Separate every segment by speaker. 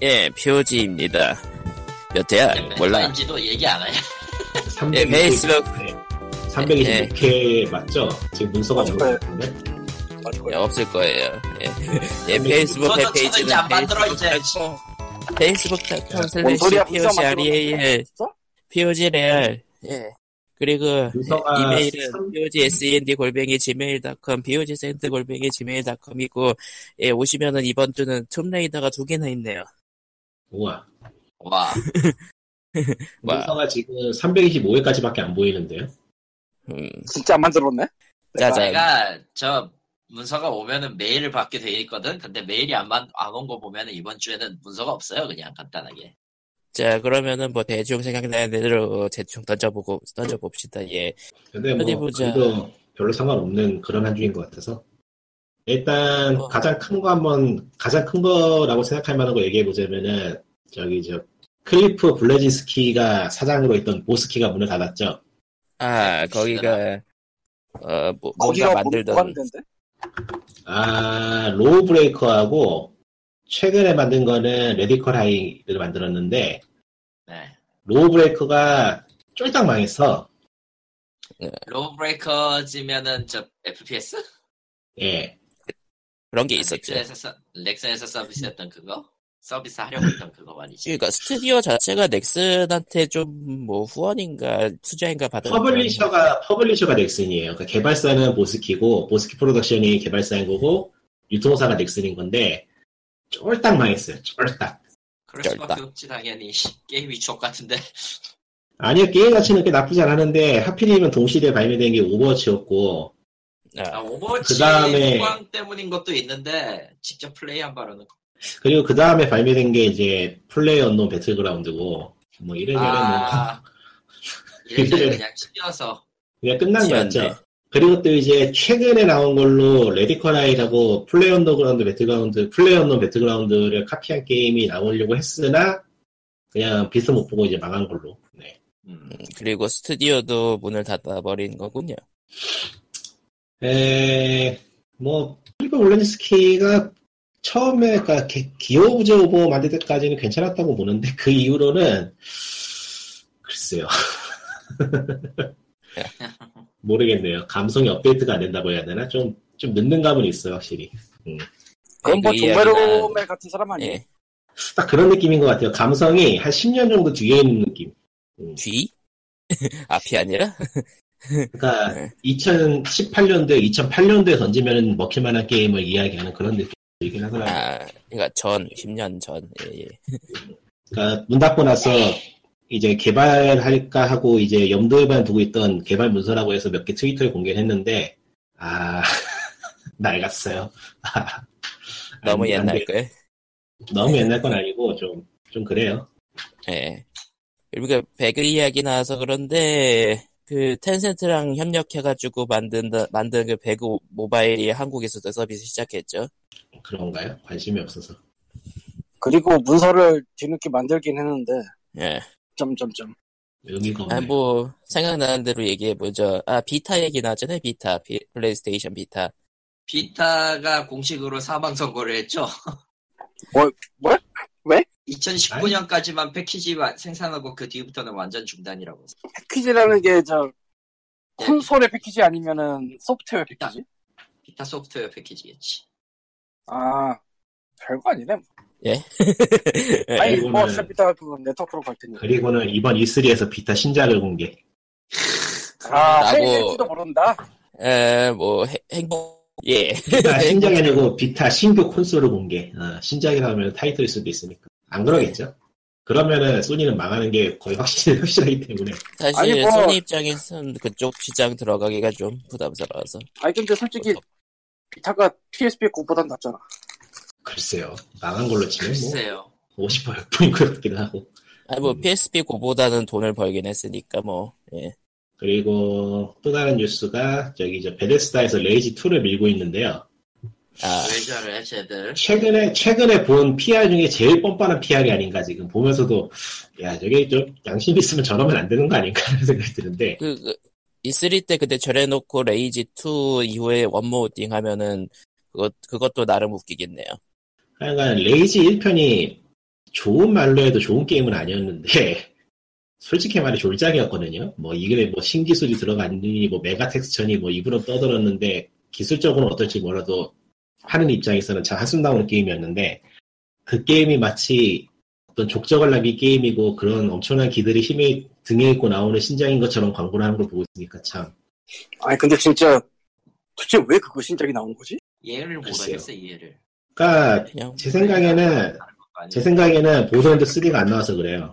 Speaker 1: 예, 표지입니다. 몇 회야?
Speaker 2: 네,
Speaker 1: 몰라.
Speaker 2: 인지도 얘기 안 해. 네,
Speaker 1: 예, 네.
Speaker 3: 300
Speaker 1: 페이스북
Speaker 3: 326회 맞죠? 지금 문서가
Speaker 4: 네.
Speaker 3: 나오고 있는데
Speaker 4: 맞을
Speaker 1: 예,
Speaker 4: 거예요.
Speaker 1: 없을 거예요. 예, 예 페이스북
Speaker 2: 네, 저도 저도 이제
Speaker 1: 페이지는
Speaker 2: 안 만들어, 이제.
Speaker 1: 페이스북 닷컴
Speaker 4: 뭔
Speaker 1: 슬래시
Speaker 4: 소리야? 문서
Speaker 1: POG
Speaker 4: 만들고
Speaker 1: REAL
Speaker 4: 있어?
Speaker 1: POG REAL 예. 그리고
Speaker 3: 문서가
Speaker 1: 이메일은
Speaker 3: 참-
Speaker 1: POG SND 골뱅이 gmail.com POG 센트 E 골뱅이 gmail.com이고 예, 오시면은 이번 주는 툼레이더가 두 개나 있네요.
Speaker 3: 우와
Speaker 2: 와,
Speaker 1: 와.
Speaker 3: 문서가 지금 325회까지밖에 안 보이는데요.
Speaker 1: 음,
Speaker 4: 진짜 안 만들었네? 내가
Speaker 1: 짜잔.
Speaker 2: 내가 저 문서가 오면은 메일을 받게 돼 있거든. 근데 메일이 안안온 거 보면은 이번 주에는 문서가 없어요. 그냥 간단하게.
Speaker 1: 자, 그러면은 뭐 대충 생각나는 대로 대충 던져보고 던져봅시다. 예.
Speaker 3: 근데 뭐
Speaker 1: 어디 보자.
Speaker 3: 그래도 별로 상관없는 그런 한 주인 것 같아서 일단
Speaker 1: 어.
Speaker 3: 가장 큰 거 한번 가장 큰 거라고 생각할 만한 거 얘기해 보자면은 저기 저 클리프 블레진스키가 사장으로 있던 보스키가 문을 닫았죠. 네,
Speaker 1: 아, 거기가 어, 뭐, 뭔가
Speaker 4: 거기가 뭐- 뭐가 안
Speaker 1: 만들던
Speaker 4: 되는데?
Speaker 3: 아 로우 브레이커하고 최근에 만든 거는 레디컬 하이를 만들었는데
Speaker 2: 네.
Speaker 3: 로우 브레이커가 쫄딱 망했어.
Speaker 2: 로우 브레이커지면은 저 FPS?
Speaker 3: 예.
Speaker 1: 그런 게 있었죠.
Speaker 3: 네.
Speaker 2: 렉슨에서, 서- 렉슨에서 서비스였던 그거? 서비스 하려고 했던 그거 말이지.
Speaker 1: 그러니까 스튜디오 자체가 넥슨한테 좀 뭐 후원인가 투자인가 받은
Speaker 3: 퍼블리셔가 퍼블리셔가 넥슨이에요. 그러니까 개발사는 보스키고 보스키 프로덕션이 개발사인 거고 유통사가 넥슨인 건데 쫄딱 망했어요. 쫄딱.
Speaker 2: 그럴
Speaker 1: 쩔다.
Speaker 2: 수밖에 없지 당연히 게임이 족 같은데
Speaker 3: 아니요 게임 자체는 꽤 나쁘지 않았는데 하필이면 동시대에 발매된 게 오버워치였고
Speaker 2: 아,
Speaker 1: 아,
Speaker 2: 오버워치
Speaker 3: 그다음에-
Speaker 2: 후광 때문인 것도 있는데 직접 플레이한 바로는
Speaker 3: 그리고 그 다음에 발매된 게 이제 플레이 언론 배틀그라운드고 뭐 이래저래 뭐
Speaker 2: 아
Speaker 3: 예,
Speaker 2: 이래저래 그냥 튀겨서
Speaker 3: 그냥 끝난
Speaker 1: 지연돼.
Speaker 3: 거였죠. 그리고 또 이제 최근에 나온 걸로 레디컬아이라고 플레이 언더그라운드 배틀그라운드 플레이 언더 배틀그라운드를 카피한 게임이 나오려고 했으나 그냥 빛을 못 보고 이제 망한 걸로. 네.
Speaker 2: 음,
Speaker 1: 그리고 스튜디오도 문을 닫아버린 거군요.
Speaker 3: 에, 뭐 그리고 올렌스키가 처음에 그러니까 기- 기어 우제 오버 만들 때까지는 괜찮았다고 보는데 그 이후로는 글쎄요. 모르겠네요. 감성이 업데이트가 안 된다고 해야 되나? 좀, 좀 늦는 감은 있어요, 확실히.
Speaker 4: 그건 뭐
Speaker 1: 그
Speaker 4: 종메로메 같은 사람
Speaker 1: 이야기는-
Speaker 4: 아니에요?
Speaker 1: 예.
Speaker 3: 딱 그런 느낌인 것 같아요. 감성이 한 10년 정도 뒤에 있는 느낌.
Speaker 1: 뒤? 앞이 아니라?
Speaker 3: 네. 그러니까
Speaker 1: 네.
Speaker 3: 2018년도에, 2008년도에 던지면 먹힐만한 게임을 이야기하는 그런 느낌이긴 하더라고요.
Speaker 1: 아, 그러니까 전, 10년 전. 예, 예.
Speaker 3: 그러니까 문 닫고 나서 이제 개발할까 하고 이제 염두에만 두고 있던 개발 문서라고 해서 몇 개 트위터에 공개했는데 아 낡았어요. 아,
Speaker 1: 너무
Speaker 3: 안 돼, 안 돼.
Speaker 1: 옛날 네. 걸.
Speaker 3: 너무 옛날 건 아니고 좀 좀 그래요.
Speaker 1: 예. 그리고 배그 이야기 나와서 그런데 그 텐센트랑 협력해가지고 만든 만든 그 배그 모바일이 한국에서도 서비스 시작했죠.
Speaker 3: 그런가요? 관심이 없어서.
Speaker 4: 그리고 문서를 뒤늦게 만들긴 했는데
Speaker 1: 예.
Speaker 4: 점점점
Speaker 3: 의미가 없네.
Speaker 1: 아, 뭐 생각나는 대로 얘기해 보죠. 아 비타 얘기 나왔잖아요. 비타 비- 플레이스테이션 비타.
Speaker 2: 비타가 공식으로 사망 선고를 했죠
Speaker 4: 뭘- 뭘? 왜?
Speaker 2: 2019년까지만 패키지 와- 생산하고 그 뒤부터는 완전 중단이라고 했어요.
Speaker 4: 패키지라는 게 저 콘솔의 패키지 아니면은 소프트웨어 패키지?
Speaker 2: 비타 소프트웨어 패키지겠지
Speaker 3: 뭐?
Speaker 4: 아 별거 아니네.
Speaker 1: 예.
Speaker 4: 아니
Speaker 3: 이거는-
Speaker 4: 뭐 어차피 다 그건 네트워크로 갈 테니.
Speaker 3: 그리고는 이번 E3에서 비타 신작을 공개.
Speaker 4: 아
Speaker 3: 그
Speaker 1: 나고-
Speaker 4: 페이지도 아, 모른다.
Speaker 1: 에, 뭐 해- 행복 예.
Speaker 3: 비타
Speaker 2: 네.
Speaker 3: 신작이 아니고 비타 신규 콘솔을 공개. 어, 신작이라면 타이틀일 수도 있으니까. 안 그러겠죠? 그러면은 소니는 망하는 게 거의 확실, 확실하기 때문에.
Speaker 1: 사실
Speaker 4: 아니, 뭐-
Speaker 1: 소니 입장에선 그쪽 시장 들어가기가 좀 부담스러워서.
Speaker 4: 아니 근데 솔직히 비타가 PSP 것보단 낫잖아.
Speaker 3: 글쎄요. 망한 걸로 치면
Speaker 2: 글쎄요
Speaker 3: 뭐, 50% 포인 것 같기도 하고.
Speaker 1: 아니 뭐
Speaker 3: 음.
Speaker 1: PSP 고보다는 돈을 벌긴 했으니까 뭐. 예.
Speaker 3: 그리고 또 다른 뉴스가 저기 저 베데스다에서 레이지 2를 밀고 있는데요.
Speaker 1: 아
Speaker 2: 왜 저래 쟤들
Speaker 3: 최근에, 최근에 본 PR 중에 제일 뻔뻔한 PR이 아닌가 지금 보면서도, 야, 저게 좀 양심 있으면 저러면 안 되는 거 아닌가 하는 생각이 드는데.
Speaker 1: 그, 그 E3 때 그때 절해놓고 레이지 2 이후에 원모딩 하면은 그것 그것도 나름 웃기겠네요.
Speaker 3: 하여간 레이지 그러니까 1편이 좋은 말로 해도 좋은 게임은 아니었는데 솔직히 말해 졸작이었거든요. 뭐 이게 뭐 신기술이 들어갔니 뭐 메가 텍스처니 뭐 입으로 떠들었는데 기술적으로는 어떨지 몰라도 하는 입장에서는 참 한숨 나오는 게임이었는데 그 게임이 마치 어떤 족적을 남긴 게임이고 그런 엄청난 기들이 힘에 등에 있고 나오는 신작인 것처럼 광고를 하는 걸 보고 있으니까 참
Speaker 4: 아니 근데 진짜 도대체 왜 그거 신작이 나온 거지?
Speaker 2: 이해를
Speaker 3: 글쎄요.
Speaker 2: 못하겠어 이해를.
Speaker 3: 그러니까
Speaker 1: 그냥
Speaker 3: 제 생각에는
Speaker 2: 다른 것도 아니고.
Speaker 3: 제 생각에는 보드랜드 3가 안 나와서 그래요.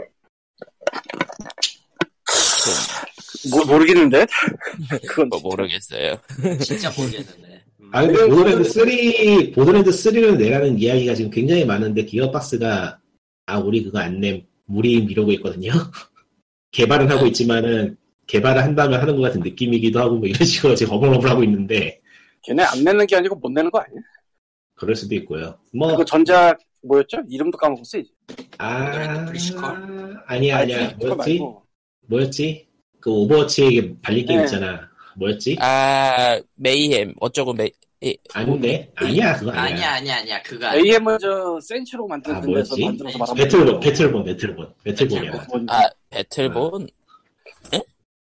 Speaker 4: 모, 모르겠는데? 그건
Speaker 1: 뭐 모르겠어요.
Speaker 2: 진짜 모르겠는데. 음.
Speaker 3: 아 근데 보드랜드 3 보드랜드 3를 내라는 이야기가 지금 굉장히 많은데 기어박스가 아 우리 그거 안냄 무리 미루고 있거든요. 개발은 하고 있지만은 개발을 한다면 하는 것 같은 느낌이기도 하고 뭐 이런 식으로 지금 어불어불하고 있는데
Speaker 4: 걔네 안 내는 게 아니고 못 내는 거 아니야?
Speaker 3: 그럴 수도 있고요. 뭐
Speaker 4: 그거 전작 뭐였죠? 이름도 까먹었어 이제.
Speaker 3: 아,
Speaker 2: 보드랜드 브리스컬?
Speaker 3: 아니야 아니야
Speaker 4: 아니, 그거
Speaker 3: 예, 뭐였지
Speaker 4: 말고.
Speaker 3: 뭐였지 그 오버워치에게 발린 게임
Speaker 4: 네.
Speaker 3: 있잖아 뭐였지
Speaker 1: 아 메이햄 어쩌고 메이
Speaker 3: 아닌데 아니야 그거 아니야
Speaker 2: 아니야 아니야 아니야 그거 아니야.
Speaker 4: AM은 저 센츄로 만든
Speaker 3: 아,
Speaker 4: 데서
Speaker 3: 뭐였지?
Speaker 4: 만들어서 말하면 뭐,
Speaker 3: 배틀본 배틀본 배틀본 배틀본이야
Speaker 2: 배틀본.
Speaker 4: 뭔지.
Speaker 1: 아 배틀본 에?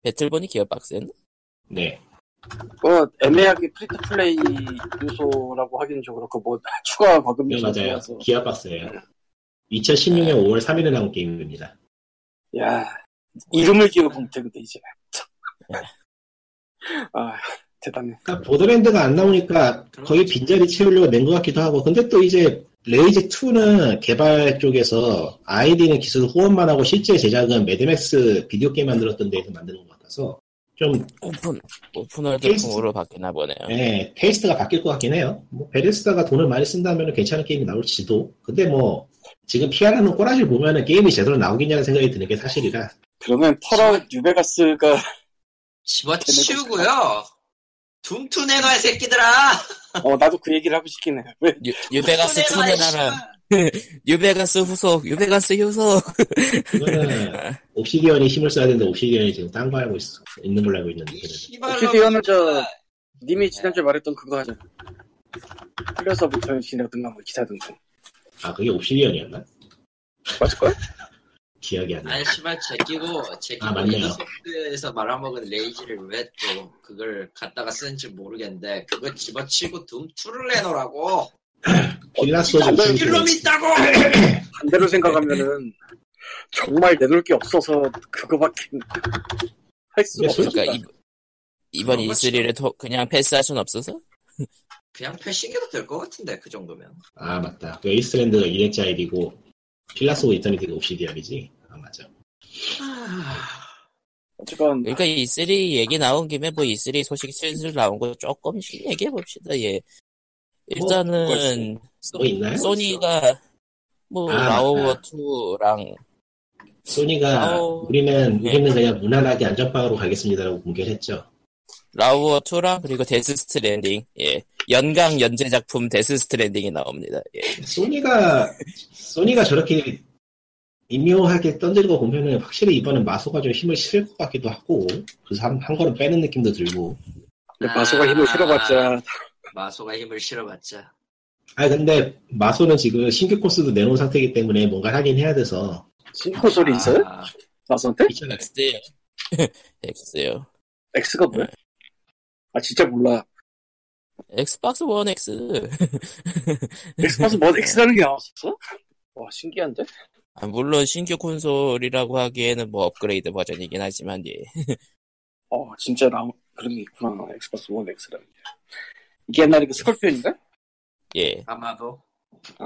Speaker 1: 배틀본이 기어박스였나?
Speaker 3: 네
Speaker 4: 그거 뭐, 애매하게 프리트 플레이 요소라고 하기는 좀 그렇고 뭐 추가 거금
Speaker 3: 네,
Speaker 4: 요소
Speaker 3: 맞아요
Speaker 4: 들어가서
Speaker 3: 기아박스예요 2016년 5월 3일에 나온 게임입니다
Speaker 4: 야 이름을 기억하면 되는데 이제
Speaker 3: 네.
Speaker 4: 아 대단해
Speaker 3: 그러니까 보드랜드가 안 나오니까 거의 빈자리 채우려고 낸 것 같기도 하고 근데 또 이제 레이즈 2는 개발 쪽에서 아이디는 기술 후원만 하고 실제 제작은 매드맥스 비디오 게임 만들었던 데에서 만드는 것 같아서 좀
Speaker 1: 오픈 오픈월드풍으로 바뀌나 보네요.
Speaker 3: 네, 테이스트가 바뀔 것 같긴 해요. 뭐 베레스다가 돈을 많이 쓴다면 괜찮은 게임이 나올지도. 근데 뭐 지금 피아라는 꼬라지를 보면은 게임이 제대로 나오겠냐는 생각이 드는 게 사실이라.
Speaker 4: 그러면 펄아웃 뉴베가스가
Speaker 2: 집어치우고요. 둥투 내놔 이 새끼들아.
Speaker 4: 어 나도 그 얘기를 하고 싶긴 해왜
Speaker 1: 유, 유베가스
Speaker 2: 퉁투 내놔, 이
Speaker 1: 투네나라
Speaker 2: 씨발.
Speaker 1: 유베가스 후속 유베가스 후속
Speaker 3: 그거는 옵시디언이 힘을 써야 되는데 옵시디언이 지금 딴 거 알고 있, 있는 걸로 알고 있는데.
Speaker 2: 이
Speaker 3: 걔네들.
Speaker 2: 씨발놈
Speaker 4: 옵시디언은 저-
Speaker 2: 새끼들아.
Speaker 4: 님이 지난주에 말했던 그거 하자 틀려서부터 지내든가 뭐 기사 등등
Speaker 3: 아 그게 옵시디언이었나?
Speaker 4: 맞을걸?
Speaker 3: 기억이 안 나.
Speaker 2: 아니 씨발 제끼고
Speaker 3: 아,
Speaker 2: 제끼고
Speaker 3: 맞네요.
Speaker 2: 이니소프트에서 말아먹은 레이지를 왜 또 그걸 갖다가 쓰는지 모르겠는데 그거 집어치고 둥투를 내놓으라고.
Speaker 3: 필라 소드
Speaker 2: 어,
Speaker 4: 안 돼,
Speaker 3: 중-
Speaker 2: 이놈 있다고.
Speaker 4: 반대로 생각하면은 정말 내놓을 게 없어서 그거밖에 할 수가
Speaker 3: 근데
Speaker 4: 없었다
Speaker 3: 솔직히
Speaker 1: 그러니까 이, 번
Speaker 2: 그런
Speaker 1: E3를 그냥 패스할 순 없어서
Speaker 2: 그냥 패싱해도 될 것 같은데 그 정도면.
Speaker 3: 아 맞다. 그 에이스랜드가 이레자일이고 필라 소드 이터니티가 옵시디언이지. 아 맞아.
Speaker 2: 아,
Speaker 4: 어쨌건
Speaker 1: 그러니까 E3 얘기 나온 김에 뭐 E3 소식 슬슬 나온 거 조금씩 얘기해 봅시다. 예. 일단은
Speaker 3: 뭐 있나요?
Speaker 1: 어, 소니가 뭐
Speaker 3: 아,
Speaker 1: 라오워
Speaker 3: 맞다.
Speaker 1: 2랑
Speaker 3: 소니가
Speaker 1: 아우.
Speaker 3: 우리는
Speaker 1: 네.
Speaker 3: 우리는 그냥 무난하게 안전빵으로 가겠습니다라고 공개를 했죠.
Speaker 1: 라오워 2랑 그리고 데스 스트랜딩 예. 연강 연재 작품 데스 스트랜딩이 나옵니다. 예.
Speaker 3: 소니가 소니가 저렇게 미묘하게 던지는 거 보면은 확실히 이번엔 마소가 좀 힘을 실을 것 같기도 하고 그래서 한, 한 걸음 빼는 느낌도 들고
Speaker 4: 근데 마소가 힘을 실어봤자
Speaker 2: 마소가 힘을 실어봤자.
Speaker 3: 아 근데 마소는 지금 신규 코스도 내놓은 상태이기 때문에 뭔가 하긴 해야 돼서
Speaker 4: 신코 소리 있어요?
Speaker 2: 아,
Speaker 4: 마소한테?
Speaker 3: 있잖아요
Speaker 1: 엑스요. 엑스요.
Speaker 4: X가 뭐야? 아 진짜 몰라
Speaker 1: 엑스박스 원 X.
Speaker 4: 엑스박스 뭐 X라는 게 나왔었어? 와 신기한데?
Speaker 1: 아, 물론 신규 콘솔이라고 하기에는 뭐 업그레이드 버전이긴 하지만 예.
Speaker 4: 어 진짜 나 그런 게 있구나 엑스박스 원 X라는 게 이게 옛날에 그 스컬피언인가?
Speaker 1: 예.
Speaker 2: 아마도.
Speaker 4: 아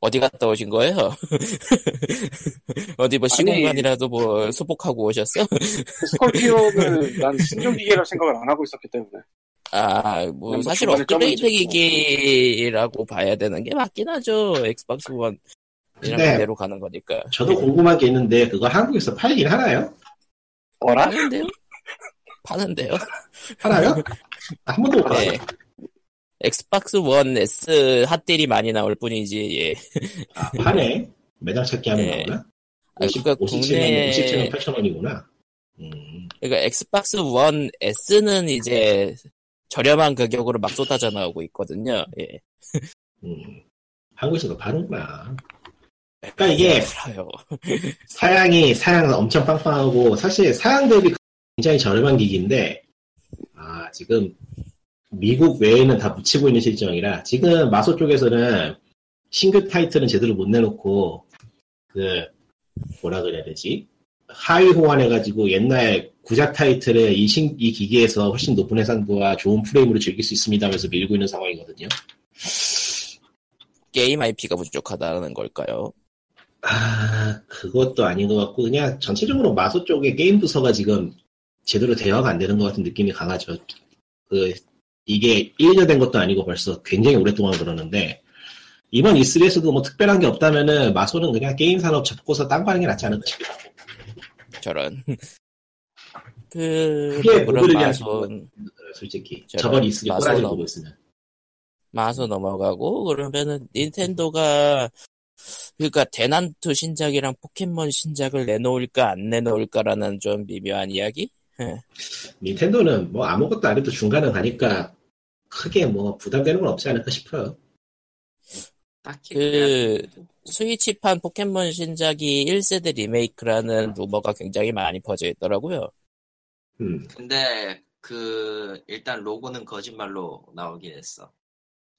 Speaker 1: 어디 갔다 오신 거예요? 어디 뭐
Speaker 4: 아니.
Speaker 1: 시공간이라도 뭐 소복하고 오셨어?
Speaker 4: 그 스컬피언을 난 신종기계라 생각을 안 하고 있었기 때문에
Speaker 1: 아, 뭐
Speaker 4: 뭐
Speaker 1: 사실
Speaker 4: 중간에
Speaker 1: 업그레이드
Speaker 4: 점은 찍고.
Speaker 1: 기기라고 봐야 되는 게 맞긴 하죠. 엑스박스 원 이랑
Speaker 3: 네.
Speaker 1: 그대로 가는 거니까.
Speaker 3: 저도 궁금한 게 있는데 그거 한국에서 팔긴 하나요?
Speaker 4: 뭐라?
Speaker 1: 파는데요? 파는데요?
Speaker 3: 팔아요? 아, 한 번도 못
Speaker 1: 네.
Speaker 3: 팔아요
Speaker 1: 엑스박스 원 S 핫딜이 많이 나올 뿐이지. 예.
Speaker 3: 아, 파네 매장 찾기 하면
Speaker 1: 네.
Speaker 3: 나오나?
Speaker 1: 아, 그러니까
Speaker 3: 57만, 57만
Speaker 1: 국내
Speaker 3: 8천 원이구나 음,
Speaker 1: 그러니까 엑스박스 원 S는 이제 저렴한 가격으로 막 쏟아져 나오고 있거든요. 예.
Speaker 3: 음. 한국에서도 파는구나 그러니까 이게
Speaker 1: 풀어요.
Speaker 3: 사양이 사양 엄청 빵빵하고 사실 사양 대비 굉장히 저렴한 기기인데 아 지금 미국 외에는 다 묻히고 있는 실정이라 지금 마소 쪽에서는 싱글 타이틀은 제대로 못 내놓고 그 뭐라 그래야 되지 하위 호환해가지고 옛날 구작 타이틀을 이, 신- 이 기기에서 훨씬 높은 해상도와 좋은 프레임으로 즐길 수 있습니다면서 밀고 있는 상황이거든요.
Speaker 1: 게임 IP가 부족하다는 걸까요?
Speaker 3: 아, 그것도 아닌 것 같고, 그냥 전체적으로 마소 쪽에 게임 부서가 지금 제대로 대화가 안 되는 것 같은 느낌이 강하죠. 그, 이게 1년 된 것도 아니고 벌써 굉장히 오랫동안 그러는데, 이번 E3에서도 뭐 특별한 게 없다면은 마소는 그냥 게임 산업 접고서 딴 거 하는 게 낫지 않을까 싶어요.
Speaker 1: 저런. 그
Speaker 3: 그게
Speaker 1: 그런
Speaker 3: 모두를 위한
Speaker 1: 마소
Speaker 3: 솔직히.
Speaker 1: 제가
Speaker 3: 저번 E3
Speaker 1: 마소
Speaker 3: 꼬라지
Speaker 1: 너무-
Speaker 3: 보고 있으면.
Speaker 1: 마소 넘어가고 그러면은 닌텐도가 그러니까 대난투 신작이랑 포켓몬 신작을 내놓을까 안 내놓을까라는 좀 미묘한 이야기?
Speaker 3: 닌텐도는 뭐 아무것도 안 해도 중간에 가니까 크게 뭐 부담되는 건 없지 않을까 싶어요.
Speaker 2: 딱히
Speaker 1: 그
Speaker 2: 그냥
Speaker 1: 스위치판 포켓몬 신작이 1세대 리메이크라는 루머가 굉장히 많이 퍼져 있더라고요.
Speaker 3: 음.
Speaker 2: 근데 그 일단 로고는 거짓말로 나오긴 했어.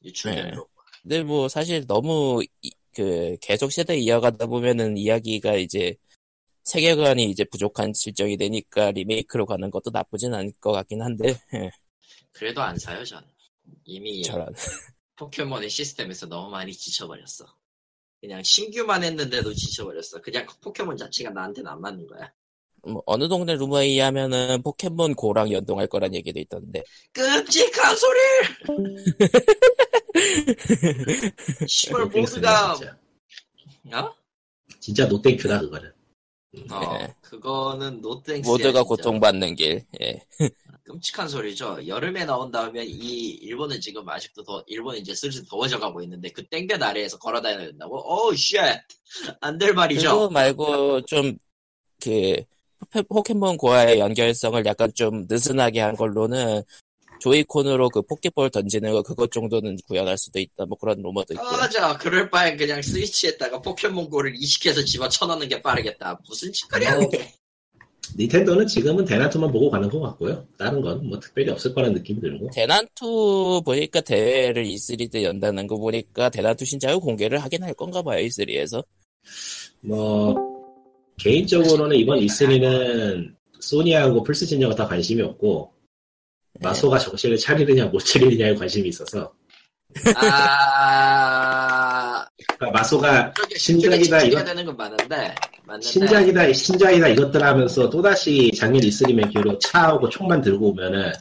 Speaker 2: 유출된
Speaker 1: 네.
Speaker 2: 로고.
Speaker 1: 근데 뭐 사실 너무 이- 그 계속 세대 이어가다 보면은 이야기가 이제 세계관이 이제 부족한 실정이 되니까 리메이크로 가는 것도 나쁘진 않을 것 같긴 한데
Speaker 2: 그래도 안 사요 전. 이미
Speaker 1: 저런
Speaker 2: 포켓몬의 시스템에서 너무 많이 지쳐버렸어. 그냥 신규만 했는데도 지쳐버렸어. 그냥 포켓몬 자체가 나한테는 안 맞는 거야.
Speaker 1: 뭐 어느 동네 루머에 의하면은 포켓몬 고랑 연동할 거란 얘기도 있던데
Speaker 2: 아, 끔찍한 소리! 시발
Speaker 3: 노땡큐다,
Speaker 2: 모두가
Speaker 3: 진짜.
Speaker 2: 어?
Speaker 3: 진짜 노땡큐다 그거는.
Speaker 2: 어
Speaker 1: 네.
Speaker 2: 그거는 노땡스
Speaker 1: 모두가 고통받는 길 예.
Speaker 2: 끔찍한 소리죠. 여름에 나온다면 이 일본은 지금 아직도 더 일본 이제 슬슬 더워져 가고 있는데 그 땡볕 아래에서 걸어 다녀야 된다고. 어우 쉣. 안 될
Speaker 1: 그거
Speaker 2: 말이죠.
Speaker 1: 말고 좀 그 포켓몬 고와의 연결성을 약간 좀 느슨하게 한 걸로는 조이콘으로 그 포켓볼 던지는 거 그것 정도는 구현할 수도 있다 뭐 그런 루머도 있고
Speaker 2: 맞아. 그럴 바엔 그냥 스위치에다가 포켓몬고를 이식해서 집어 쳐넣는 게 빠르겠다. 무슨 짓거리야.
Speaker 3: 어. 닌텐도는 지금은 대나토만 보고 가는 것 같고요. 다른 건 뭐 특별히 없을 거라는 느낌이 들고.
Speaker 1: 대난투 보니까 대회를 E3 때 연다는 거 보니까 대난투 신작을 공개를 하긴 할 건가 봐요 E3에서
Speaker 3: 뭐 개인적으로는 이번 E3는 소니하고 플스 진영은 다 관심이 없고 마소가 정신을 차리느냐 못 차리느냐에 관심이 있어서
Speaker 2: 아,
Speaker 3: 그러니까 마소가
Speaker 2: 그렇게
Speaker 3: 신작이다
Speaker 2: 이거
Speaker 3: 이거
Speaker 2: 되는 건 맞는데, 맞는데
Speaker 3: 신작이다 신작이다 이것들 하면서 또다시 작년 E3 매기로 차하고 총만 들고 오면은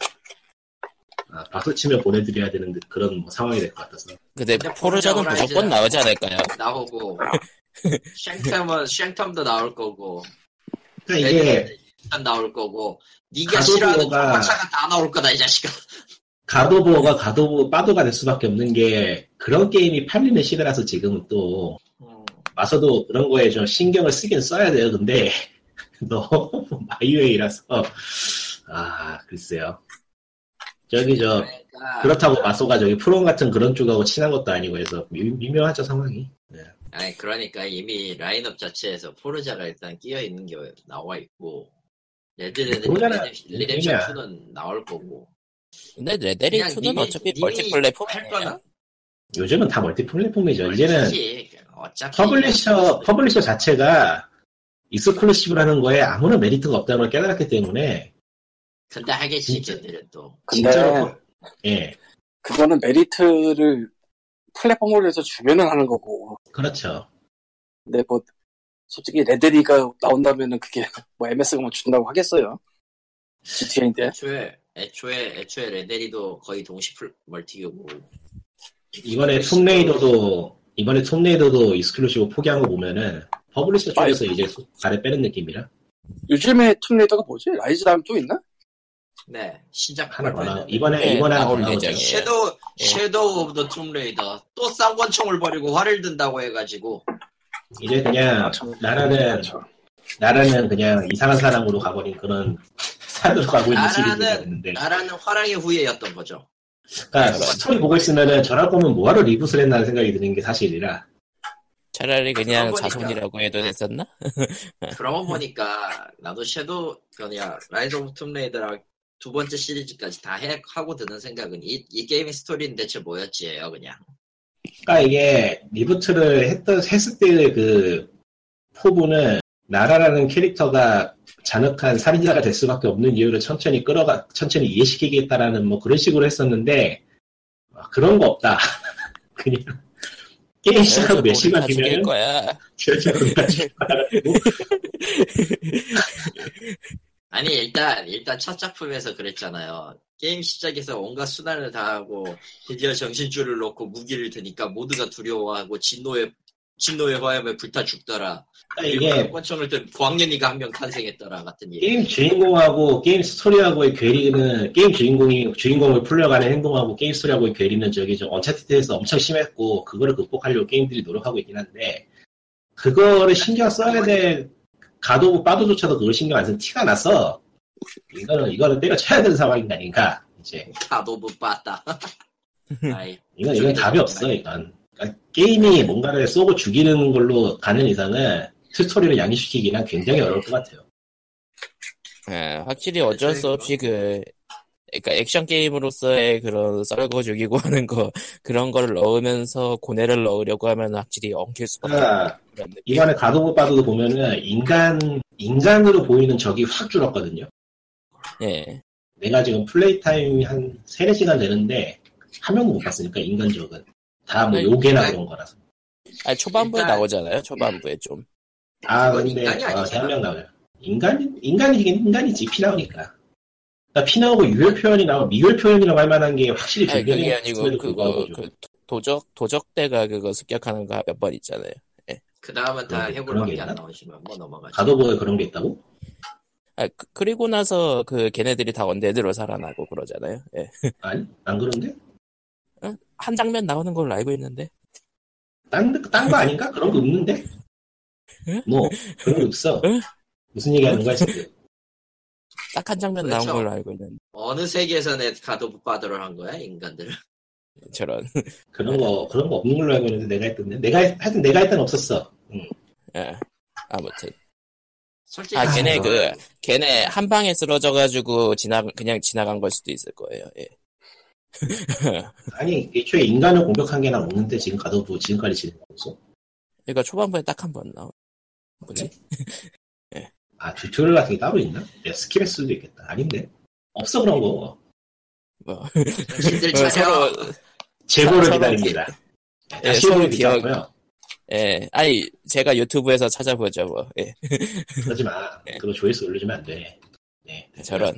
Speaker 3: 아, 박수 치며 보내드려야 되는 그런 뭐 상황이 될 것 같아서
Speaker 1: 근데
Speaker 2: 근데
Speaker 1: 포르자는
Speaker 2: 포르자
Speaker 1: 무조건
Speaker 2: 호라이즌.
Speaker 1: 나오지 않을까요?
Speaker 2: 나오고 샹텀은 샹텀도 나올 거고,
Speaker 3: 그러니까 이게
Speaker 2: 일단 나올 거고, 네가
Speaker 3: 가도
Speaker 2: 싫어하는
Speaker 3: 뭐가-
Speaker 2: 초파차가 다 나올 거다 이 자식아.
Speaker 3: 가도보가 가도보 빠도가 될 수밖에 없는 게 그런 게임이 팔리는 시대라서 지금은 또
Speaker 2: 음,
Speaker 3: 마서도 그런 거에 좀 신경을 쓰긴 써야 돼요. 근데 너무 마이웨이라서 아 글쎄요. 저기 저
Speaker 2: 그러니까,
Speaker 3: 그렇다고 마소가 저기 프롬 같은 그런 쪽하고 친한 것도 아니고 해서 미, 미묘하죠 상황이. 네.
Speaker 2: 아니 그러니까 이미 라인업 자체에서 포르자가 일단 끼어 있는 게 나와 있고, 레드레드
Speaker 3: 포르자는
Speaker 2: 리뎀션
Speaker 3: 게임이야.
Speaker 2: 2는 나올 거고.
Speaker 1: 근데 레데리
Speaker 2: 그냥
Speaker 1: 2는
Speaker 2: 님이-
Speaker 1: 어차피
Speaker 2: 님이
Speaker 1: 멀티 플랫폼
Speaker 2: 할 거는
Speaker 3: 요즘은 다 멀티 플랫폼이죠. 이제는
Speaker 2: 멀티지. 뭐 어차피
Speaker 3: 퍼블리셔 퍼블리셔 자체가 익스클루시브라는 거에 아무런 메리트가 없다는 걸 깨달았기 때문에
Speaker 2: 근데 하겠지
Speaker 3: 진짜.
Speaker 2: 걔들은 또
Speaker 4: 근데
Speaker 3: 진짜로 예
Speaker 4: 그거는 메리트를 플랫폼으로 해서 주면은 하는 거고.
Speaker 3: 그렇죠.
Speaker 4: 근데 뭐 솔직히 레데리가 나온다면은 그게 뭐 MS가 뭐 준다고 하겠어요? GTA인데
Speaker 2: 애초에 애초에 애초에 레데리도 거의 동시 풀 멀티고
Speaker 3: 이번에 톰레이더도 이번에 톰레이더도 익스클루시브 포기한 거 보면은 퍼블리셔 쪽에서 이제 발에 빼는 느낌이라
Speaker 4: 요즘에 툼레이더가 뭐지? 라이즈 다음 또 있나?
Speaker 2: 네 신작
Speaker 3: 하나 더 나.
Speaker 2: 발매는
Speaker 3: 이번에
Speaker 1: 네,
Speaker 3: 이번에 하나 더
Speaker 1: 나올
Speaker 3: 나오죠.
Speaker 1: 예정이에요.
Speaker 2: 섀도우
Speaker 1: 예.
Speaker 2: 섀도우 오브 더 툼레이더 또 쌍권총을 버리고 화를 든다고 해가지고
Speaker 3: 이제 그냥 네, 나라는
Speaker 4: 그렇죠.
Speaker 3: 나라는 그냥 이상한 사람으로 가버린 그런 사도로 가고 있는
Speaker 2: 나라는-
Speaker 3: 시리즈가 있는데.
Speaker 2: 나라는 화랑의 후예였던 거죠.
Speaker 3: 그러니까 네. 스토리 보고 있으면은 저럴 거면 뭐하러 리부스를 했나 하는 생각이 드는 게 사실이라.
Speaker 1: 차라리 그냥
Speaker 2: 그런 거니까.
Speaker 1: 자손이라고 해도 됐었나?
Speaker 2: 그러고 보니까 나도 섀도우 그냥 라이즈 오브 툼레이더랑 두 번째 시리즈까지 다 해, 하고 드는 생각은 이, 이 게임 스토리는 대체 뭐였지예요 그냥
Speaker 3: 그러니까 이게 리부트를 했던 했을 때의 그 포부는 나라라는 캐릭터가 잔혹한 살인자가 될 수밖에 없는 이유를 천천히 끌어가 천천히 이해시키겠다라는 뭐 그런 식으로 했었는데 아, 그런 거 없다. 그냥 게임 네, 시작 몇 시간
Speaker 1: 죽일
Speaker 3: 뒤면
Speaker 1: 거야.
Speaker 2: 아니 일단 일단 첫 작품에서 그랬잖아요. 게임 시작에서 온갖 수난을 다하고 드디어 정신줄을 놓고 무기를 드니까 모두가 두려워하고 진노의 진노의 화염에 불타 죽더라. 그리고
Speaker 3: 이게
Speaker 2: 권총을 든 광년이가 한 명 탄생했더라 같은 얘기.
Speaker 3: 게임 주인공하고 게임 스토리하고의 괴리는 게임 주인공이 주인공을 풀려가는 행동하고 게임 스토리하고의 괴리는 저기 저 언차티드에서 엄청 심했고 그거를 극복하려고 게임들이 노력하고 있긴 한데 그거를 신경 써야 될 가도 빠도조차도 그걸 신경 안 쓰는 티가 나서 이거는 이거는 때려쳐야 되는 상황인 거 아닌가 이제
Speaker 2: 다도 못 봤다. 아이,
Speaker 3: 이건 이건 답이 없어 이건 그러니까 게임이 뭔가를 쏘고 죽이는 걸로 가는 이상은 스토리를 양립시키기는 굉장히 어려울 것 같아요.
Speaker 1: 예, 확실히 어쩔 수 없이 그, 그러니까 액션 게임으로서의 그런 썰고 죽이고 하는 거 그런 거를 넣으면서 고뇌를 넣으려고 하면 확실히 엉킬 수가 없는
Speaker 3: 그러니까
Speaker 1: 그런 느낌.
Speaker 3: 이번에 가도브 바드도 보면은 인간 인간으로 보이는 적이 확 줄었거든요.
Speaker 1: 예,
Speaker 3: 내가 지금 플레이 타임이 한 3, 4시간 되는데 한 명도 못 봤으니까 인간적은 다 뭐
Speaker 1: 아니,
Speaker 3: 요괴나
Speaker 2: 아니.
Speaker 3: 그런 거라서.
Speaker 1: 아니 초반부에
Speaker 2: 일단-
Speaker 3: 예.
Speaker 1: 나오잖아요. 초반부에 좀.
Speaker 3: 아
Speaker 2: 그건
Speaker 3: 근데
Speaker 2: 인간이
Speaker 3: 어,
Speaker 2: 아니잖아.
Speaker 3: 대한명 나와요. 인간 인간이긴 인간이지 피 나오니까. 그러니까 피 나오고 유혈 표현이 나오고 미혈 표현이라고 할 만한 게 확실히
Speaker 1: 아니 그게
Speaker 3: 존재해요.
Speaker 1: 아니고
Speaker 3: 그럼에도
Speaker 1: 그거
Speaker 3: 불구하고
Speaker 1: 그 도적 도적대가 그거 습격하는 거 몇 번 있잖아요.
Speaker 2: 그 다음은 다
Speaker 3: 그런 게- 그런
Speaker 2: 해골밖에
Speaker 3: 게 있나?
Speaker 2: 안 나오시면 뭐 넘어가죠.
Speaker 3: 가도브에 그런 게 있다고?
Speaker 1: 아, 그, 리고 나서 그 걔네들이 다 언데드로 살아나고 그러잖아요. 예.
Speaker 3: 아니 안 그런데?
Speaker 1: 한 장면 나오는 걸로 알고 있는데.
Speaker 3: 딴딴거 아닌가? 그런 거 없는데? 뭐 그런 거 없어.
Speaker 1: 응?
Speaker 3: 무슨 얘기하는 거야 지금?
Speaker 1: 딱 한 장면
Speaker 2: 그렇죠.
Speaker 1: 나온 걸로 알고 있는
Speaker 2: 어느 세계에서 내 가도 못 받으러 한 거야 인간들.
Speaker 1: 저런.
Speaker 3: 그런 거 그런 거 없는 걸로 알고 있는데 내가 했던데 내가 했- 하여튼 내가 했던 없었어. 응.
Speaker 1: 예. 아무튼
Speaker 2: 솔직히
Speaker 1: 아, 걔네
Speaker 2: 말해서
Speaker 1: 그- 걔네 한 방에 쓰러져가지고 지나 그냥 지나간 걸 수도 있을 거예요. 예.
Speaker 3: 아니 애초에 인간을 공격한 게나 없는데 지금 가도 뭐 지금까지 지는 거고.
Speaker 1: 그러니까 초반부에 딱 한 번 나오. 뭐지?
Speaker 3: 아 튜토리얼 같은 게 따로 있나? 내가 스킵했을 수도 있겠다. 아닌데 없어 그런 거.
Speaker 1: 뭐
Speaker 2: 정신들
Speaker 1: 어,
Speaker 2: 차려.
Speaker 1: 서로
Speaker 3: 제보를
Speaker 1: 참,
Speaker 3: 기다립니다. 아,
Speaker 1: 예,
Speaker 3: 제보를
Speaker 1: 서로 기억-
Speaker 3: 기다고요.
Speaker 1: 예. 아니 제가 유튜브에서 찾아보죠 뭐. 예.
Speaker 3: 그러지 마. 그거 조회수 올리면 안 돼. 네.
Speaker 1: 저런.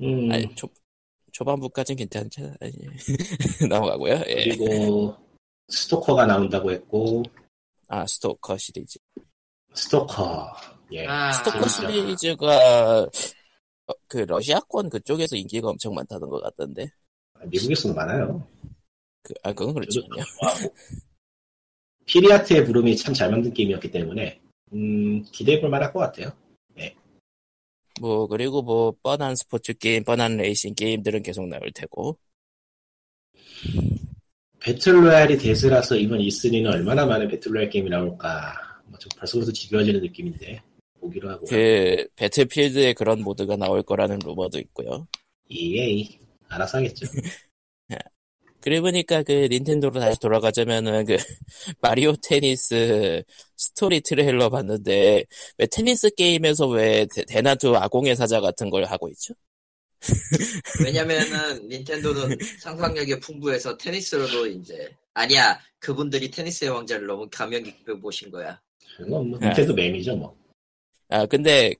Speaker 3: 음,
Speaker 1: 아니 초 초반부까지는 괜찮잖아. 아니, 넘어가고요.
Speaker 2: 네.
Speaker 1: 예.
Speaker 3: 그리고 스토커가 나온다고 했고
Speaker 1: 아 스토커 시리즈.
Speaker 3: 스토커. 예.
Speaker 2: 아,
Speaker 1: 스토커
Speaker 3: 그렇죠.
Speaker 1: 시리즈가 어, 그 러시아권 그쪽에서 인기가 엄청 많다는 것 같던데.
Speaker 3: 미국에서도 많아요.
Speaker 1: 그, 아 그건 그렇지.
Speaker 3: 저도 좋아하고. 피리아트의 부름이 참 잘 만든 게임이었기 때문에 음, 기대해볼 만할 것 같아요.
Speaker 1: 뭐 그리고 뭐 뻔한 스포츠 게임, 뻔한 레이싱 게임들은 계속 나올 테고.
Speaker 3: 배틀로얄이 대세라서 이번 E3는 얼마나 많은 배틀로얄 게임이 나올까 뭐, 좀 벌써부터 지겨워지는 느낌인데 보기로 하고
Speaker 1: 그 배틀필드에 그런 모드가 나올 거라는 루머도 있고요.
Speaker 3: EA 알아서 하겠죠.
Speaker 1: 그래 보니까 그 닌텐도로 다시 돌아가자면은 그 마리오 테니스 스토리 트레일러 봤는데 왜 테니스 게임에서 왜 데- 데나투 아공의 사자 같은 걸 하고 있죠?
Speaker 2: 왜냐면은 닌텐도는 상상력이 풍부해서 테니스로도 이제 아니야 그분들이 테니스의 왕자를 너무 감명 깊게 보신 거야.
Speaker 3: 그건
Speaker 1: 네.
Speaker 3: 뭐 밑에도 맴이죠 뭐.
Speaker 1: 아 근데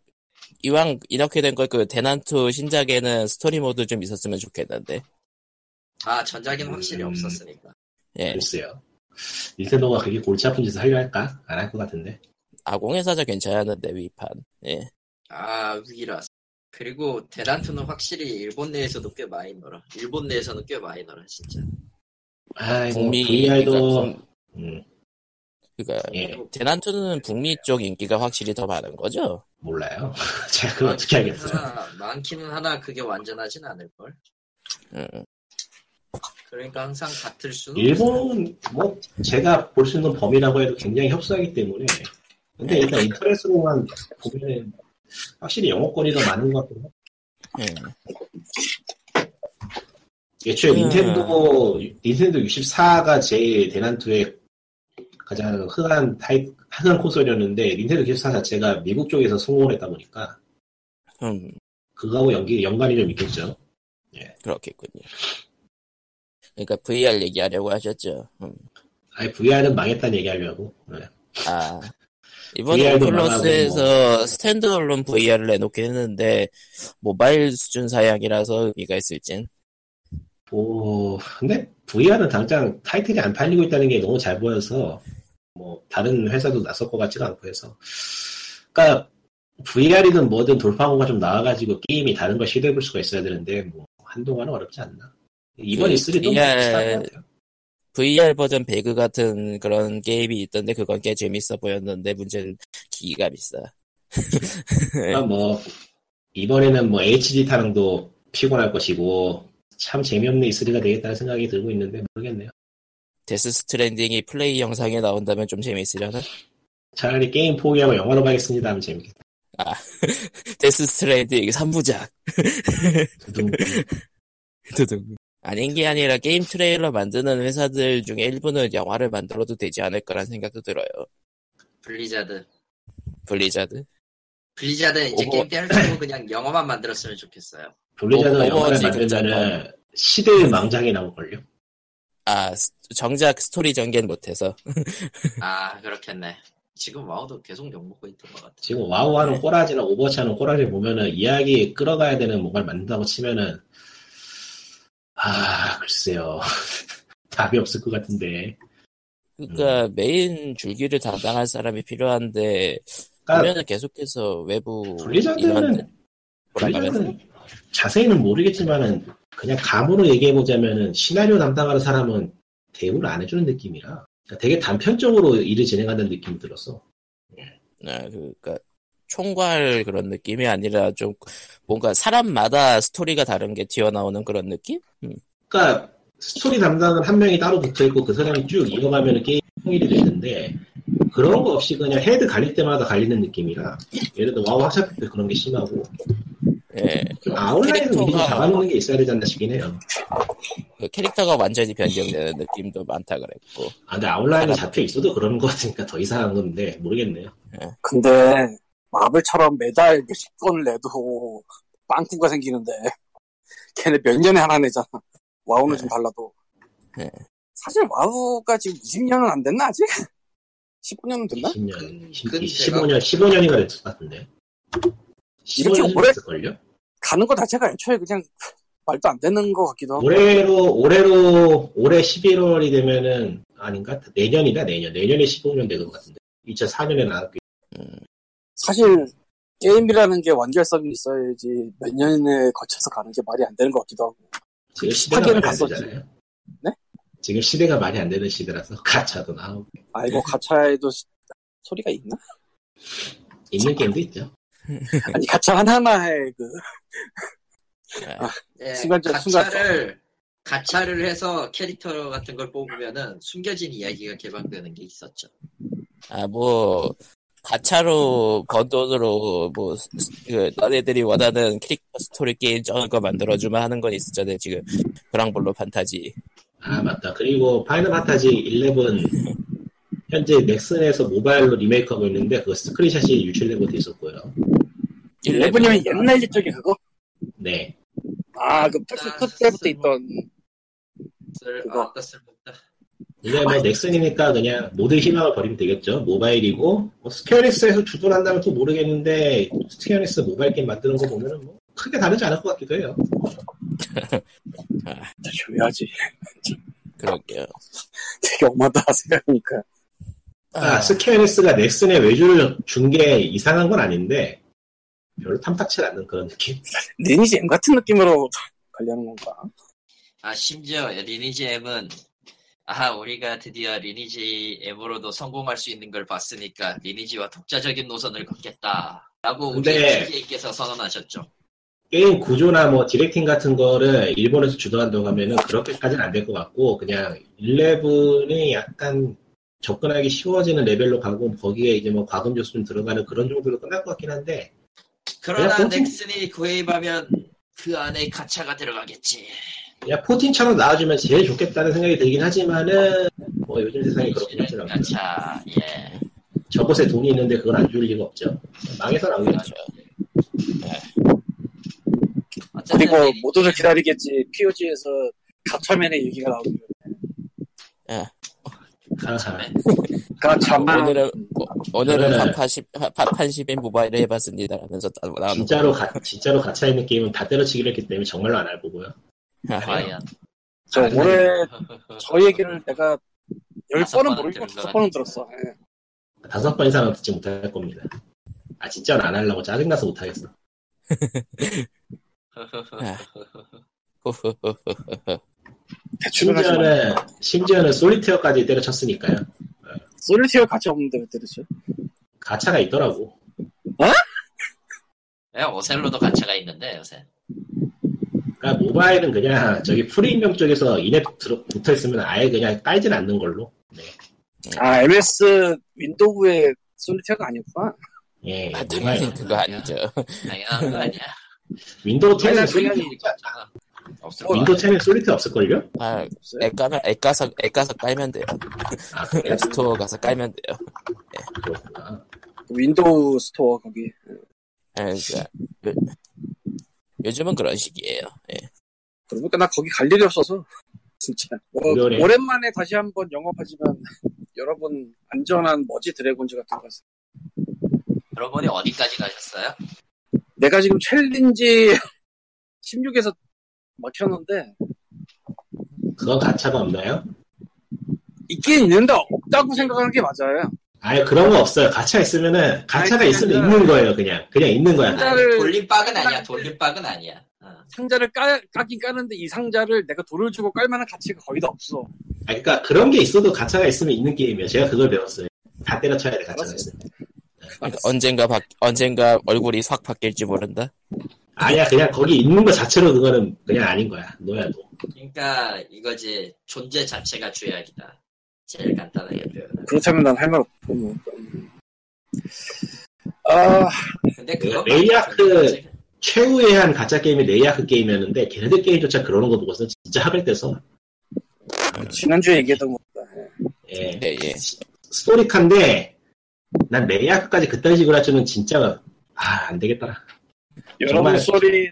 Speaker 1: 이왕 이렇게 된 걸 그 데나투 신작에는 스토리 모드 좀 있었으면 좋겠는데.
Speaker 2: 아 전작엔 확실히
Speaker 3: 음.
Speaker 2: 없었으니까.
Speaker 1: 예.
Speaker 3: 글쎄요. 닌텐도가 그게 골치 아픈 짓을 하려 할까? 안 할 것 같은데.
Speaker 1: 아공의 사자 괜찮았는데 위판. 예.
Speaker 2: 아 위기라서. 그리고 대란트는 확실히 일본 내에서도 꽤 많이 놀아. 일본 내에서는 꽤 많이 놀아 진짜.
Speaker 3: 아이고
Speaker 1: 북미
Speaker 3: 뭐 VR도
Speaker 1: 그러니까 북-
Speaker 3: 음,
Speaker 1: 그러니까
Speaker 3: 예
Speaker 1: 대난투는 북미 쪽 인기가 확실히 더 많은 거죠.
Speaker 3: 몰라요. 제가
Speaker 1: 아,
Speaker 3: 그걸 어떻게 알겠어요.
Speaker 2: 하나, 많기는 하나 그게 완전하진 않을 걸.
Speaker 1: 음.
Speaker 2: 그러니까 항상 같을 수는
Speaker 3: 일본은 뭐 제가 볼 수 있는 범위라고 해도 굉장히 협소하기 때문에 근데 일단 인터넷으로만 보면 확실히 영업거리가 많은 것 같고
Speaker 1: 예.
Speaker 3: 예초에
Speaker 1: 음.
Speaker 3: 닌텐도 닌텐도 64가 제일 대난투의 가장 흔한 타입 흔한 콘솔이었는데 닌텐도 64 자체가 미국 쪽에서 성공을 했다 보니까
Speaker 1: 음,
Speaker 3: 그거하고 연기 연관이 좀 있겠죠.
Speaker 1: 그렇겠군요. 그러니까 VR 얘기하려고 하셨죠. 음.
Speaker 3: 아예 VR은 망했다는 얘기하려고. 네.
Speaker 1: 아, 이번에
Speaker 3: VR도
Speaker 1: 오클러스에서 스탠드얼론 VR을 내놓긴 했는데, 모바일 수준 사양이라서 의미가 있을진.
Speaker 3: 오, 근데 VR은 당장 타이틀이 안 팔리고 있다는 게 너무 잘 보여서 뭐 다른 회사도 나설 것 같지도 않고 해서 그러니까 VR이든 뭐든 돌파구가 좀 나와가지고 게임이 다른 걸 시도해볼 수가 있어야 되는데 뭐 한동안은 어렵지 않나 이번
Speaker 1: 그
Speaker 3: E3도 뭐
Speaker 1: VR
Speaker 3: 비슷한 것 같아요
Speaker 1: VR 버전 배그 같은 그런 게임이 있던데, 그건 꽤 재밌어 보였는데, 문제는 기기가 비싸.
Speaker 3: 그러니까 뭐 이번에는 뭐 HD 타령도 피곤할 것이고 참 재미없는 E3가 되겠다는 생각이 들고 있는데 모르겠네요
Speaker 1: 데스 스트랜딩이 플레이 영상에 나온다면 좀 재밌으려나?
Speaker 3: 차라리 게임 포기하고 영화로 가겠습니다 하면 재밌겠다
Speaker 1: 데스 스트랜딩 3부작.
Speaker 3: 두둥.
Speaker 1: 두둥. 아닌 게 아니라 게임 트레일러 만드는 회사들 중에 일부는 영화를 만들어도 되지 않을까라는 생각도 들어요.
Speaker 2: 블리자드.
Speaker 1: 블리자드.
Speaker 2: 블리자드는 이제
Speaker 1: 오버-
Speaker 2: 게임 때를 쓰고 그냥 영화만 만들었으면 좋겠어요.
Speaker 3: 블리자드가
Speaker 1: 오-
Speaker 3: 영화를
Speaker 1: 오버워치
Speaker 3: 만들면은 시대의 망장이 나올걸요?
Speaker 1: 아, 스- 정작 스토리 전개는 못해서.
Speaker 2: 아 그렇겠네. 지금 와우도 계속 욕먹고 있던 것 같아.
Speaker 3: 지금 와우 하는
Speaker 1: 네.
Speaker 3: 꼬라지나 오버워치 하는 꼬라지 보면은 이야기 끌어가야 되는 뭔가를 만든다고 치면은 아 글쎄요 답이 없을 것 같은데
Speaker 1: 그러니까 메인 줄기를 담당할 사람이 필요한데
Speaker 3: 그러니까
Speaker 1: 보면은 계속해서 외부 인원들
Speaker 3: 블리자드는
Speaker 1: 돌아가면서
Speaker 3: 블리자드는 자세히는 모르겠지만은 그냥 감으로 얘기해 보자면은 시나리오 담당하는 사람은 대우를 안 해주는 느낌이라 그러니까 되게 단편적으로 일을 진행하는 느낌이 들었어
Speaker 1: 네, 그러니까 총괄 그런 느낌이 아니라 좀 뭔가 사람마다 스토리가 다른 게 튀어나오는 그런 느낌? 음.
Speaker 3: 그러니까 스토리 담당은 한 명이 따로 붙어 있고 그 사람이 쭉 이어가면 게임 통일이 되는데 그런 거 없이 그냥 헤드 갈릴 때마다 갈리는 느낌이라 예를 들어 와우 학생 때 그런 게 심하고
Speaker 1: 예,
Speaker 3: 좀 아웃라인을 미리 좀
Speaker 1: 캐릭터가-
Speaker 3: 잡아놓는 게 있어야 되지 않나 싶긴 해요.
Speaker 1: 그 캐릭터가 완전히 변경되는 느낌도 많다 그랬고
Speaker 3: 아 근데 아웃라인이 잡혀 있어도 그런 거 같으니까 더 이상한 건데 모르겠네요.
Speaker 4: 근데 마블처럼 매달 몇십 권을 내도 빵꾸가 생기는데 걔네 몇 년에 하나 내잖아. 와우는
Speaker 1: 네.
Speaker 4: 좀 달라도.
Speaker 1: 네.
Speaker 4: 사실 와우가 지금 20년은 안 됐나 아직? 19년은 됐나?
Speaker 3: 20년,
Speaker 2: 그 근-
Speaker 3: 15년, 15년인가 됐을 것 같은데.
Speaker 4: 이렇게
Speaker 3: 15년
Speaker 4: 오래?
Speaker 3: 됐을걸요?
Speaker 4: 가는 거 자체가 애초에 그냥 말도 안 되는 것 같기도 하고.
Speaker 3: 올해로 올해로 올해 11월이 되면은 아닌가 내년이다 내년 내년에 15년 되는 것 같은데 2004년에 나왔기
Speaker 4: 사실 게임이라는 게 완결성이 있어야지 몇 년에 걸쳐서 가는 게 말이 안 되는 것 같기도 하고.
Speaker 3: 지금 시대가
Speaker 4: 하기는
Speaker 3: 말이 안
Speaker 4: 갔었지.
Speaker 3: 되잖아요.
Speaker 4: 네?
Speaker 3: 지금 시대가 말이 안 되는 시대라서 가차도 나오고
Speaker 4: 아이고 가차에도 시- 소리가 있나?
Speaker 3: 있는 게임도 있죠.
Speaker 4: 아니 가차 하나하나에 그
Speaker 1: 예.
Speaker 2: 예,
Speaker 4: 순간적-
Speaker 2: 가차를 가차를 해서 캐릭터 같은 걸 뽑으면은 숨겨진 이야기가 개방되는 게 있었죠.
Speaker 1: 아, 뭐, 가차로 번 돈으로, 뭐, 스- 그, 너네들이 원하는 캐릭터 스토리 게임 저런 거 만들어주면 하는 건 있었잖아요, 지금. 그랑블로 판타지.
Speaker 3: 아 맞다. 그리고 파이널 판타지 11 현재 넥슨에서 모바일로 리메이크하고 있는데 그거 스크린샷이 유출된 것도 있었고요.
Speaker 4: 일본이면 옛날 옛적에 그거?
Speaker 3: 네.
Speaker 4: 아그 플스
Speaker 2: 아,
Speaker 4: 투 때부터
Speaker 2: 쓸모.
Speaker 4: 있던
Speaker 2: 쓸
Speaker 4: 그거.
Speaker 2: 아따 쓸모없다.
Speaker 3: 이제 뭐 넥슨이니까 그냥 모든 희망을 버리면 되겠죠. 모바일이고 뭐 스퀘어닉스에서 주도한다면 또 모르겠는데 스퀘어닉스 모바일 게임 만드는 거 보면은 뭐 크게 다르지 않을 것 같기도 해요.
Speaker 4: 줘야지
Speaker 1: 그러게요.
Speaker 4: 되게 엄하다 생각하니까
Speaker 3: 아, 스퀘어닉스가 넥슨의 외주를 준 게 이상한 건 아닌데 별로 탐탁치 않는 그런 느낌.
Speaker 4: 리니지 M 같은 느낌으로 관리하는 건가?
Speaker 2: 아 심지어 리니지 M은 아 우리가 드디어 리니지 M으로도 성공할 수 있는 걸 봤으니까 리니지와 독자적인 노선을 걷겠다라고 우리
Speaker 3: 근데-
Speaker 2: PD님께서 선언하셨죠.
Speaker 3: 게임 구조나 뭐 디렉팅 같은 거를 일본에서 주도한다고 하면은 그렇게까지는 안 될 것 같고 그냥 11이 약간 접근하기 쉬워지는 레벨로 가고 거기에 이제 뭐 과금 요소 좀 들어가는 그런 정도로 끝날 것 같긴 한데
Speaker 2: 그러나
Speaker 3: 그냥 꽂힌-
Speaker 2: 넥슨이 구해입하면 그 안에 가차가 들어가겠지.
Speaker 3: 그냥 포틴처럼 나와주면 제일 좋겠다는 생각이 들긴 하지만은 뭐 요즘
Speaker 2: 네,
Speaker 3: 세상이 그렇긴
Speaker 2: 이런
Speaker 3: 하더라고요.
Speaker 2: 가차. 아, 예.
Speaker 3: 저곳에 돈이 있는데 그걸 안 줄 리가 없죠. 망해서 나오겠
Speaker 1: 그렇죠.
Speaker 2: 어쨌든
Speaker 4: 그리고 뭐
Speaker 2: 이-
Speaker 4: 모두를 기다리겠지. POG에서 가차맨의 얘기가 나오고.
Speaker 3: 아하.
Speaker 4: 가차맨.
Speaker 1: 오늘은 어, 오늘은
Speaker 3: 네.
Speaker 1: 팝 80, 팝 80인 모바일을 해봤습니다. 라면서 따로
Speaker 4: 아,
Speaker 1: 나오는 거.
Speaker 3: 진짜로 가, 진짜로 가차 있는 게임은 다 때려치기를 했기 때문에 정말로 안 할 거고요.
Speaker 2: 과연
Speaker 4: 저 올해 저 얘기를 내가 열
Speaker 2: 다섯
Speaker 4: 번은
Speaker 2: 번은
Speaker 4: 모르고
Speaker 2: 아, 들은
Speaker 4: 다섯
Speaker 2: 것
Speaker 4: 번은 들었어. 예.
Speaker 3: 다섯 번 이상은 듣지 못할 겁니다. 아 진짜로 안 하려고 짜증나서 못 하겠어.
Speaker 4: 대충 하지 마.
Speaker 3: 심지어는 심지어는 솔리테어까지 때려쳤으니까요.
Speaker 4: 솔리티어 가차 없는데 왜 때렸죠?
Speaker 3: 가차가 있더라고.
Speaker 2: 예, 오셀로도 가차가 있는데 요새.
Speaker 3: 그러니까 모바일은 그냥 저기 프리미엄 쪽에서 인앱 들어- 붙어 있으면 아예 그냥 깔진 않는 걸로.
Speaker 4: 아 MS 윈도우의 솔리티어가 아니었구나.
Speaker 3: 예,
Speaker 1: 아,
Speaker 3: 모바일.
Speaker 1: 당연히 그거 아니죠.
Speaker 2: 당연한 거 아니야.
Speaker 3: 윈도우 10에
Speaker 4: 당연히
Speaker 3: 솔리테
Speaker 4: 당연히.
Speaker 2: 없을
Speaker 4: 어,
Speaker 2: 거
Speaker 3: 윈도우
Speaker 2: 같아.
Speaker 3: 10에 솔리테 없을걸요?
Speaker 1: 아,
Speaker 4: 없어요?
Speaker 1: 애까면 애까서 애까서 깔면 돼요.
Speaker 3: 아, 그래요?
Speaker 1: 앱스토어 가서 깔면 돼요.
Speaker 3: 그렇구나.
Speaker 4: 윈도우 스토어 거기.
Speaker 1: 예, 그러니까 요- 요즘은 그런 식이에요. 예.
Speaker 4: 그러니까 나 거기 갈 일이 없어서 진짜 뭐,
Speaker 3: 그러네.
Speaker 4: 오랜만에 다시 한번 영업하지만 여러분 안전한 머지 드래곤즈 같은 거 있어요.
Speaker 2: 여러분이 어디까지 가셨어요?
Speaker 4: 내가 지금 챌린지 16에서 막혔는데
Speaker 3: 그건 가차가 없나요?
Speaker 4: 있긴 있는데 없다고 생각하는 게 맞아요
Speaker 3: 아예 그런 거 없어요. 가차 있으면은 가차가
Speaker 4: 아니,
Speaker 3: 있으면
Speaker 4: 그냥-
Speaker 3: 있는 거예요. 그냥 그냥 있는 거야.
Speaker 2: 아,
Speaker 4: 상자를-
Speaker 2: 돌림박은 아니야. 돌림박은 아니야. 어.
Speaker 4: 상자를 까, 까긴 까는데 이 상자를 내가 돈을 주고 깔만한 가치가 거의 다 없어
Speaker 3: 아, 그러니까 그런 게 있어도 가차가 있으면 있는 게임이에요. 제가 그걸 배웠어요. 다 때려쳐야 돼 가차가
Speaker 4: 알았어요.
Speaker 3: 있으면.
Speaker 1: 그러니까 언젠가 바, 언젠가 얼굴이 확 바뀔지 모른다.
Speaker 3: 아니야 그냥 거기 있는 거 자체로 그거는 그냥 아닌 거야. 노야 노.
Speaker 2: 그러니까 이거지 존재 자체가 죄악이다. 제일 간단하게 표현하면.
Speaker 4: 그렇다면 난 할 말 없고 뭐. 아
Speaker 2: 근데 그거
Speaker 3: 레이아크- 최후의 한 가짜 게임이 레이아크 게임이었는데 걔네들 게임조차 그러는 거 보고서 진짜 하을 때서
Speaker 4: 지난주에 얘기했던 것보다
Speaker 3: 예.
Speaker 1: 예, 예.
Speaker 3: 스토리칸데 난 레이아크까지 그딴 식으로 할 줄은 진짜 아 안 되겠더라.
Speaker 4: 여러분
Speaker 3: 정말.
Speaker 4: 소리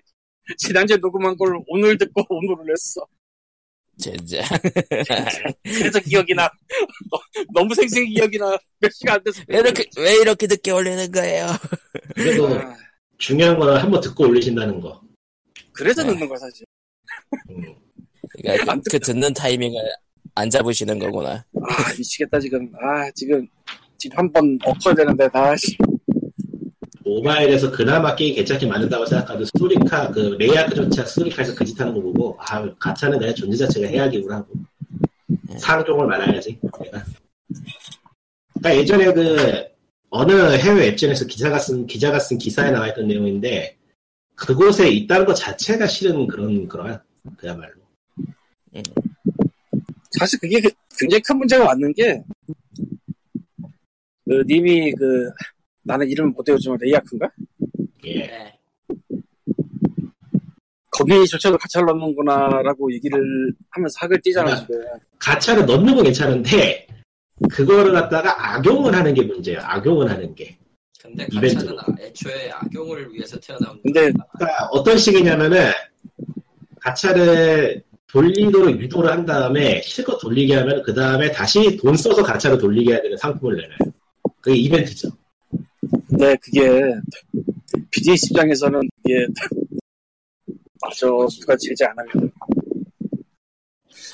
Speaker 4: 지난주에 녹음한 걸 오늘 듣고 오늘을 했어
Speaker 1: 진짜.
Speaker 4: 그래서 기억이 나. 너무 생생히 기억이 나. 몇 시간 안 돼서.
Speaker 1: 왜 이렇게 왜 이렇게 늦게 올리는 거예요?
Speaker 3: 그래도
Speaker 4: 아,
Speaker 3: 중요한 거는 한번 듣고 올리신다는 거.
Speaker 4: 그래서
Speaker 1: 네.
Speaker 4: 늦는 거야, 사실.
Speaker 3: 음.
Speaker 1: 그러니까 그, 그 듣는 타이밍을 안 잡으시는 거구나.
Speaker 4: 아, 미치겠다, 지금. 아, 지금. 지금 한번 엎어야 되는데, 다. 씨.
Speaker 3: 모바일에서 그나마 게임 괜찮게 만든다고 생각하던 스토리카 그 레이아크조차 스토리카에서 그 짓 하는 거 보고 아 가차는 그냥 존재 자체가 해악이구나 하고 상종을 말아야지 내가 그러니까 예전에 그 어느 해외 웹전에서 기자가 쓴 기자가 쓴 기사에 나와있던 내용인데 그곳에 있다는 것 자체가 싫은 그런 그런 그야말로
Speaker 4: 사실 그게 그- 굉장히 큰 문제가 왔는 게, 그, 님이 그, 나는 이름 못 외우지만 레이아크인가?
Speaker 3: 예
Speaker 2: 네.
Speaker 4: 거기조차도 가차를 넣는구나라고 얘기를 하면서 학을 띄잖아,
Speaker 3: 그러니까-
Speaker 4: 지금.
Speaker 3: 가차를 넣는 건 괜찮은데 그거를 갖다가 악용을 하는 게 문제예요 악용을 하는 게
Speaker 2: 근데
Speaker 3: 이벤트로.
Speaker 2: 가차는 아, 애초에 악용을 위해서 태어난
Speaker 4: 근데
Speaker 2: 거다.
Speaker 3: 그러니까 어떤 식이냐면은 가차를 돌리도록 유도를 한 다음에 실컷 돌리게 하면 그 다음에 다시 돈 써서 가차를 돌리게 해야 되는 상품을 내놔요. 그게 이벤트죠.
Speaker 4: 근데 네, 그게, BDS 입장에서는 이게, 맞아, 누가 제재 안 하면.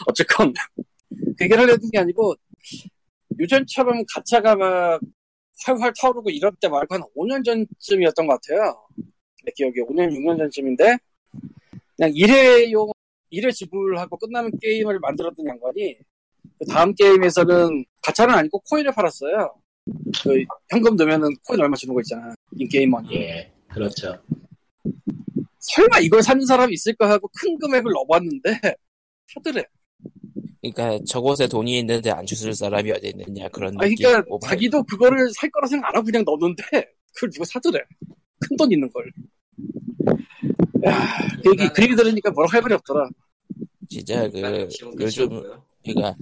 Speaker 4: 어쨌건, 그 얘기를 하려던 게 아니고, 요전처럼 가차가 막 활활 타오르고 이럴 때 말고 한 5년 전쯤이었던 것 같아요. 내 기억에 5년, 6년 전쯤인데, 그냥 일회용, 일회 지불하고 끝나는 게임을 만들었던 양반이, 그 다음 게임에서는 가차는 아니고 코인을 팔았어요. 그 현금 넣으면은 코인 얼마 주는 거 있잖아. 인게임머니.
Speaker 3: 예, 그렇죠.
Speaker 4: 설마 이걸 사는 사람이 있을까 하고 큰 금액을 넣어봤는데 하더래. 아,
Speaker 1: 그러니까 저곳에 돈이 있는데 안 주실 사람이 어디 있느냐 그런
Speaker 4: 아,
Speaker 1: 느낌.
Speaker 4: 그러니까
Speaker 1: 모바일.
Speaker 4: 자기도 그거를 살 거라 생각 안 하고 그냥 넣었는데 그걸 누가 사더래. 큰 돈 있는 걸. 야, 그 얘기, 그 얘기 들으니까 뭐라 할 말이 없더라.
Speaker 1: 진짜 그
Speaker 2: 나는 예, 아, 지금
Speaker 1: 요즘
Speaker 2: 끝이었고요.
Speaker 1: 그러니까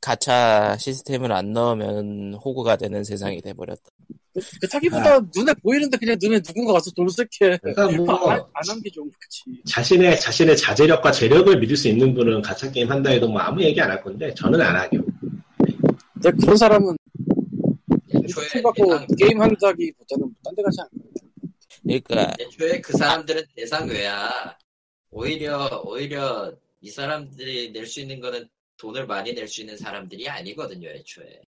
Speaker 1: 가차 시스템을 안 넣으면 호구가 되는 세상이 돼버렸다.
Speaker 4: 그 자기보다 눈에 보이는데 그냥 눈에 누군가 가서 돈을 쓸게. 아,
Speaker 3: 그러니까 뭐
Speaker 4: 안 한 게 좀 그치.
Speaker 3: 자신의 자신의 자제력과 재력을 믿을 수 있는 분은 가짜 게임 한다 해도 뭐 아무 얘기 안 할 건데 저는 안 하죠.
Speaker 4: 근데 그런 사람은
Speaker 2: 애초에
Speaker 4: 돈 받고
Speaker 2: 대상-
Speaker 4: 게임 한다기보다는 뭐 딴데 가지 않을까.
Speaker 1: 그러니까
Speaker 2: 애초에 그 사람들은 대상 외야. 오히려 오히려 이 사람들이 낼 수 있는 거는 돈을 많이 낼 수 있는 사람들이 아니거든요. 애초에.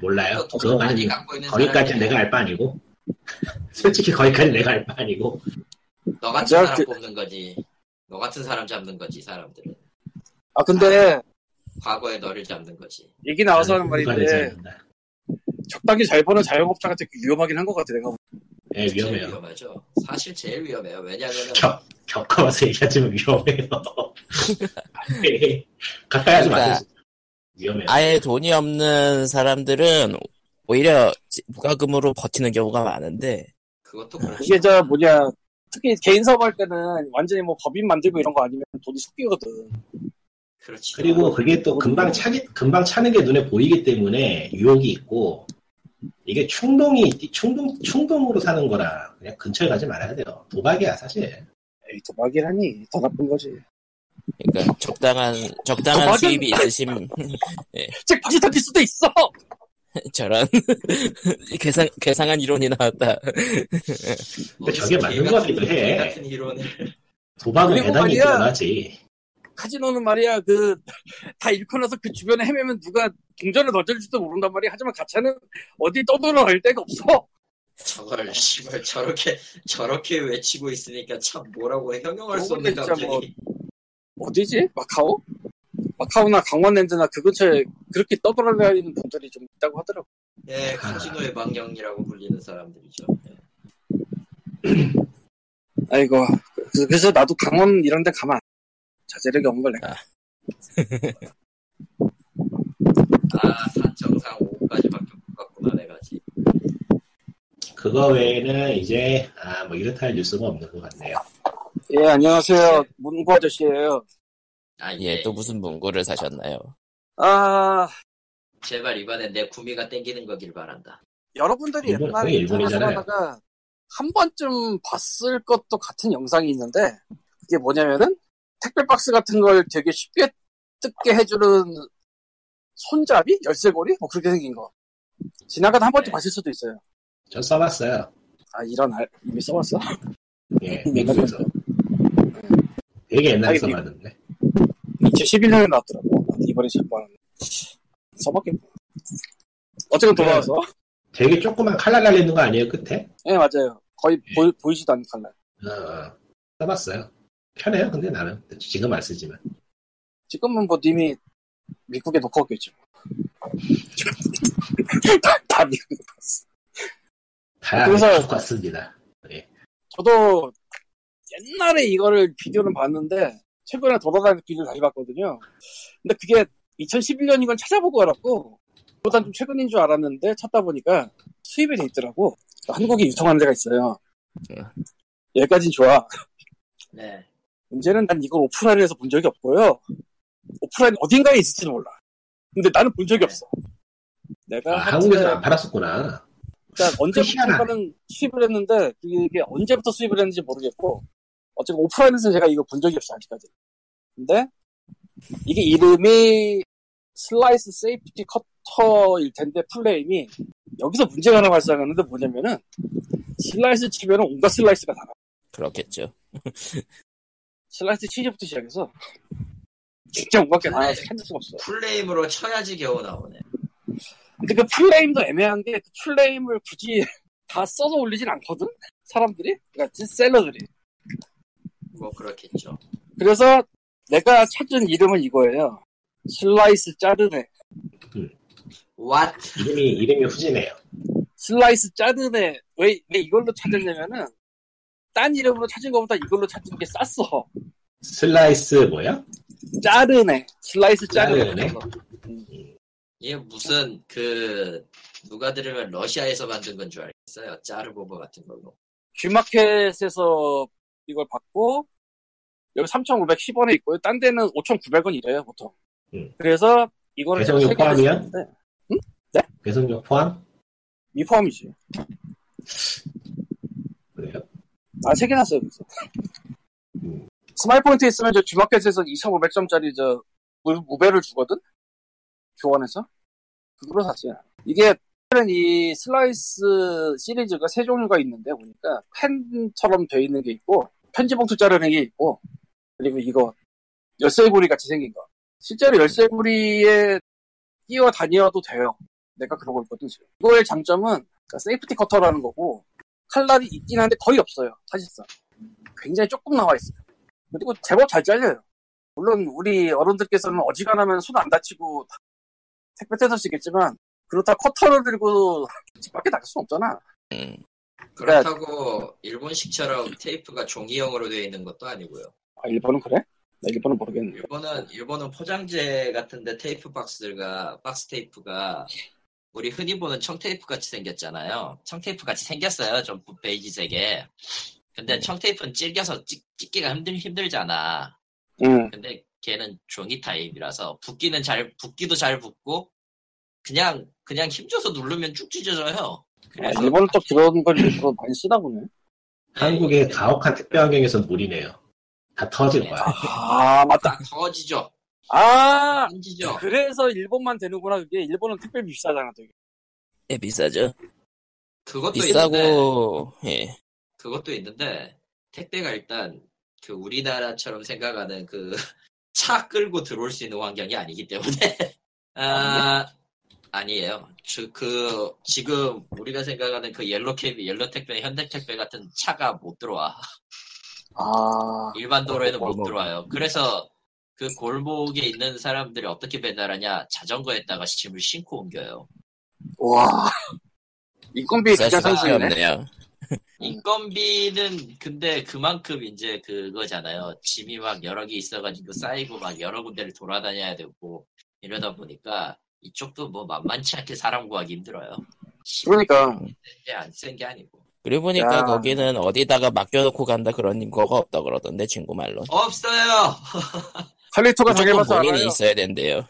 Speaker 3: 몰라요.
Speaker 2: 돈을
Speaker 3: 그건
Speaker 2: 많이
Speaker 3: 아니
Speaker 2: 갖고 있는
Speaker 3: 거기까지
Speaker 2: 사람들이
Speaker 3: 내가 알 바 아니고 솔직히 거기까지 내가 알 바 아니고
Speaker 2: 너 같은
Speaker 4: 제가
Speaker 2: 사람
Speaker 4: 그-
Speaker 2: 뽑는 거지. 너 같은 사람 잡는 거지. 이 사람들은
Speaker 4: 아, 근데
Speaker 2: 과거의 너를 잡는 거지.
Speaker 4: 얘기 나와서 하는
Speaker 3: 누가
Speaker 4: 말인데
Speaker 3: 내지 않는다.
Speaker 4: 적당히 잘 버는 자영업자가 되게 위험하긴 한 것 같아, 내가. 보기엔.
Speaker 3: 예
Speaker 2: 제일
Speaker 3: 위험해요.
Speaker 2: 위험하죠. 사실 제일 위험해요. 왜냐면은
Speaker 3: 겪 겪어와서 얘기하지면 위험해요. 가까이
Speaker 1: 그러니까
Speaker 3: 하지 마세요. 위험해요.
Speaker 1: 아예 돈이 없는 사람들은 오히려 무과금으로 버티는 경우가 많은데
Speaker 2: 그것도 그렇죠.
Speaker 4: 이게 저 뭐냐 특히 개인 사업할 때는 완전히 뭐 법인 만들고 이런 거 아니면 돈이 섞이거든.
Speaker 2: 그렇지.
Speaker 3: 그리고 그게 또 금방 차기, 금방 차는 게 눈에 보이기 때문에 유혹이 있고, 이게 충동이, 있- 충동, 충동으로 사는 거라, 그냥 근처에 가지 말아야 돼요. 도박이야, 사실.
Speaker 4: 에이 도박이라니 더 나쁜 거지.
Speaker 1: 그러니까 적당한 적당한
Speaker 4: 도박은-
Speaker 1: 수입이 있으신
Speaker 4: 잭팟이 터질 수도 있어.
Speaker 1: 저런 계산 계산한 이론이 나왔다.
Speaker 3: 근데 저게 맞는 것 같기도 해.
Speaker 2: 같은 이론을
Speaker 3: 도박은
Speaker 4: 그리고
Speaker 3: 대단히
Speaker 4: 말이야.
Speaker 3: 일어나지.
Speaker 4: 카지노는 말이야 그 다 잃고 나서 그 주변에 헤매면 누가 동전을 던질지도 모른단 말이야. 하지만 가차는 어디 떠돌아갈 데가 없어.
Speaker 2: 저걸 씨발 저렇게 저렇게 외치고 있으니까 참 뭐라고 형용할 수
Speaker 4: 근데
Speaker 2: 없는
Speaker 4: 진짜 뭐-
Speaker 2: 감정이.
Speaker 4: 어디지? 마카오? 마카오나 강원랜드나 그 근처에 그렇게 떠돌아다니는 분들이 좀 있다고 하더라고.
Speaker 1: 아.
Speaker 2: 예, 카지노의 망령이라고 불리는 사람들이죠. 예.
Speaker 4: 아이고 그- 그래서 나도 강원 이런 데 가면 안 돼. 자제력이 없는 걸 내가.
Speaker 2: 아, 산정상 5까지밖에 못 갔구나 네 내가 지
Speaker 3: 그거 외에는 이제, 아, 뭐 이렇다 할 뉴스가 없는 것 같네요.
Speaker 4: 예 안녕하세요 문구 아저씨예요.
Speaker 2: 아,
Speaker 1: 예
Speaker 2: 예.
Speaker 1: 또 무슨 문구를 사셨나요?
Speaker 4: 아,
Speaker 2: 제발 이번엔 내 구미가 땡기는 거길 바란다.
Speaker 4: 여러분들이
Speaker 3: 일본,
Speaker 4: 옛날에
Speaker 3: 거의
Speaker 4: 인터넷을
Speaker 3: 일본이잖아요.
Speaker 4: 하다가 한 번쯤 봤을 것도 같은 영상이 있는데 그게 뭐냐면은 택배 박스 같은 걸 되게 쉽게 뜯게 해주는 손잡이? 열쇠고리? 뭐 그렇게 생긴 거. 지나가다 한 번쯤
Speaker 2: 네.
Speaker 4: 봤을 수도 있어요.
Speaker 3: 저 써봤어요.
Speaker 4: 아, 이런 알, 이미 써봤어?
Speaker 3: 예, 미국에서. 되게 옛날에
Speaker 4: 음. 아니,
Speaker 3: 써봤는데.
Speaker 4: 네. 2011년에 나왔더라고. 이번에 잘보았는 써봤겠고. 어쨌든 돌아와서.
Speaker 3: 되게 조그만 칼날 날리는 거 아니에요, 끝에?
Speaker 4: 예, 맞아요. 거의 보이, 보이지도 않는 칼날.
Speaker 3: 어, 어, 써봤어요. 편해요, 근데 나는. 지금 안 쓰지만.
Speaker 4: 지금은 뭐 님이 미국에 놓고 왔겠지. 다, 다 미국에 놓고 왔어.
Speaker 3: 다
Speaker 4: 그래서-
Speaker 3: 그래서... 갔습니다.
Speaker 4: 저도 옛날에 이거를 비디오를 봤는데 최근에 돌아다니는 비디오를 다시 봤거든요. 근데 그게 2011년인 걸 찾아보고 알았고 보단 좀 최근인 줄 알았는데 찾다 보니까 수입이 돼 있더라고. 그러니까 한국에 유통하는 데가 있어요.
Speaker 1: 네.
Speaker 4: 여기까진 좋아.
Speaker 2: 네.
Speaker 4: 문제는 난 이걸 오프라인에서 본 적이 없고요. 오프라인 어딘가에 있을지는 몰라. 근데 나는 본 적이 없어.
Speaker 3: 아,
Speaker 4: 내가
Speaker 3: 한국에서
Speaker 4: 하여튼
Speaker 3: 안 팔았었구나.
Speaker 4: 일단
Speaker 3: 희한하네.
Speaker 4: 그러니까 언제부터는 수입을 했는데 이게 언제부터 수입을 했는지 모르겠고 어쨌든 오프라인에서 제가 이거 본 적이 없어 아직까지. 근데 이게 이름이 슬라이스 세이프티 커터일 텐데 플레임이 여기서 문제가 하나 발생하는데 뭐냐면은 슬라이스 치면은 온갖 슬라이스가 다 나와.
Speaker 1: 그렇겠죠.
Speaker 4: 슬라이스 치즈부터 시작해서 진짜 온갖 게 나와서
Speaker 2: 네.
Speaker 4: 찾을 수가 없어.
Speaker 2: 플레임으로 쳐야지 겨우 나오네.
Speaker 4: 근데 그 플레임도 애매한 게 그 플레임을 굳이 다 써서 올리진 않거든? 사람들이? 그러니까 진 셀러들이.
Speaker 2: 뭐 그렇겠죠.
Speaker 4: 그래서 내가 찾은 이름은 이거예요. 슬라이스 짜르네.
Speaker 2: 왓?
Speaker 3: 이름이 이름이 후지네요.
Speaker 4: 슬라이스 짜르네. 왜, 왜 이걸로 찾았냐면은 딴 이름으로 찾은 것보다 이걸로 찾은 게 쌌어.
Speaker 3: 슬라이스 뭐야?
Speaker 4: 자르네. 슬라이스
Speaker 3: 아, 자르네?
Speaker 4: 자르네.
Speaker 2: 얘 무슨 그 누가 들으면 러시아에서 만든 건 줄 알겠어요. 짜르보버 같은 걸로.
Speaker 4: 쥐마켓에서 이걸 받고 여기 3,510원에 있고요. 딴 데는 5,900원이래요 보통.
Speaker 3: 음.
Speaker 4: 그래서 이거를
Speaker 3: 배송료
Speaker 4: 제가 세 개를
Speaker 3: 포함이야?
Speaker 4: 샀는데
Speaker 3: 배송료 포함?
Speaker 4: 미포함이지.
Speaker 3: 그래요?
Speaker 4: 아, 세 개나 써요. 그래서.
Speaker 3: 음.
Speaker 4: 스마일포인트 있으면 저 쥐마켓에서 2,500점짜리 저 무, 무배를 주거든? 교환해서? 그걸로 샀어요. 이게, 사실은 이 슬라이스 시리즈가 세 종류가 있는데, 보니까, 펜처럼 돼 있는 게 있고, 편지봉투 자르는 게 있고, 그리고 이거, 열쇠고리 같이 생긴 거. 실제로 열쇠고리에 끼워 다녀도 돼요. 내가 그러고 있거든, 지금. 이거의 장점은, 그러니까 세이프티 커터라는 거고, 칼날이 있긴 한데 거의 없어요, 사실상. 굉장히 조금 나와 있어요. 그리고 제법 잘 잘려요. 물론 우리 어른들께서는 어지간하면 손 안 다치고 택배 뜯을 수 있겠지만 그렇다 커터를 들고 집 밖에 나갈 순 없잖아.
Speaker 1: 음,
Speaker 2: 그렇다고 일본식처럼 테이프가 종이형으로 되어 있는 것도 아니고요.
Speaker 4: 아, 일본은 그래? 나 일본은 모르겠네.
Speaker 2: 일본은 일본은 포장재 같은데 테이프 박스가 박스 테이프가 우리 흔히 보는 청테이프 같이 생겼잖아요. 청테이프 같이 생겼어요. 좀 베이지색에.
Speaker 4: 네.
Speaker 2: 근데 청테이프는 질겨서 찢, 찢기가 힘들 힘들잖아.
Speaker 4: 응.
Speaker 2: 근데 걔는 종이 타입이라서 붓기는 잘 붓기도 잘 붓고 그냥 그냥 힘줘서 누르면 쭉 찢어져요.
Speaker 4: 아,
Speaker 2: 그래서 아,
Speaker 4: 일본은 또 그런 걸 일부러 많이 쓰다 보네.
Speaker 3: 한국의 가혹한 특별환경에서 무리네요. 다 터질 거야.
Speaker 4: 아
Speaker 2: 다
Speaker 4: 맞다.
Speaker 2: 더워지죠.
Speaker 4: 아
Speaker 2: 던지죠.
Speaker 4: 그래서 일본만 되는구나 그게 일본은 택배비 비싸잖아 되게.
Speaker 1: 예, 비싸죠.
Speaker 2: 그것도 있는데
Speaker 1: 비싸고, 예.
Speaker 2: 그것도 있는데 택배가 일단 그 우리나라처럼 생각하는 그 차 끌고 들어올 수 있는 환경이 아니기 때문에 아 아니에요. 저- 그 지금 우리가 생각하는 그 옐로캡, 옐로택배, 현대택배 같은 차가 못 들어와.
Speaker 4: 아
Speaker 2: 일반 도로에는 못
Speaker 1: 골목.
Speaker 2: 들어와요. 그래서 그 골목에 있는 사람들이 어떻게 배달하냐 자전거에다가 짐을 싣고 옮겨요.
Speaker 4: 와. 인건비
Speaker 1: 비쌀
Speaker 4: 진짜
Speaker 1: 수밖에
Speaker 4: 상승이네.
Speaker 1: 없네요.
Speaker 2: 인건비는 근데 그만큼 이제 그거잖아요. 짐이 막 여러 개 있어가지고 쌓이고 막 여러 군데를 돌아다녀야 되고 이러다 보니까 이쪽도 뭐 만만치 않게 사람 구하기 힘들어요.
Speaker 4: 그러니까
Speaker 2: 안쓴 게 아니고
Speaker 1: 그러고 보니까
Speaker 4: 야.
Speaker 1: 거기는 어디다가 맡겨놓고 간다 그런 거가 없다 그러던데, 친구 말로.
Speaker 2: 없어요.
Speaker 4: 칼리토가
Speaker 1: 무조건
Speaker 4: 당해봐서
Speaker 1: 본인이
Speaker 4: 알아요.
Speaker 1: 있어야 된대요.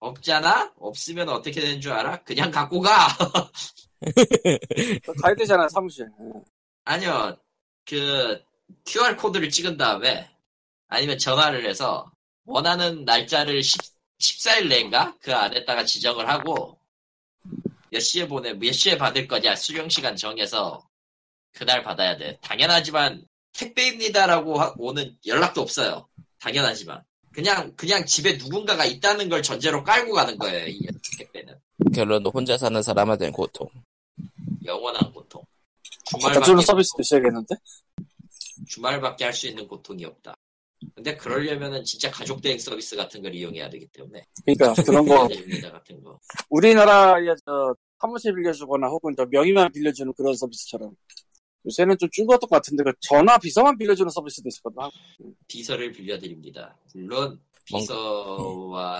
Speaker 2: 없잖아. 없으면 어떻게 되는 줄 알아? 그냥 갖고 가.
Speaker 4: 가야 되잖아 사무실.
Speaker 2: 아니요. 그 QR 코드를 찍은 다음에 아니면 전화를 해서 원하는 날짜를 10, 14일 내인가 그 안에다가 지정을 하고 몇 시에 보내 몇 시에 받을 거냐 수령 시간 정해서 그날 받아야 돼. 당연하지만 택배입니다라고 하- 오는 연락도 없어요. 당연하지만 그냥 그냥 집에 누군가가 있다는 걸 전제로 깔고 가는 거예요. 이 택배는
Speaker 1: 결론 혼자 사는 사람한테는 고통.
Speaker 2: 영원한 고통.
Speaker 4: 갑자기
Speaker 2: 주말밖에
Speaker 4: 아, 서비스도 있어야겠는데?
Speaker 2: 주말밖에 할 수 있는 고통이 없다.
Speaker 4: 음.
Speaker 2: 근데 그러려면은 진짜 가족 대행 서비스 같은 걸 이용해야 되기 때문에
Speaker 4: 그러니까 그런 거
Speaker 2: 입니다 같은 거.
Speaker 4: 우리나라에 저 사무실 빌려주거나 혹은 저 명의만 빌려주는 그런 서비스처럼 요새는 좀 줄어든 것 같은데 그 전화 비서만 빌려주는 서비스도 있었거든.
Speaker 2: 비서를 빌려드립니다. 물론
Speaker 1: 뭔가-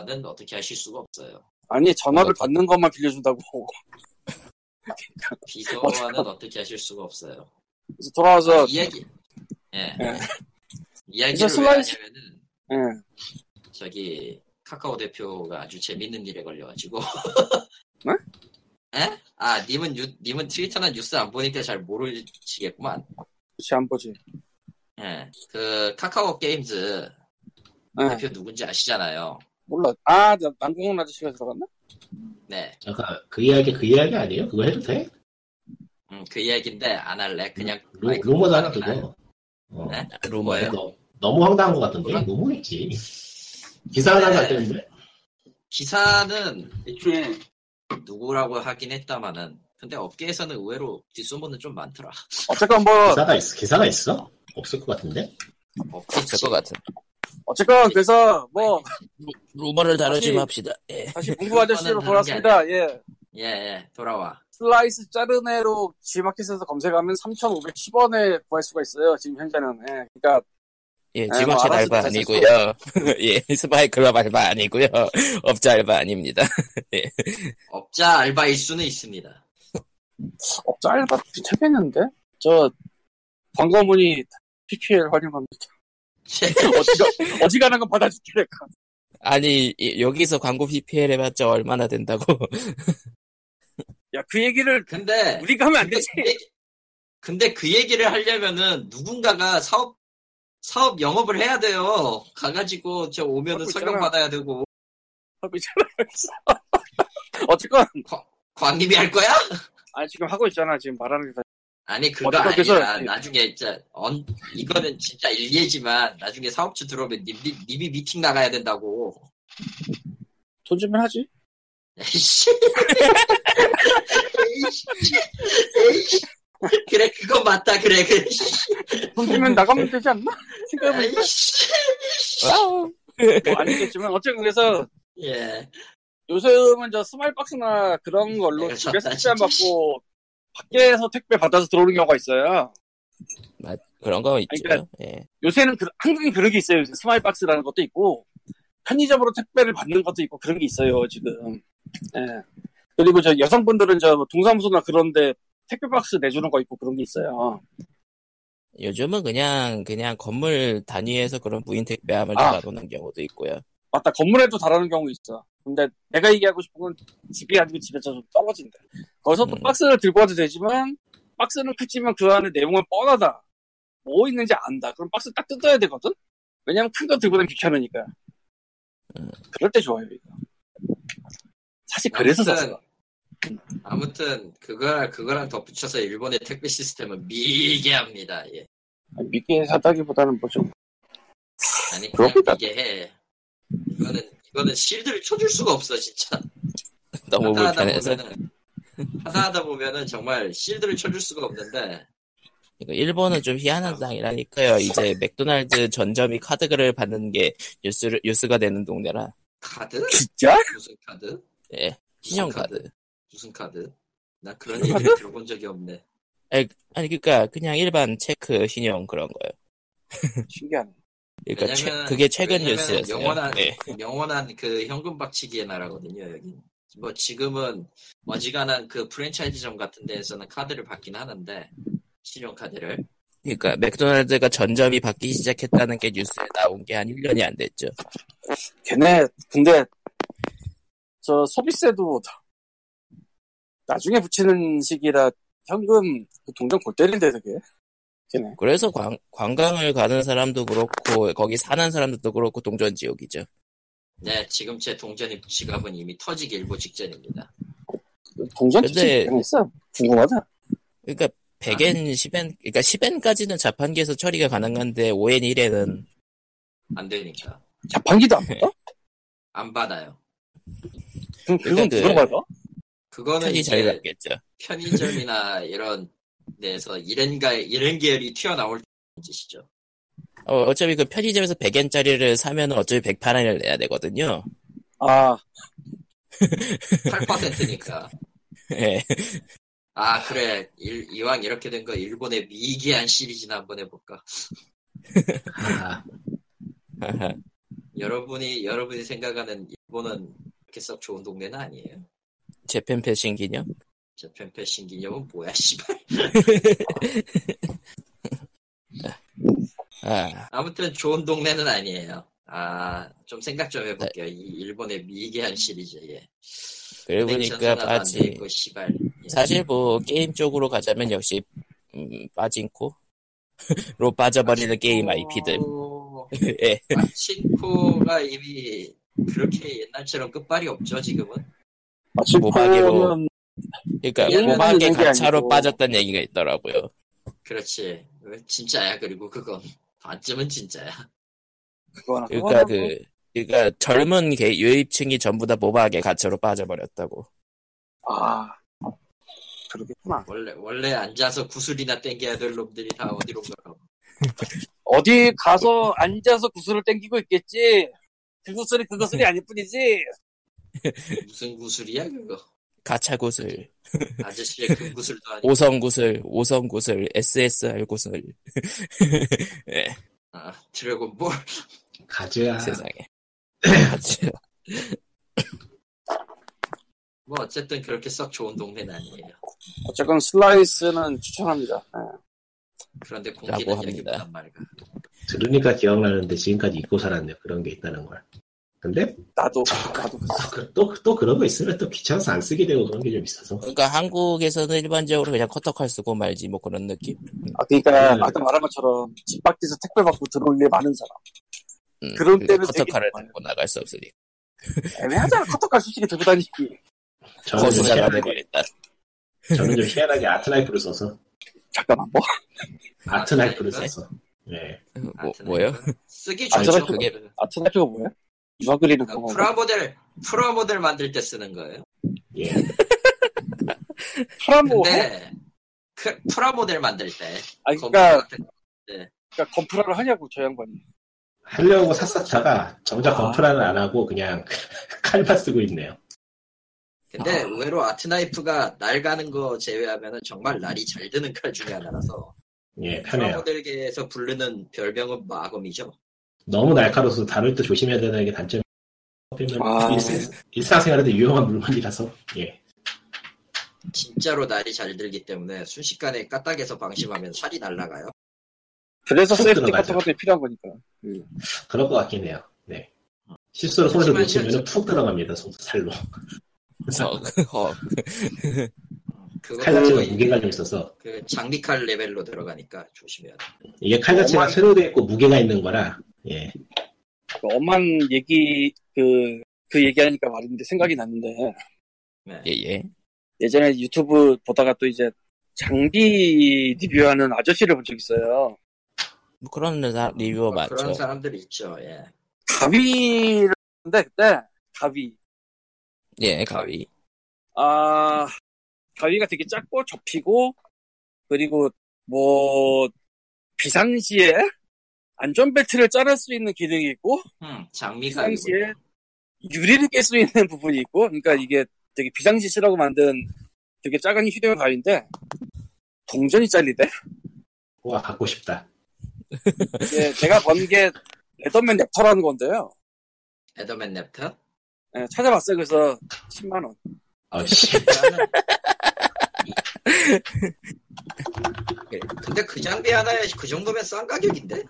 Speaker 2: 비서와는 어떻게 하실 수가 없어요.
Speaker 4: 아니 전화를 받는 것만 빌려준다고
Speaker 2: 비서와는 어떻게 하실 수가 없어요.
Speaker 4: 그래서 돌아와서
Speaker 2: 아, 이야기. 예.
Speaker 4: 예.
Speaker 2: 이야기를
Speaker 4: 그래서 슬라이스-
Speaker 2: 왜 하냐면은
Speaker 4: 예.
Speaker 2: 저기 카카오 대표가 아주 재밌는 일에 걸려가지고.
Speaker 4: 네?
Speaker 2: 예? 아 님은 유, 님은 트위터나 뉴스 안 보니까 잘 모르시겠구만.
Speaker 4: 그치 안 보지.
Speaker 2: 예, 그 카카오 게임즈
Speaker 4: 예.
Speaker 2: 대표 누군지 아시잖아요.
Speaker 4: 몰라. 아 나- 남궁훈 아저씨가 들어갔나?
Speaker 2: 네,
Speaker 3: 잠깐 그 이야기 그 이야기 아니에요? 그거 해도 돼?
Speaker 2: 음, 그 이야기인데 안 할래. 그냥
Speaker 3: 루,
Speaker 2: 마이크
Speaker 3: 루머잖아
Speaker 2: 끄고 음, 하는
Speaker 3: 그거. 어.
Speaker 2: 네?
Speaker 1: 루머예요.
Speaker 2: 거예요?
Speaker 3: 너, 너무 황당한 것 같은데?
Speaker 2: 그래?
Speaker 3: 루머겠지. 기사 하나
Speaker 2: 네.
Speaker 3: 났는데
Speaker 2: 기사는 애초에
Speaker 4: 예.
Speaker 2: 누구라고 하긴 했다마는 근데 업계에서는 의외로 뒷소문은 좀 많더라.
Speaker 4: 어쨌건 뭐
Speaker 3: 기사가 있어? 기사가 있어? 없을 것 같은데?
Speaker 2: 업계
Speaker 1: 없을 것 같은.
Speaker 4: 어쨌건 그래서 뭐
Speaker 1: 루머를 다루지
Speaker 4: 사실-
Speaker 1: 맙시다. 예.
Speaker 4: 다시 문구 아저씨로
Speaker 2: 그거는 다른 게
Speaker 4: 돌아왔습니다. 예.
Speaker 2: 예, 예, 돌아와.
Speaker 4: 슬라이스 짜르네로 지마켓에서 검색하면 3,510원에 구할 수가 있어요. 지금 현재는. 예. 그러니까
Speaker 1: 예,
Speaker 4: 뭐
Speaker 1: 직원체
Speaker 4: 알아서
Speaker 1: 알바
Speaker 4: 다
Speaker 1: 아니고요. 예, 스파이클럽 알바 아니고요. 업자 알바 아닙니다.
Speaker 2: 업자 알바일 수는 있습니다.
Speaker 4: 업자 알바 괜찮겠는데? 저 광고문이 PPL 활용합니다. 어지가, 어지간한 건 받아줄게. 내가.
Speaker 1: 아니 이- 여기서 광고 PPL 해봤자 얼마나 된다고?
Speaker 4: 야, 그 얘기를
Speaker 2: 근데
Speaker 4: 우리가 하면 안
Speaker 2: 근데
Speaker 4: 되지.
Speaker 2: 그, 얘기, 근데 그 얘기를 하려면은 누군가가 사업 사업 영업을 해야 돼요. 가가지고 저 오면은
Speaker 4: 하고
Speaker 2: 설명
Speaker 4: 있잖아.
Speaker 2: 받아야 되고
Speaker 4: 하고 있잖아. 어쨌건
Speaker 2: 광님이 할 거야?
Speaker 4: 아니 지금 하고 있잖아. 지금 말하는 게 다-
Speaker 2: 아니 그거
Speaker 4: 어쨌건 그래서-
Speaker 2: 아니라 나중에 진짜 언 이거는 진짜 일례지만 나중에 사업주 들어오면 님이 님이 미팅 나가야 된다고.
Speaker 4: 돈 주면 하지.
Speaker 2: 에이씨. 에이씨. 에이씨. 그래 그거 맞다 그래 그래.
Speaker 4: 돈 주면 나가면 되지 않나? 생각해보니까
Speaker 2: 에이씨.
Speaker 4: 뭐 아니겠지만 어쨌든 그래서
Speaker 2: 예.
Speaker 4: 요즘은 저 스마일박스나 그런 걸로
Speaker 2: 내가
Speaker 4: 집에서
Speaker 2: 졌다,
Speaker 4: 택배 안
Speaker 2: 네, 진짜.
Speaker 4: 받고 밖에서 택배 받아서 들어오는 경우가 있어요.
Speaker 1: 맞- 그런 거 있죠.
Speaker 4: 그러니까-
Speaker 1: 예.
Speaker 4: 요새는 그, 한국인 그런 게 있어요. 요새 스마일박스라는 것도 있고 편의점으로 택배를 받는 것도 있고 그런 게 있어요 지금. 예. 그리고 저 여성분들은 저 동사무소나 그런데 택배 박스 내주는 거 있고 그런 게 있어요.
Speaker 1: 요즘은 그냥 그냥 건물 단위에서 그런 무인 택배함을
Speaker 4: 아.
Speaker 1: 달아놓는 경우도 있고요.
Speaker 4: 맞다 건물에도 달하는 경우 있어. 근데 내가 얘기하고 싶은 건 집이 아니고 집에서 좀 떨어진다. 거기서 또
Speaker 1: 음.
Speaker 4: 박스를 들고 와도 되지만 박스는 크지만 그 안에 내용은 뻔하다. 뭐 있는지 안다. 그럼 박스 딱 뜯어야 되거든. 왜냐면 큰 거 들고 다니면 귀찮으니까.
Speaker 1: 음.
Speaker 4: 그럴 때 좋아요 이거. 사실 그래서
Speaker 2: 아무튼-
Speaker 4: 샀어.
Speaker 2: 아무튼 그거랑 그거랑 덧붙여서 일본의 택배 시스템은 미개합니다. 예.
Speaker 4: 믿게 사다기보다는 뭐 좀.
Speaker 2: 아니 그냥
Speaker 4: 그렇구나.
Speaker 2: 미개해. 이거는 이거는 실드를 쳐줄 수가 없어 진짜.
Speaker 1: 너무
Speaker 2: 하다 하다
Speaker 1: 불편해서
Speaker 2: 보면은 하다 하다 보면은 정말 실드를 쳐줄 수가 없는데
Speaker 1: 이거 일본은 좀 희한한 땅이라니까요. 이제 맥도날드 전점이 카드를 받는 게 뉴스 뉴스가 되는
Speaker 4: 아,
Speaker 1: 동네라.
Speaker 2: 카드?
Speaker 4: 진짜?
Speaker 2: 무슨 카드?
Speaker 1: 예, 신용카드.
Speaker 2: 무슨 카드? 나 그런 얘기를 들어본 적이 없네.
Speaker 1: 아니 그러니까 그냥 일반 체크 신용 그런 거요.
Speaker 4: 신기하네.
Speaker 1: 그러니까
Speaker 2: 왜냐면-
Speaker 1: 최- 그게 최근
Speaker 2: 왜냐면은
Speaker 1: 뉴스였어요.
Speaker 2: 영원한
Speaker 1: 예.
Speaker 2: 영원한 그 현금 박치기의 나라거든요 여기. 뭐 지금은 어지간한 그 프랜차이즈점 같은 데에서는 카드를 받긴 하는데 신용카드를
Speaker 1: 그러니까 맥도날드가 전점이 받기 시작했다는 게 뉴스에 나온 게 한 1년이 안 됐죠.
Speaker 4: 걔네 근데 저 소비세도 나중에 붙이는 식이라 현금 그 동전 골 때린데 되게 걔네
Speaker 1: 그래서 관, 관광을 가는 사람도 그렇고 거기 사는 사람들도 그렇고 동전 지옥이죠.
Speaker 2: 네, 지금 제 동전의 지갑은 이미 터지기 일보 직전입니다.
Speaker 4: 동전
Speaker 1: 근데-
Speaker 4: 근데... 있어 궁금하다
Speaker 1: 그러니까
Speaker 2: 아.
Speaker 1: 100엔, 10엔, 그러니까 10엔까지는 자판기에서 처리가 가능한데 5엔, 1엔은
Speaker 2: 안 되니까.
Speaker 4: 자판기도 안
Speaker 1: 네.
Speaker 4: 받아?
Speaker 2: 안 받아요.
Speaker 4: 그럼 그건
Speaker 1: 그러니까 그-
Speaker 4: 누가 받아?
Speaker 2: 그거는
Speaker 1: 편히
Speaker 2: 이제
Speaker 1: 자리 잡겠죠.
Speaker 2: 편의점이나 이런 데에서 이런가, 이런 계열이 튀어나올 짓이죠.
Speaker 1: 어, 어차피 그 편의점에서 100엔짜리를 사면 어차피 108엔을 내야 되거든요.
Speaker 4: 아
Speaker 2: 8%니까.
Speaker 1: 예.
Speaker 2: 아, 그래. 일- 이왕 이렇게 된 거 일본의 미기한 시리즈나 한번 해볼까?
Speaker 3: 아,
Speaker 1: 아하.
Speaker 2: 여러분이, 여러분이 생각하는 일본은 그렇게 썩 좋은 동네는 아니에요.
Speaker 1: 재팬 패싱 기념?
Speaker 2: 저 편패신 기념은 뭐야, 씨발.
Speaker 1: 아,
Speaker 2: 아무튼 좋은 동네는 아니에요. 아, 좀 생각 좀 해볼게요. 이 일본의 미개한 시리즈, 예.
Speaker 1: 그래
Speaker 2: 냉전선화도
Speaker 1: 보니까
Speaker 2: 안
Speaker 1: 빠지.
Speaker 2: 돼있고, 씨발. 예.
Speaker 4: 네.
Speaker 1: 사실 뭐 게임 쪽으로 가자면 역시 음, 빠진코로 빠져버리는 게임 IP들.
Speaker 2: 어,
Speaker 1: 예.
Speaker 2: 마친코가 이미 그렇게 옛날처럼 끝발이 없죠, 지금은.
Speaker 4: 마침
Speaker 1: 모방이로.
Speaker 4: 보면
Speaker 1: 그러니까
Speaker 2: 게임은
Speaker 1: 모바일 게
Speaker 4: 있는 게
Speaker 1: 가차로
Speaker 4: 아니고.
Speaker 1: 빠졌다는 얘기가 있더라고요.
Speaker 2: 그렇지. 왜 진짜야, 그리고 그건. 반쯤은 진짜야.
Speaker 4: 그거나
Speaker 1: 그러니까
Speaker 4: 아, 그거나
Speaker 1: 그 그러니까 젊은 게 유입층이 전부 다 모바일 가차로 빠져버렸다고.
Speaker 4: 아 그러겠구나
Speaker 2: 원래, 원래 앉아서 구슬이나 땡겨야 될 놈들이 다 어디론가 가고.
Speaker 4: 어디 가서 앉아서 구슬을 땡기고
Speaker 1: 네.
Speaker 4: 있겠지 그 구슬이 그 구슬이 아닐 뿐이지
Speaker 2: 무슨 구슬이야, 그거.
Speaker 1: 가차 구슬,
Speaker 2: 아저씨의 금 구슬도 아니고
Speaker 1: 오성 구슬, 오성 구슬, SSR 구슬
Speaker 2: 아, 드래곤볼
Speaker 3: 가즈아
Speaker 1: 세상에.
Speaker 2: 뭐 어쨌든 그렇게 썩 좋은 동네는 아니에요.
Speaker 4: 어쨌건 슬라이스는 추천합니다. 예.
Speaker 2: 그런데
Speaker 1: 라고
Speaker 2: 공기는
Speaker 1: 합니다.
Speaker 2: 여기보단 맑아.
Speaker 4: 뭐,
Speaker 3: 들으니까 기억나는데 지금까지 잊고 살았네요. 그런 게 있다는 걸. 근데
Speaker 4: 나도 나도
Speaker 3: 또, 그- 또, 또 그런 거 있으면 또 귀찮아서 안 쓰게 되고 그런 게 좀 있어서.
Speaker 1: 그러니까 한국에서는 일반적으로 그냥 커터칼 쓰고 말지 뭐 그런 느낌.
Speaker 4: 아 그러니까
Speaker 3: 음.
Speaker 4: 아까 말한 것처럼 집 밖에서 택배 받고 들어올 일 많은 사람
Speaker 1: 음,
Speaker 4: 그럴
Speaker 1: 그리고
Speaker 4: 때는 되게
Speaker 1: 커터칼을
Speaker 4: 좋아요.
Speaker 1: 들고 나갈 수 없으니
Speaker 4: 애매하잖아 카톡갈 솔직히 들고 다니기
Speaker 3: 저는 좀,
Speaker 1: 거수자가
Speaker 3: 희한하게,
Speaker 1: 돼버린다.
Speaker 3: 저는 좀 희한하게 아트나이프를 써서.
Speaker 4: 잠깐만 뭐
Speaker 3: 아트나이프를
Speaker 2: 아트나이프?
Speaker 3: 써서. 네.
Speaker 1: 뭐
Speaker 2: 아무튼
Speaker 1: 뭐요?
Speaker 2: 쓰기
Speaker 4: 아,
Speaker 2: 좋죠.
Speaker 4: 저는
Speaker 2: 그게
Speaker 4: 아트 대표가 뭐야? 유화 그리는
Speaker 2: 그러니까
Speaker 4: 거
Speaker 2: 프라모델 프라모델 만들 때 쓰는 거예요.
Speaker 3: 예.
Speaker 4: 프라모
Speaker 2: 근데 그 프라모델 만들 때
Speaker 4: 아
Speaker 2: 거기
Speaker 4: 그러니까
Speaker 2: 같은-
Speaker 4: 그러니까 건프라를 하냐고 저 양반이
Speaker 3: 하려고 샅샅다가 정작
Speaker 4: 아.
Speaker 3: 건프라는 안 하고 그냥 칼만 쓰고 있네요.
Speaker 2: 근데
Speaker 4: 아.
Speaker 2: 의외로 아트나이프가 날 가는 거 제외하면은 정말 날이 잘 드는 칼 중에 하나라서
Speaker 3: 예, 편해요.
Speaker 2: 프라모델계에서 부르는 별명은 마검이죠.
Speaker 3: 너무 날카로워서 다룰 때 조심해야 되는 게 단점이
Speaker 4: 아.
Speaker 3: 일상생활에도 유용한 물건이라서 예
Speaker 2: 진짜로 날이 잘 들기 때문에 순식간에 까딱에서 방심하면 살이 날아가요.
Speaker 4: 그래서
Speaker 3: 쏙
Speaker 4: 세이프티
Speaker 3: 들어가죠.
Speaker 4: 같은 것도 필요한 거니까
Speaker 3: 그럴 것 같긴 해요. 네 실수로 손을
Speaker 2: 하지만
Speaker 3: 놓치면 푹 들어갑니다. 손 살로
Speaker 1: 어, 어,
Speaker 2: 그거
Speaker 3: 칼 자체가
Speaker 2: 거의
Speaker 3: 무게가 좀 있어서
Speaker 2: 그 장비칼 레벨로 들어가니까 조심해야 돼.
Speaker 3: 이게 칼 자체가
Speaker 4: 엄한-
Speaker 3: 세로돼 있고 무게가 있는 거라 예
Speaker 4: 그 엄한 얘기 그, 그 얘기하니까 말인데 생각이 났는데
Speaker 2: 네.
Speaker 1: 예 예.
Speaker 4: 예전에 유튜브 보다가 또 이제 장비 리뷰하는 아저씨를 본 적 있어요.
Speaker 1: 뭐 그런 사- 리뷰어
Speaker 2: 뭐 그런
Speaker 1: 많죠.
Speaker 2: 사람들 있죠. 예.
Speaker 4: 가위를 근데 그때 가위
Speaker 1: 예 가위.
Speaker 4: 아 가위가 되게 작고 접히고 그리고 뭐 비상시에 안전벨트를 자를 수 있는 기능이 있고
Speaker 2: 음, 장미가
Speaker 4: 비상시에 유리를 깰 수 있는 부분이 있고, 그러니까 이게 되게 비상시 쓰라고 만든 되게 작은 휴대용 가위인데, 동전이 잘리대?
Speaker 3: 와 갖고 싶다.
Speaker 4: 이게 예, 제가 번 게 레더맨 랩터라는 건데요.
Speaker 2: 에더맨 랩터?
Speaker 4: 예, 찾아봤어요. 그래서 10만원.
Speaker 3: 아씨
Speaker 2: 근데 그 장비 하나에 그 정도면 싼 가격인데?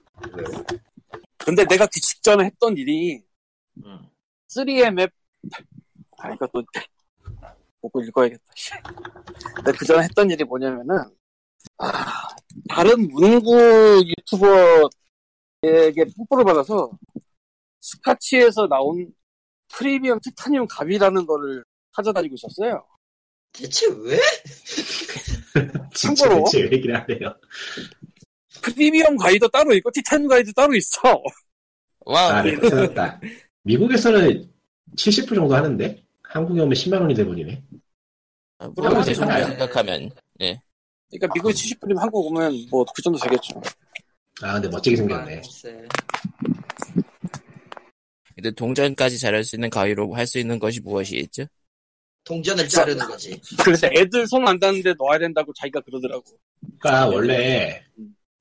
Speaker 4: 근데 내가 그 직전에 했던 일이
Speaker 2: 음.
Speaker 4: 3M 앱, 아, 이거 또, 보고 읽어야겠다. 씨. 근데 그 전에 했던 일이 뭐냐면은, 아, 다른 문구 유튜버에게 뽀뽀를 받아서 스카치에서 나온 프리미엄 티타늄 갑이라는 거를 찾아다니고 있었어요.
Speaker 2: 대체 왜?
Speaker 3: 진짜
Speaker 4: 참고로-
Speaker 3: 대체 왜 얘기를 하네요.
Speaker 4: 프리미엄 가위도 따로 있고 티타늄 가위도 따로 있어.
Speaker 1: 와
Speaker 3: 아, 네, 찾았다. 미국에서는 70% 정도 하는데 한국에 오면 10만 원이 돼버리네.
Speaker 2: 아,
Speaker 1: 물론
Speaker 3: 그러면
Speaker 1: 정도
Speaker 2: 네.
Speaker 3: 되나요?
Speaker 1: 생각하면
Speaker 4: 그러니까 미국에 70프림 한국 오면 뭐 그 정도 되겠죠.
Speaker 3: 아, 근데 멋지게 생겼네.
Speaker 2: 글쎄.
Speaker 1: 근데 동전까지 자를 수 있는 가위로 할 수 있는 것이 무엇이 있죠?
Speaker 2: 동전을 자르는 거지.
Speaker 4: 그래서 애들 손 안 닿는데 넣어야 된다고 자기가 그러더라고.
Speaker 3: 그러니까 원래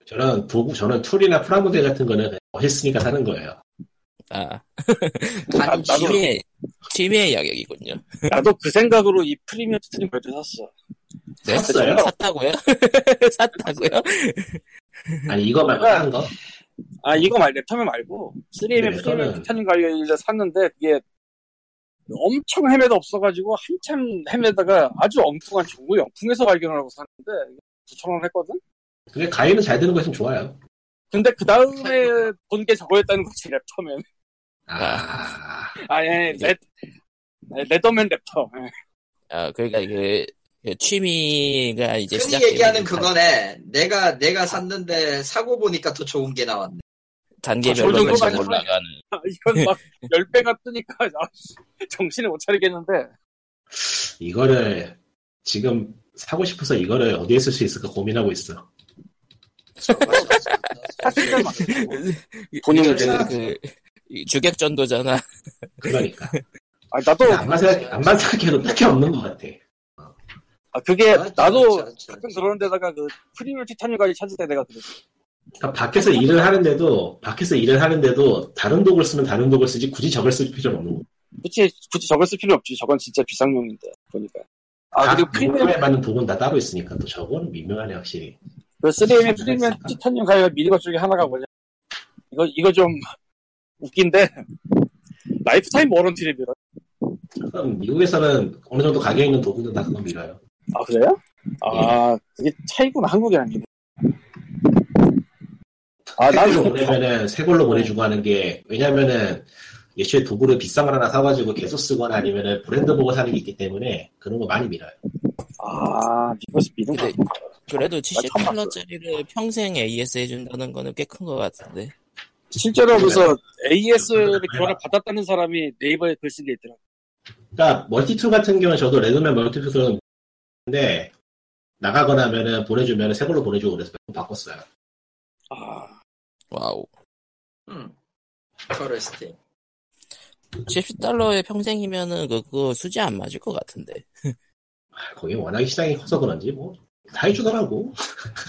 Speaker 3: 저는 도구, 저는 툴이나 프라모델 같은 거는 그냥 멋있으니까 사는 거예요.
Speaker 1: 아
Speaker 4: 나도-
Speaker 2: 간지.
Speaker 1: 취미의 취미의 영역이군요.
Speaker 4: 나도 그 생각으로 이 프리미엄 티타늄 가위를 샀어.
Speaker 1: 네,
Speaker 3: 샀어요?
Speaker 1: 샀다고요? 샀다고요?
Speaker 3: 아니 이거 말고 다른 거?
Speaker 4: 아 이거 말 랩터면 말고 3M의
Speaker 3: 네,
Speaker 4: 프리미엄
Speaker 3: 저는-
Speaker 4: 티타늄 가위를 샀는데 그게 엄청 헤매다 없어가지고 한참 헤매다가 아주 엉뚱한 중고 영풍에서 발견을 하고 샀는데 9천 원 했거든.
Speaker 3: 근데 가위는 잘 드는 것은 좋아요.
Speaker 4: 근데 그 다음에 본 게 저거였다는 거지 랩터면.
Speaker 3: 아,
Speaker 4: 아예
Speaker 1: 이게-
Speaker 4: 랩 레더맨 랩터. 예.
Speaker 1: 아 그러니까 그, 그 취미가 이제 시작.
Speaker 2: 흔히 얘기하는 그거네. 내가, 내가 샀는데 사고 보니까 더 좋은 게 나왔네.
Speaker 4: 아,
Speaker 1: 단계별로
Speaker 4: 저도
Speaker 1: 계속
Speaker 4: 그거
Speaker 1: 올라가는.
Speaker 4: 아, 이건 막
Speaker 3: 네.
Speaker 4: 10배가 뜨니까 아, 씨, 정신을 못 차리겠는데
Speaker 3: 이거를 지금 사고 싶어서 이거를 어디에 쓸 수 있을까 고민하고 있어.
Speaker 4: 사실은 막
Speaker 1: 이-
Speaker 4: 본인을
Speaker 1: 그, 이거는 그, 이 주객전도잖아.
Speaker 3: 그러니까
Speaker 4: 아, 나도,
Speaker 3: 근데 안만 생각 안만 생각해도 딱히 없는 것 같아.
Speaker 4: 아, 그게,
Speaker 2: 아, 저,
Speaker 4: 나도
Speaker 2: 저, 저,
Speaker 4: 가끔 그러는 데다가 그 프리미엄 티타늄까지 찾을 때 내가 그랬어.
Speaker 3: 그러니까 밖에서 일을 하는데도 밖에서 일을 하는데도 다른 독을 쓰면 다른 독을 쓰지 굳이 적을 쓸 필요는 없는 거.
Speaker 4: 굳이, 굳이 적을 쓸 필요 없지. 저건 진짜 비상용인데, 보니까. 아, 그리고
Speaker 3: 각
Speaker 4: 프리미엄,
Speaker 3: 프리미엄에 맞는 독은 다 따로 있으니까 또 저거는 미묘하네 확실히.
Speaker 4: 그 3M의 프리미엄 티타늄 가위가 미리거 중에 하나가 뭐냐. 이거, 이거 좀 웃긴데, 라이프타임 워런티를 밀어.
Speaker 3: 그럼 미국에서는 어느 정도 가격 있는 독은 다 그건 밀어요.
Speaker 4: 아, 그래요? 아, 그게 차이구나, 한국이랑. 이게. 아, 난
Speaker 3: 새걸로
Speaker 4: 그-
Speaker 3: 보내면은 새걸로 보내주고 하는 게 왜냐면은 예초에 도구를 비싼 걸 하나 사가지고 계속 쓰거나 아니면은 브랜드 보고 사는 게 있기 때문에 그런 거 많이 밀어요.
Speaker 4: 아, 미국에서 미는 거.
Speaker 1: 근데 그래도
Speaker 2: 아,
Speaker 4: 처음
Speaker 1: 70달러짜리를 평생 AS 해준다는 거는 꽤 큰 것 같은데.
Speaker 4: 실제로 그래서 E AS를
Speaker 3: 그래.
Speaker 4: 교환을 받았다는 사람이 네이버에 글 쓴 게 있더라고.
Speaker 3: 그러니까 멀티툴 같은 경우는 저도 레드맨 멀티툴은 근데 나가거나 하면은 보내주면은 새걸로 보내주고 그래서 몇번 바꿨어요.
Speaker 4: 아,
Speaker 1: 와우.
Speaker 2: 음. 커레스팅.
Speaker 1: 70달러에 평생이면은 그거 수지 안 맞을 것 같은데.
Speaker 3: 아, 거기 워낙에 시장이 커서 그런지 뭐 다 해주더라고.
Speaker 1: 그러니까.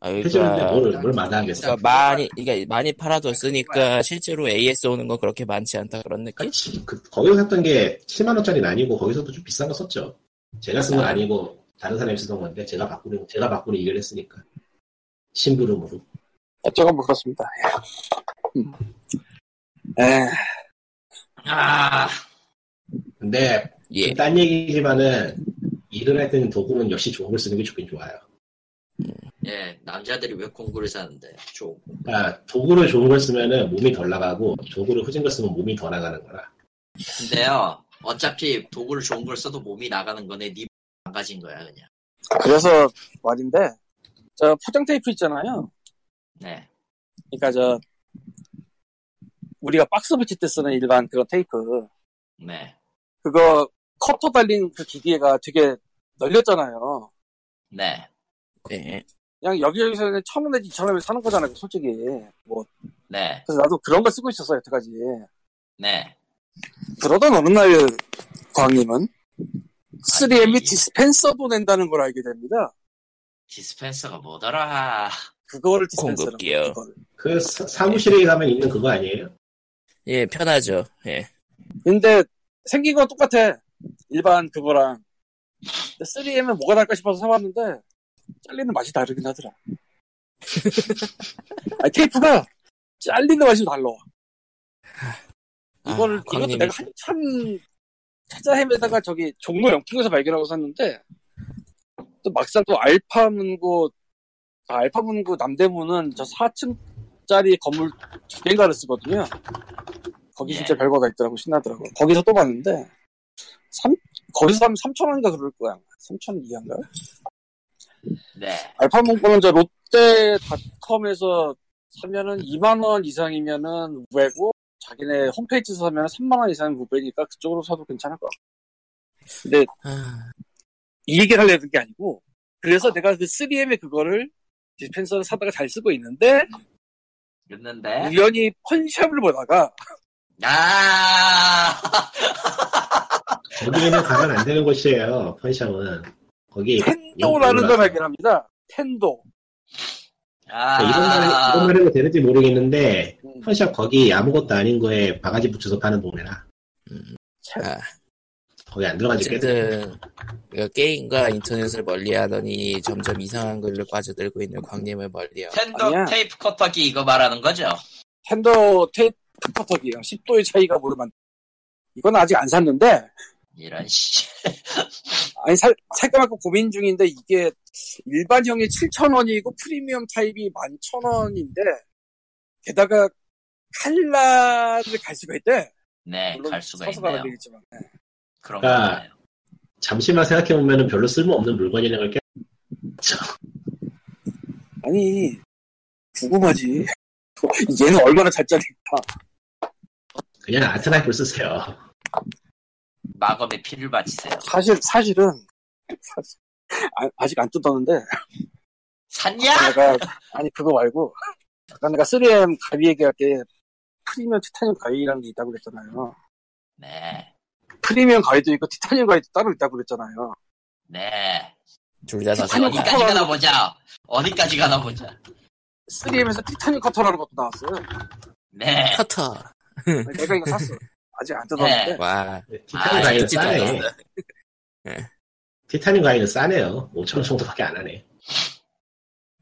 Speaker 1: 아,
Speaker 3: 해주는데
Speaker 1: 그러니까,
Speaker 3: 뭘, 뭘 마다하겠어.
Speaker 1: 그러니까 많이, 그러니까 많이 팔아뒀으니까 실제로 AS 오는 건 그렇게 많지 않다 그런 느낌?
Speaker 3: 그치. 그, 거기서 샀던 게 7만 원짜리는 아니고 거기서도 좀 비싼 거 썼죠. 제가 쓴 건
Speaker 1: 그러니까.
Speaker 3: 아니고 다른 사람이 쓰던 건데 제가 바꾸는 제가 바꾸는 일을 했으니까 심부름으로.
Speaker 4: 어쩌건 뭐 그렇습니다. 음. 예, 에,
Speaker 2: 아,
Speaker 3: 근데
Speaker 1: 예.
Speaker 3: 딴 얘기지만은 일을 할 때는 도구는 역시 좋은 걸 쓰는 게 좋긴 좋아요.
Speaker 2: 예, 남자들이 왜 공구를 사는데? 좀.
Speaker 3: 그러니까 도구를 좋은 걸 쓰면은 몸이 덜 나가고 도구를 후진 걸 쓰면 몸이 더 나가는 거라.
Speaker 2: 근데요, 어차피 도구를 좋은 걸 써도 몸이 나가는 거네. 니 망가진 거야, 그냥.
Speaker 4: 그래서 말인데, 저 포장 테이프 있잖아요.
Speaker 2: 네.
Speaker 4: 그러니까 저, 우리가 박스 붙일 때 쓰는 일반 그런 테이프.
Speaker 2: 네.
Speaker 4: 그거 커터 달린 그 기계가 되게 널렸잖아요.
Speaker 2: 네.
Speaker 1: 네.
Speaker 4: 그냥 여기저기서는 천 원 내지 이천 원에 사는 거잖아요, 솔직히. 뭐,
Speaker 2: 네.
Speaker 4: 그래서 나도 그런 걸 쓰고 있었어요, 여태까지.
Speaker 2: 네.
Speaker 4: 그러던 어느 날 광님은 3M 디스펜서도 낸다는 걸 알게 됩니다.
Speaker 2: 디스펜서가 뭐더라.
Speaker 4: 그거를 디스펜서라고.
Speaker 1: 공급기요.
Speaker 4: 그거를.
Speaker 3: 그 사- 사무실에 가면 있는 그거 아니에요?
Speaker 1: 예, 편하죠. 예.
Speaker 4: 근데 생긴 건 똑같아. 일반 그거랑. 3M은 뭐가 날까 싶어서 사봤는데 잘리는 맛이 다르긴 하더라. 아니, 테이프가 잘리는 맛이 달라.
Speaker 1: 아,
Speaker 4: 이거를 이것도
Speaker 1: 광님이-
Speaker 4: 내가 한참 찾아 헤매다가 저기 종로 영풍에서 발견하고 샀는데 또 막상 또 알파 문고 아, 알파 문고 남대문은 저 4층짜리 건물 두 개인가를 쓰거든요. 거기 진짜
Speaker 2: 예.
Speaker 4: 별거가 있더라고 신나더라고. 거기서 또 봤는데 삼 거기서 사면 3천 원인가 그럴 거야. 3천 이하인가?
Speaker 2: 네.
Speaker 4: 알파 문고는 저 롯데닷컴에서 사면은 2만 원 이상이면은 우회고 자기네 홈페이지에서 사면은 3만 원 이상이면 우회니까 그쪽으로 사도 괜찮을 것 같아. 근데
Speaker 1: 아,
Speaker 4: 이 얘기를 하려는 게 아니고 그래서 내가 그 3M의 그거를 디펜서를 사다가 잘 쓰고 있는데
Speaker 2: 였는데.
Speaker 4: 우연히 펀샵을 보다가
Speaker 2: 아!
Speaker 3: 거기에는 가면 안 되는 곳이에요. 펀샵은 거기 영-
Speaker 2: 네,
Speaker 4: 텐도라는 걸
Speaker 3: 몰라서.
Speaker 4: 발견합니다. 텐도.
Speaker 2: 아!
Speaker 3: 그러니까 이런 말
Speaker 1: 아.
Speaker 3: 이런 말 해도 되는지 모르겠는데
Speaker 4: 음,
Speaker 3: 펀샵 거기 아무것도 아닌 거에 바가지 붙여서 파는 동네라
Speaker 4: 참.
Speaker 1: 아.
Speaker 3: 거기 안 들어가지
Speaker 1: 어쨌든 그 게임과 인터넷을 멀리하더니 점점 이상한 걸로 빠져들고 있는 광님을 멀리하고
Speaker 2: 텐더
Speaker 4: 아니야.
Speaker 2: 테이프 커터기 이거 말하는 거죠?
Speaker 4: 텐도 테이프 커터기랑 10도의 차이가 모르면 이건 아직 안 샀는데
Speaker 2: 이런 씨.
Speaker 4: 아니 살, 살까 말까 고민 중인데 이게 일반형이 7,000원이고 프리미엄 타입이 11,000원인데 게다가 칼라를 갈 수가 있대.
Speaker 2: 네,
Speaker 4: 물론
Speaker 2: 갈 수가
Speaker 4: 서서 가야
Speaker 2: 있네요.
Speaker 4: 되겠지만. 네.
Speaker 2: 그런
Speaker 3: 그러니까-
Speaker 2: 거잖아요.
Speaker 3: 잠시만 생각해 보면은 별로 쓸모없는 물건이라는 걸 깨.
Speaker 4: 아니 궁금하지. 얘는 얼마나 잘 잘릴까?
Speaker 3: 그냥 아트라이프를 쓰세요.
Speaker 2: 마검의 피를 바치세요.
Speaker 4: 사실 사실은 사실- 아, 직안 뜯었는데
Speaker 2: 샀냐?
Speaker 4: 내가 아니 그거 말고 아까 내가 3M 가위 얘기할 때 프리미엄 티타늄 가위라는 게 있다고 그랬잖아요.
Speaker 2: 네,
Speaker 4: 프리미엄 가이도 있고 티타늄 가이도 따로 있다고 그랬잖아요.
Speaker 2: 네.
Speaker 1: 둘다
Speaker 4: 아니,
Speaker 1: 사서
Speaker 2: 어디까지 가나 보자. 어디까지 가나 보자.
Speaker 4: 3M에서 티타늄 커터라는 것도 나왔어요.
Speaker 2: 네.
Speaker 1: 커터.
Speaker 4: 내가 이거 샀어. 아직 안
Speaker 1: 네.
Speaker 4: 뜯었는데.
Speaker 1: 와.
Speaker 3: 티타늄
Speaker 2: 아,
Speaker 3: 가이는
Speaker 1: 진짜
Speaker 3: 싸네.
Speaker 1: 알았어.
Speaker 3: 티타늄 가이는 싸네요. 5천 원 정도밖에 안 하네.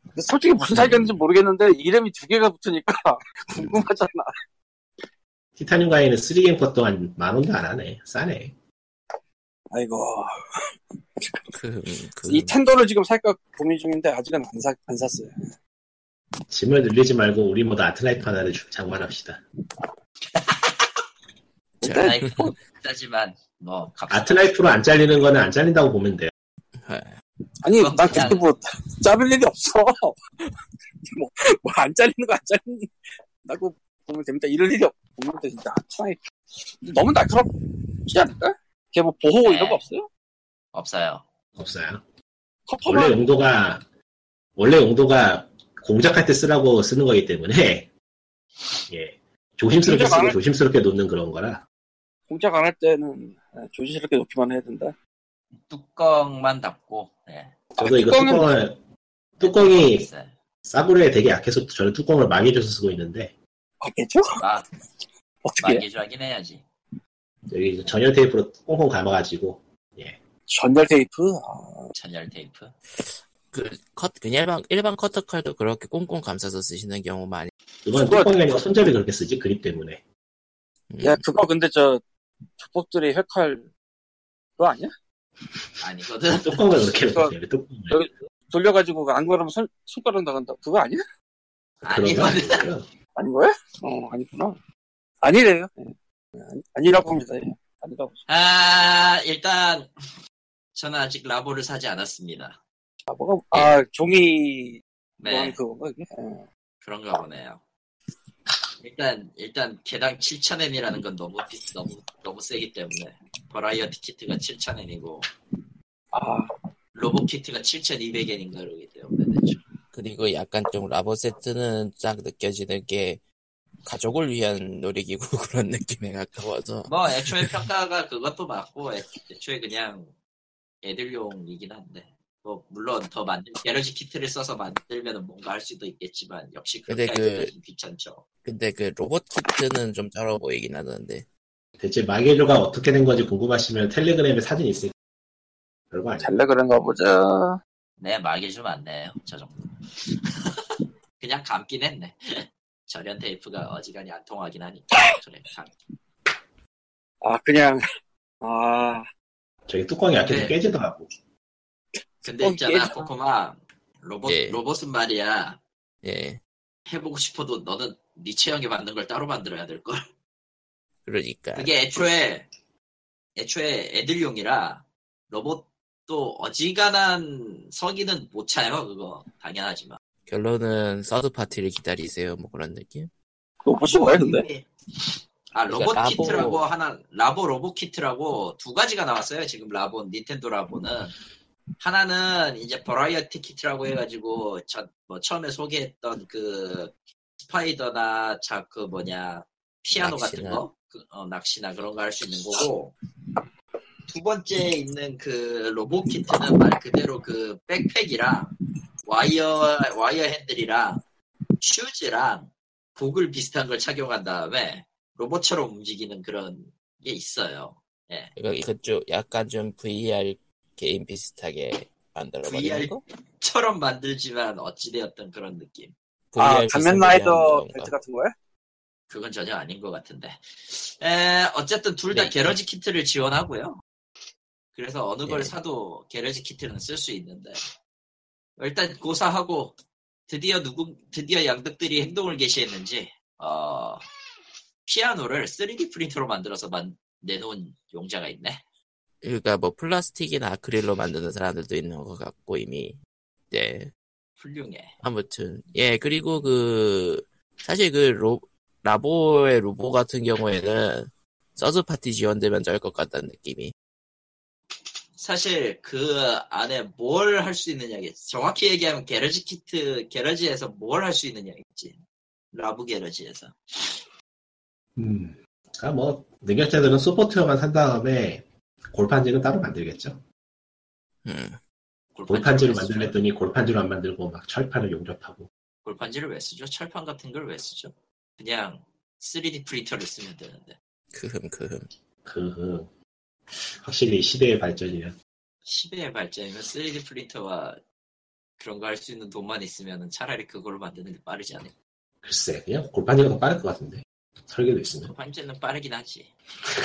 Speaker 4: 근데 솔직히 무슨 사이였는지 모르겠는데 이름이 두 개가 붙으니까 궁금하잖아.
Speaker 3: 티타늄 가이는 3M 것 동안 만 원도 안 하네. 싸네.
Speaker 4: 아이고.
Speaker 1: 그, 그,
Speaker 4: 이 텐더를 지금 살까 고민 중인데 아직은 안, 사, 안 샀어요.
Speaker 3: 짐을 늘리지 말고 우리 모두 아트라이프 하나를 주- 장만합시다.
Speaker 1: 자,
Speaker 2: 아이, 비싸지만 뭐 값.
Speaker 3: 아트라이프로 안 잘리는 거는 안 잘린다고 보면 돼요.
Speaker 4: 아니
Speaker 2: 그건
Speaker 4: 난 그렇게 뭐 잡을 일이 없어. 뭐 안 잘리는 거 안 잘린다고 보면 됩니다. 이럴 일이 없는데 진짜 아트라이 너무 날카롭지 않을까? 걔 뭐 보호 이런 거 없어요?
Speaker 2: 없어요.
Speaker 3: 없어요. 원래
Speaker 4: 커터만
Speaker 3: 용도가 원래 용도가 공작할 때 쓰라고 쓰는 거기 때문에 예 조심스럽게
Speaker 4: 공작 안
Speaker 3: 쓰고
Speaker 4: 할-
Speaker 3: 조심스럽게 놓는 그런 거라
Speaker 4: 공작 안 할 때는 네, 조심스럽게 놓기만 해야 된다.
Speaker 2: 뚜껑만 닫고. 네.
Speaker 3: 저도 이거
Speaker 4: 뚜껑은-
Speaker 3: 뚜껑을 뚜껑이
Speaker 2: 있어요.
Speaker 3: 싸구려에 되게 약해서 저는 뚜껑을 망해줘서 쓰고 있는데
Speaker 4: 맞겠죠?
Speaker 2: 막
Speaker 4: 어떻게 해?
Speaker 2: 마개조하긴 해야지.
Speaker 3: 여기 전열 테이프로 꽁꽁 감아가지고
Speaker 4: 전열 테이프? 아,
Speaker 2: 천열 테이프.
Speaker 1: 그, 컷, 그냥 일반, 일반 커터 칼도 그렇게 꽁꽁 감싸서 쓰시는 경우 많이.
Speaker 3: 이건
Speaker 4: 그거-
Speaker 3: 뚜껑이 아니고 손잡이 그렇게 쓰지 그립 때문에
Speaker 1: 음,
Speaker 4: 야 그거 근데 저 조폭들이 회칼 그거 아니야?
Speaker 2: 아니거든.
Speaker 3: 뚜껑을 그렇게
Speaker 4: 그거-
Speaker 3: 놓거든요 뚜껑을
Speaker 4: 여기- 돌려가지고 안 그러면 손, 손가락 나간다. 그거 아니야?
Speaker 3: 그런 거
Speaker 2: 아니거든.
Speaker 3: 아니고요
Speaker 4: 아닌 거야? 어, 아니구나. 아니래요. 예. 아니- 아니라고 합니다. 예. 아니라고.
Speaker 2: 아 일단 저는 아직 라보를 사지 않았습니다.
Speaker 4: 아, 뭐가, 아, 종이, 뭐
Speaker 2: 네
Speaker 4: 그건가, 이게? 예.
Speaker 2: 그런가 보네요. 일단 일단 개당 7,000엔이라는 건 너무 비 너무 너무 세기 때문에 버라이어티 키트가 7,000엔이고
Speaker 4: 아,
Speaker 2: 로봇 키트가 7,200엔인가 그러기 때문에 대충.
Speaker 1: 그리고 약간 좀 라보 세트는 딱 느껴지는 게, 가족을 위한 놀이기구 그런 느낌에 가까워서.
Speaker 2: 뭐 애초에 평가가 그것도 맞고 애- 애초에 그냥 애들용이긴 한데 뭐 물론 더 만들 게러지 키트를 써서 만들면 뭔가 할 수도 있겠지만 역시 그렇게
Speaker 1: 근데 그-
Speaker 2: 하기까지 귀찮죠.
Speaker 1: 근데 그 로봇 키트는 좀 쩔어 보이긴 하는데.
Speaker 3: 대체 마개조가 어떻게 된 건지 궁금하시면 텔레그램에 사진 있으니까 별거 아니에요
Speaker 4: 잘래 그런가 보자.
Speaker 2: 네 말이 좀 안 내요 저 정도. 그냥 감긴 했네. 절연 테이프가 어지간히 안 통하긴 하니까 그래 감.
Speaker 4: 아, 그냥, 아,
Speaker 3: 저기 뚜껑이 약해서
Speaker 2: 네.
Speaker 3: 깨지도 않고
Speaker 2: 근데
Speaker 4: 어,
Speaker 2: 있잖아
Speaker 4: 깨져.
Speaker 2: 코코마 로봇
Speaker 1: 예.
Speaker 2: 로봇은 말이야
Speaker 1: 예.
Speaker 2: 해보고 싶어도 너는 네 체형에 맞는 걸 따로 만들어야 될 걸.
Speaker 1: 그러니까.
Speaker 2: 그게 애초에 애초에 애들용이라 로봇도 어지간한 서기는 못 차요 그거 당연하지만
Speaker 1: 결론은 서드 파티를 기다리세요. 뭐 그런 느낌?
Speaker 4: 로봇이 뭐야, 근데?
Speaker 2: 네. 아 로봇
Speaker 1: 그러니까 라보-
Speaker 2: 키트라고 하나 라보 로봇 키트라고 두 가지가 나왔어요 지금 라보 닌텐도 라보는 하나는 이제 버라이어티 키트라고 해가지고 저, 뭐 처음에 소개했던 그 스파이더나 자 그 뭐냐 피아노 같은
Speaker 1: 낚시나.
Speaker 2: 거 그, 어, 낚시나 그런 거 할 수 있는 거고 두 번째 있는 그 로봇 키트는 말 그대로 그 백팩이랑 와이어 와이어 핸들이랑 슈즈랑 고글 비슷한 걸 착용한 다음에 로봇처럼 움직이는 그런 게 있어요.
Speaker 1: 이거 이것도 약간 좀 VR 게임 비슷하게 만들어버리는
Speaker 2: VR
Speaker 1: 거?
Speaker 2: 처럼 만들지만 어찌되었던 그런 느낌.
Speaker 4: 아,
Speaker 1: 비슷하게
Speaker 4: 가면라이더
Speaker 1: 하는 건가?
Speaker 4: 벨트 같은 거야?
Speaker 2: 그건 전혀 아닌 것 같은데. 에, 어쨌든 둘 다
Speaker 1: 네.
Speaker 2: 게러지 키트를 지원하고요. 그래서 어느 걸
Speaker 1: 네.
Speaker 2: 사도 게러지 키트는 쓸 수 있는데. 일단 고사하고 드디어 누군 드디어 양득들이 행동을 개시했는지 어, 피아노를 3D 프린터로 만들어서 만, 내놓은 용자가 있네.
Speaker 1: 그러니까 뭐 플라스틱이나 아크릴로 만드는 사람들도 있는 것 같고 이미 네
Speaker 2: 훌륭해.
Speaker 1: 아무튼 예 그리고 그 사실 그 로, 라보의 로보 같은 경우에는 서드 파티 지원되면 쩔 것 같다는 느낌이
Speaker 2: 사실 그 안에 뭘 할 수 있느냐겠지. 정확히 얘기하면 게러지 키트 게러지에서 뭘 할 수 있느냐겠지. 라부 게러지에서.
Speaker 3: 음, 그러니까 뭐 능력자들은 소프트웨어만 산 다음에 골판지는 따로 만들겠죠.
Speaker 1: 음.
Speaker 3: 골판지를
Speaker 2: 왜 쓰죠?
Speaker 3: 만들랬더니 골판지를 안 만들고 막 철판을 용접하고
Speaker 2: 골판지를 왜 쓰죠? 철판 같은 걸 왜 쓰죠? 그냥 3D 프린터를 쓰면 되는데
Speaker 1: 크흠 크흠.
Speaker 3: 그 확실히 시대의 발전이야.
Speaker 2: 시대의 발전이면 3D 프린터와 그런 거 할 수 있는 돈만 있으면 차라리 그걸로 만드는 게 빠르지 않을까?
Speaker 3: 글쎄 그냥 골판지가 더 빠를 것 같은데 설계도 있으면
Speaker 2: 골판지는 빠르긴 하지.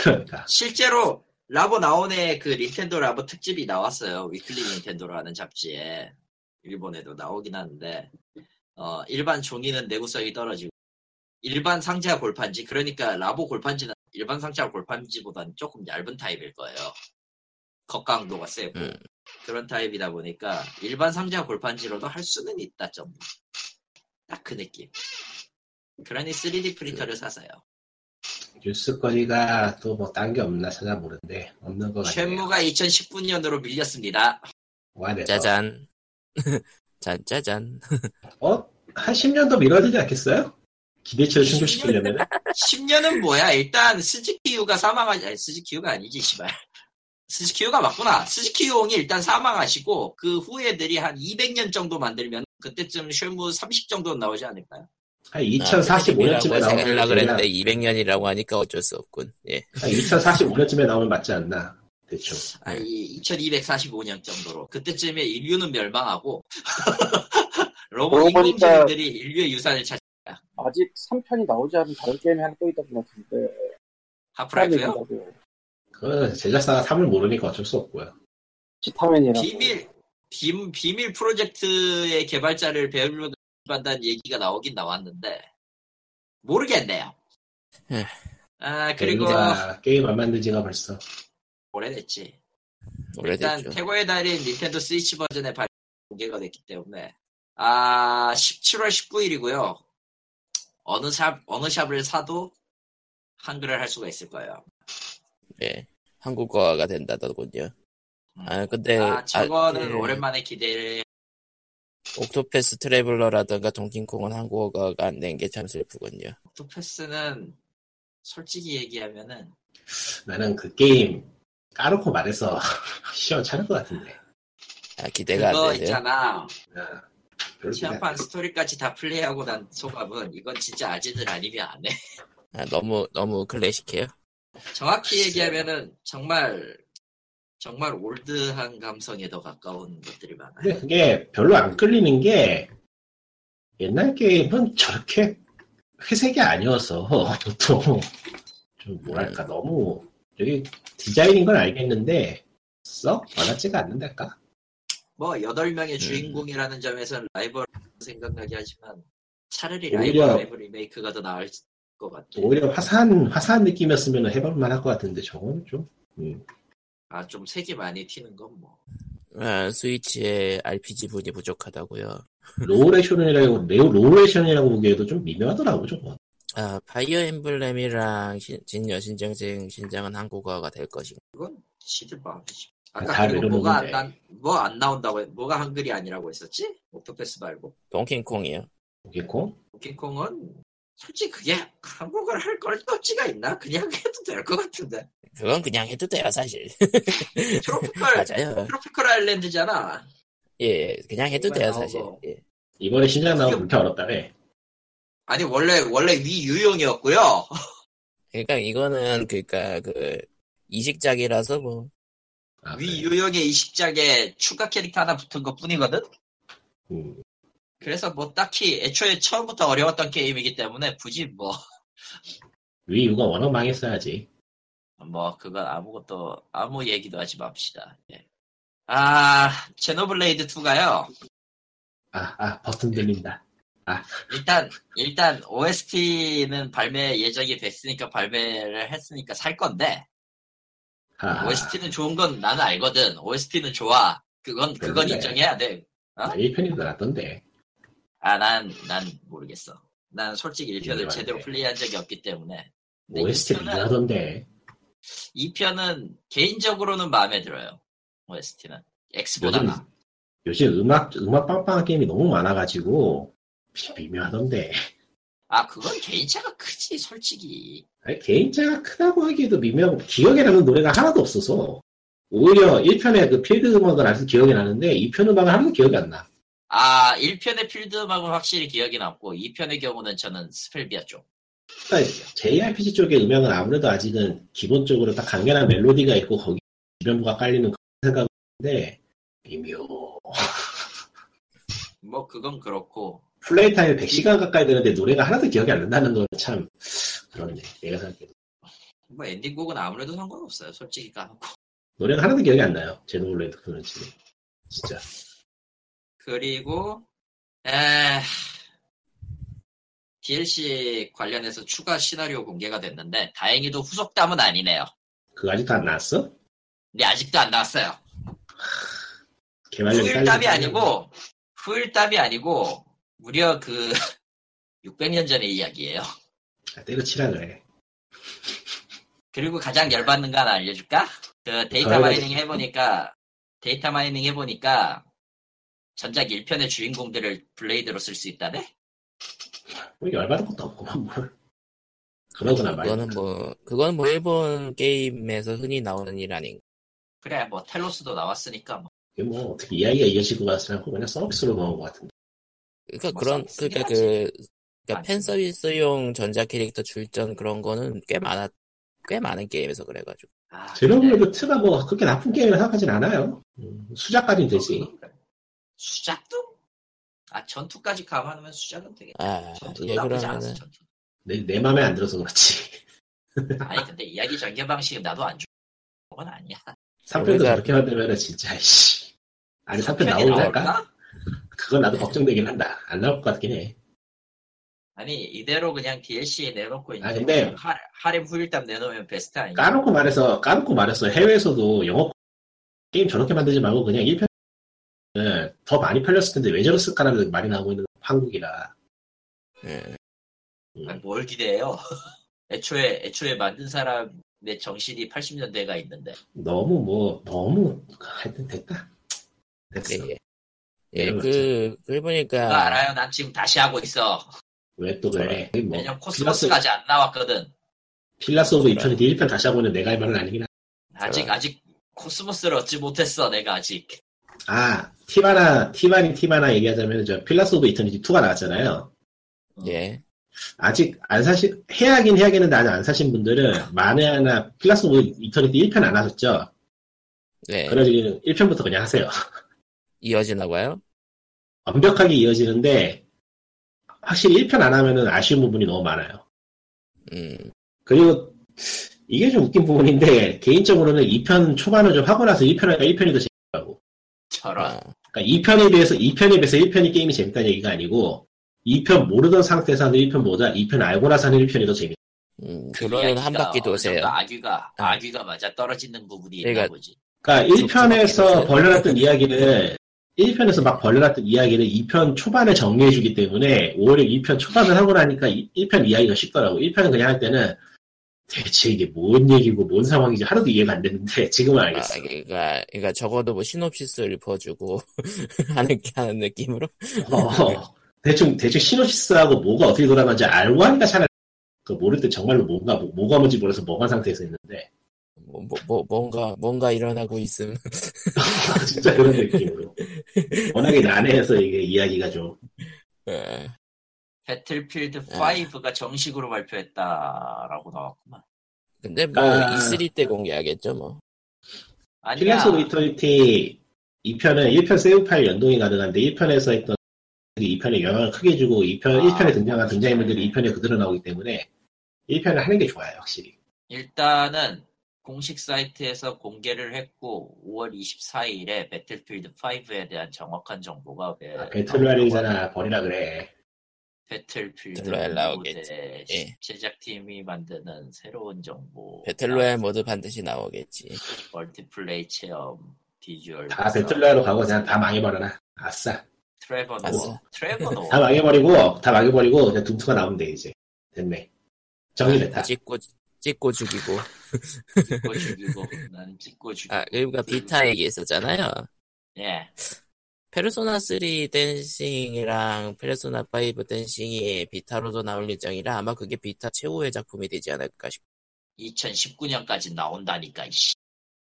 Speaker 3: 그러니까
Speaker 2: 실제로 라보 나온의 그 닌텐도 라보 특집이 나왔어요. 위클리 닌텐도라는 잡지에 일본에도 나오긴 하는데 어, 일반 종이는 내구성이 떨어지고 일반 상자 골판지 그러니까 라보 골판지는 일반 상자 골판지보다는 조금 얇은 타입일 거예요. 겉강도가 세고
Speaker 1: 음.
Speaker 2: 그런 타입이다 보니까 일반 상자 골판지로도 할 수는 있다 좀. 딱 그 느낌. 그러니 3D 프린터를 사서요.
Speaker 3: 뉴스거리가 또 뭐 딴 게 없나 찾아보는데 없는 것 같네요.
Speaker 2: 쉐무가 2019년으로 밀렸습니다.
Speaker 3: 와내서.
Speaker 1: 짜잔. 짠 짜잔.
Speaker 3: 어? 한 10년 더 미뤄지지 않겠어요? 기대치를 충족시키려면
Speaker 2: 10년은 뭐야? 일단 스즈키유가 사망하지 아니 스즈키유가 아니지 씨발. 스즈키유가 맞구나. 스즈키유이 일단 사망하시고 그 후예들이 한 200년 정도 만들면 그때쯤 쉐무 30 정도 나오지 않을까요?
Speaker 3: 한 2045년쯤에
Speaker 1: 아, 생각하
Speaker 3: 나오면
Speaker 1: 그랬는데 200년이라고 하니까 어쩔 수 없군. 예.
Speaker 3: 2045년쯤에 나오면 맞지 않나 대충
Speaker 2: 아니 2245년 정도로 그때쯤에 인류는 멸망하고 로봇
Speaker 4: 그러고 보니까-
Speaker 2: 인공지능들이 인류의 유산을 찾
Speaker 4: 아직 3편이 나오지 않은 다른 게임이 하나 또 있던 것 같은데.
Speaker 2: 하프라이프요?
Speaker 3: 그 제작사가 삶을 모르니까 어쩔 수 없고요
Speaker 4: 치타맨이라고.
Speaker 2: 비밀 비, 비밀 프로젝트의 개발자를 배우려고 한다는 얘기가 나오긴 나왔는데 모르겠네요.
Speaker 1: 예.
Speaker 2: 아 그리고
Speaker 3: 우리가 게임 안 만든 지가 벌써
Speaker 2: 오래됐지. 일단
Speaker 1: 오래됐죠.
Speaker 2: 태고의 달인 닌텐도 스위치 버전의 발 공개가 됐기 때문에 아 17월 19일이고요. 어느 샵 어느 샵을 사도 한글을 할 수가 있을 거예요.
Speaker 1: 예. 한국어가 된다더군요. 아 근데
Speaker 2: 아 저거는
Speaker 1: 예.
Speaker 2: 오랜만에 기대를
Speaker 1: 옥토패스 트래블러라든가 동킹콩은 한국어가 안 된 게 참 슬프군요.
Speaker 2: 투패스는 솔직히 얘기하면은
Speaker 3: 나는 그 게임 까놓고 말해서 시원찮을 것 같은데
Speaker 1: 아 기대가
Speaker 2: 그거
Speaker 1: 안 되네요.
Speaker 2: 있잖아.
Speaker 3: 아, 별로
Speaker 2: 시한판 스토리까지 다 플레이하고 난 소감은 이건 진짜 아재들 아니면 안 해.
Speaker 1: 아, 너무 너무 클래식해요.
Speaker 2: 정확히 얘기하면은 정말 정말 올드한 감성에 더 가까운 것들이 많아요.
Speaker 3: 근데 그게 별로 안 끌리는 게 옛날 게임은 저렇게 회색이 아니어서 보통 좀
Speaker 2: 네.
Speaker 3: 뭐랄까 너무 여기 디자인인 건 알겠는데 썩 와닿지가 않는달까?
Speaker 2: 뭐 여덟 명의
Speaker 1: 음.
Speaker 3: 네.
Speaker 2: 주인공이라는 점에서는 라이벌 생각나게 하지만 차라리
Speaker 3: 오히려-
Speaker 2: 라이벌 라이브 리메이크가 더 나을 것 같아.
Speaker 3: 오히려 화사한 화사한 느낌이었으면 해볼 만할 것 같은데 저거는 좀 음,
Speaker 2: 아좀 색이 많이 튀는 건 뭐.
Speaker 1: 아, 스위치에 RPG 분이 부족하다고요.
Speaker 3: 로우 레이션이라고 레우 로우 레이션이라고 보기에도 좀 미묘하더라고 저거.
Speaker 1: 아 파이어 엠블렘이랑 신- 진여 신정생 신장은 한국어가 될 것인가.
Speaker 2: 시들 마음이지.
Speaker 3: 다
Speaker 2: 아까 그리고 뭐가
Speaker 3: 내려놓는데.
Speaker 2: 안뭐 안 나온다고 했, 뭐가 한글이 아니라고 했었지? 오토패스 말고.
Speaker 1: 동킹콩이요.
Speaker 3: 오겠고
Speaker 2: 도킹콩은 솔직히 그게 한국어를 할 걸떡지가 있나? 그냥 해도 될 것 같은데
Speaker 1: 그건 그냥 해도 돼요 사실.
Speaker 2: 트로피컬
Speaker 1: 맞아요.
Speaker 2: 트로피컬 아일랜드잖아
Speaker 1: 예 그냥 해도 돼요
Speaker 2: 나오고.
Speaker 1: 사실. 예.
Speaker 3: 이번에 신작 나오면 그렇게 어렵다며.
Speaker 2: 아니 원래 원래 위 유형이었고요
Speaker 1: 그러니까 이거는 그러니까 그 이식작이라서 뭐
Speaker 3: 아,
Speaker 2: 위
Speaker 3: 그래.
Speaker 2: 유형의 이식작에 추가 캐릭터 하나 붙은 것 뿐이거든
Speaker 3: 음,
Speaker 2: 그래서 뭐 딱히 애초에 처음부터 어려웠던 게임이기 때문에 굳이 뭐 뭐
Speaker 3: 위 유가 워낙 망했어야지.
Speaker 2: 뭐 그건 아무것도 아무 얘기도 하지 맙시다 예. 아 제노블레이드 2가요
Speaker 3: 아, 아, 버튼 들린다.
Speaker 2: 일단 일단 OST는 발매 예정이 됐으니까 발매를 했으니까 살 건데
Speaker 3: 아,
Speaker 2: OST는 좋은 건 나는 알거든. OST는 좋아. 그건 그건
Speaker 3: 별로네.
Speaker 2: 인정해야 돼. 어?
Speaker 3: 1편이 더 낫던데.
Speaker 2: 아 난 난 모르겠어. 난 솔직히 1편을
Speaker 3: 인정한데.
Speaker 2: 제대로 플레이한 적이 없기 때문에 네,
Speaker 3: OST
Speaker 2: 이거는-
Speaker 3: 미안하던데.
Speaker 2: 2편은 개인적으로는 마음에 들어요. OST는 X보다
Speaker 3: 요즘,
Speaker 2: 나.
Speaker 3: 요즘 음악, 음악 빵빵한 게임이 너무 많아가지고, 미- 미묘하던데.
Speaker 2: 아 그건 개인차가 크지 솔직히.
Speaker 3: 아니, 개인차가 크다고 하기에도 미묘하고 기억에 나는 노래가 하나도 없어서 오히려 1편에 그 필드 음악을 아직 기억이 나는데 2편 음악은 하나도 기억이 안 나.
Speaker 2: 아 1편의 필드 음악은 확실히 기억이 남고 2편의 경우는 저는 스펠비아 쪽.
Speaker 3: 그러니까 JRPG 쪽의 음향은 아무래도 아직은 기본적으로 딱 강렬한 멜로디가 있고 거기 주변부가 깔리는 그런 생각인데 미묘.
Speaker 2: 뭐 그건 그렇고
Speaker 3: 플레이 타임이 100시간 가까이 되는데 노래가 하나도 기억이 안 난다는 건 참 그렇네. 내가 생각해도
Speaker 2: 뭐 엔딩곡은 아무래도 상관없어요 솔직히 까놓고.
Speaker 3: 노래가 하나도 기억이 안 나요. 제노블레이드 그런지 진짜.
Speaker 2: 그리고 에... DLC 관련해서 추가 시나리오 공개가 됐는데 다행히도 후속담은 아니네요.
Speaker 3: 그거 아직도 안 나왔어?
Speaker 2: 근데 아직도 안 나왔어요.
Speaker 3: 개발력이
Speaker 2: 후일담이
Speaker 3: 딸리니까.
Speaker 2: 아니고 후일담이 아니고 무려 그 600년 전의 이야기예요.
Speaker 3: 아, 때려치라 그래.
Speaker 2: 그리고 가장 열받는 거 하나 알려줄까? 그 데이터
Speaker 3: 아,
Speaker 2: 마이닝 해보니까 데이터 마이닝 해보니까 전작 1편의 주인공들을 블레이드로 쓸 수 있다네?
Speaker 3: 뭐 열받을 것도 없구만 뭘. 그러구나 말이야.
Speaker 1: 그거는 뭐 그건 뭐 일본 게임에서 흔히 나오는 일 아닌가.
Speaker 2: 그래 뭐 텔로스도 나왔으니까 뭐.
Speaker 3: 이게 뭐 어떻게 이야기가 이어지고 가서 않고 그냥 서비스로 넣은 것 같은데.
Speaker 1: 그러니까
Speaker 2: 뭐
Speaker 1: 그런
Speaker 2: 서비스긴
Speaker 1: 그러니까
Speaker 2: 하지.
Speaker 1: 그 그러니까
Speaker 2: 아니.
Speaker 1: 팬 서비스용 전자 캐릭터 출전 그런 거는 꽤 많았 꽤 많은 게임에서 그래가지고
Speaker 2: 아, 근데
Speaker 3: 제노블레이드 2가 뭐 그렇게 나쁜 게임을 생각하진 않아요. 음, 수작까지는 되지.
Speaker 2: 수작도? 아 전투까지 감안하면 수작은 되게
Speaker 1: 아
Speaker 2: 전투
Speaker 1: 예,
Speaker 2: 나쁘지 않았어
Speaker 1: 그러면은
Speaker 2: 전투.
Speaker 3: 내, 내 맘에 안 들어서 그렇지.
Speaker 2: 아니 근데 이야기 전개 방식은 나도 안 좋은 건 아니야.
Speaker 3: 3편도
Speaker 1: 그러니까-
Speaker 3: 그렇게 만들면은 진짜, 씨. 아니, 3편
Speaker 2: 편이
Speaker 3: 나올까?
Speaker 2: 나올까?
Speaker 3: 그건 나도 걱정되긴 한다. 안 나올 것 같긴 해.
Speaker 2: 아니 이대로 그냥 DLC 내놓고 이제
Speaker 3: 아, 근데-
Speaker 2: 하, 하렘 후일담 내놓으면 베스트 아니야?
Speaker 3: 까놓고 말해서, 까놓고 말해서 해외에서도 영어 게임 저렇게 만들지 말고 그냥 1편, 더 많이 팔렸을 텐데 왜 저랬을까라는 말이 나오고 있는 한국이라.
Speaker 1: 예.
Speaker 3: 음,
Speaker 2: 아니, 뭘 기대해요? 애초에 애초에 만든 사람의 정신이 80년대가 있는데
Speaker 3: 너무 뭐, 너무, 하여튼 됐다. 됐어.
Speaker 1: 예,
Speaker 2: 네.
Speaker 1: 예. 예,
Speaker 3: 그렇죠.
Speaker 1: 그, 그
Speaker 2: 그거
Speaker 1: 보니까,
Speaker 2: 알아요? 난 지금 다시 하고 있어.
Speaker 3: 왜 또 그래. 뭐,
Speaker 1: 어,
Speaker 2: 왜냐면
Speaker 3: 필라스,
Speaker 2: 코스모스가 아직 안 나왔거든.
Speaker 3: 필라스 오브 2편인데 1편 다시 하고는 내가 할 말은 아니긴 하
Speaker 2: 아직
Speaker 1: 제가-
Speaker 2: 아직 코스모스를 얻지 못했어 내가 아직.
Speaker 3: 아, 티바나, 티바니 티바나 얘기하자면 저 필라스 오브 이터니티 2가 나왔잖아요.
Speaker 1: 예.
Speaker 3: 아직 안 사신, 해야긴 해야겠는데 아직 안 사신 분들은 만에 하나 필라스 오브 이터니티 1편 안 하셨죠?
Speaker 1: 네.
Speaker 3: 그래가지고 1편부터 그냥 하세요.
Speaker 1: 이어지나 봐요?
Speaker 3: 완벽하게 이어지는데 확실히 1편 안 하면은 아쉬운 부분이 너무 많아요.
Speaker 1: 음.
Speaker 3: 그리고 이게 좀 웃긴 부분인데 개인적으로는 2편 초반을 좀 하고 나서 1편 하니까 1편이 더 재밌더라고.
Speaker 2: 저런.
Speaker 1: 아,
Speaker 3: 그러니까 2편에 비해서 2편에 비해서 1편이 게임이 재밌다는 얘기가 아니고 2편 모르던 상태에서 하는 1편보다 2편 알고 나서 하는 1편이 더 재밌.
Speaker 1: 음,
Speaker 2: 그
Speaker 1: 그러는
Speaker 2: 이야기가
Speaker 1: 한 바퀴
Speaker 2: 어느 정도
Speaker 1: 도세요.
Speaker 2: 아귀가
Speaker 1: 아.
Speaker 2: 아귀가 맞아 떨어지는 부분이 있나
Speaker 1: 그러니까-
Speaker 2: 보지.
Speaker 3: 그러니까
Speaker 1: 좀- 좀 재밌어요.
Speaker 3: 1편에서 벌려놨던 이야기를 1편에서 막 벌려놨던 이야기를 2편 초반에 정리해주기 때문에 오히려 2편 초반을 하고 나니까 1편 이야기가 쉽더라고. 1편은 그냥 할 때는 대체 이게 뭔 얘기고 뭔 상황인지 하나도 이해가 안 되는데 지금은
Speaker 1: 아,
Speaker 3: 알겠어.
Speaker 1: 그러니까, 그러니까 적어도 뭐 시놉시스를 보여주고 하는 게 하는 느낌으로.
Speaker 3: 어, 대충 대충 시노시스하고 뭐가 어떻게 돌아가는지 알고 하니까 차라리 그 모를 때 정말로 뭔가 뭐- 뭐가 뭔지 몰라서 멍한 상태에서 있는데
Speaker 1: 뭐, 뭐, 뭐- 뭔가 뭔가 일어나고 있음.
Speaker 3: 진짜 그런 느낌으로. 워낙에 난해해서 이게 이야기가 좀.
Speaker 1: 예. 아.
Speaker 2: 배틀필드 5가 정식으로 발표했다라고 나왔구만.
Speaker 1: 근데 뭐
Speaker 3: 아.
Speaker 1: E3 때 공개하겠죠 뭐.
Speaker 2: 아니야.
Speaker 3: 필라스 오브 이터니티 2편은 1편 세이브 파일 연동이 가능한데 1편에서 했던 2편에 영향을 크게 주고 2편,
Speaker 2: 아.
Speaker 3: 1편에 등장한 등장인물들이 2편에 그대로 나오기 때문에 1편을 하는 게 좋아요, 확실히.
Speaker 2: 일단은 공식 사이트에서 공개를 했고 5월 24일에 배틀필드 5에 대한 정확한 정보가 배,
Speaker 3: 아, 배틀로얄이잖아, 버리라 그래.
Speaker 2: 배틀필드
Speaker 1: 배틀로얄 나오겠지.
Speaker 2: 무대
Speaker 1: 예.
Speaker 2: 제작팀이 만드는 새로운 정보 아,
Speaker 3: 아.
Speaker 1: 배틀로얄 모드 반드시 나오겠지.
Speaker 2: 멀티플레이 체험 비주얼
Speaker 3: 다 배틀로얄로 가고 그냥 다 망해버려라. 아싸.
Speaker 2: 트레버 노
Speaker 1: 아싸. 뭐.
Speaker 2: 트레버 노
Speaker 3: 다 망해버리고, 다 망해버리고, 그냥 둠투가 나오면 돼, 이제. 됐네. 정리됐다.
Speaker 1: 찍고 찍고 죽이고.
Speaker 2: 찍고
Speaker 1: 예.
Speaker 2: 죽이고 난 찍고 죽이고
Speaker 1: 아 그러니까 비타 얘기 했었잖아요.
Speaker 2: 예
Speaker 1: 페르소나 3 댄싱이랑 페르소나 5 댄싱이 비타로도 나올 예정이라 아마 그게 비타 최후의 작품이 되지 않을까 싶고
Speaker 2: 2019년까지 나온다니까 이씨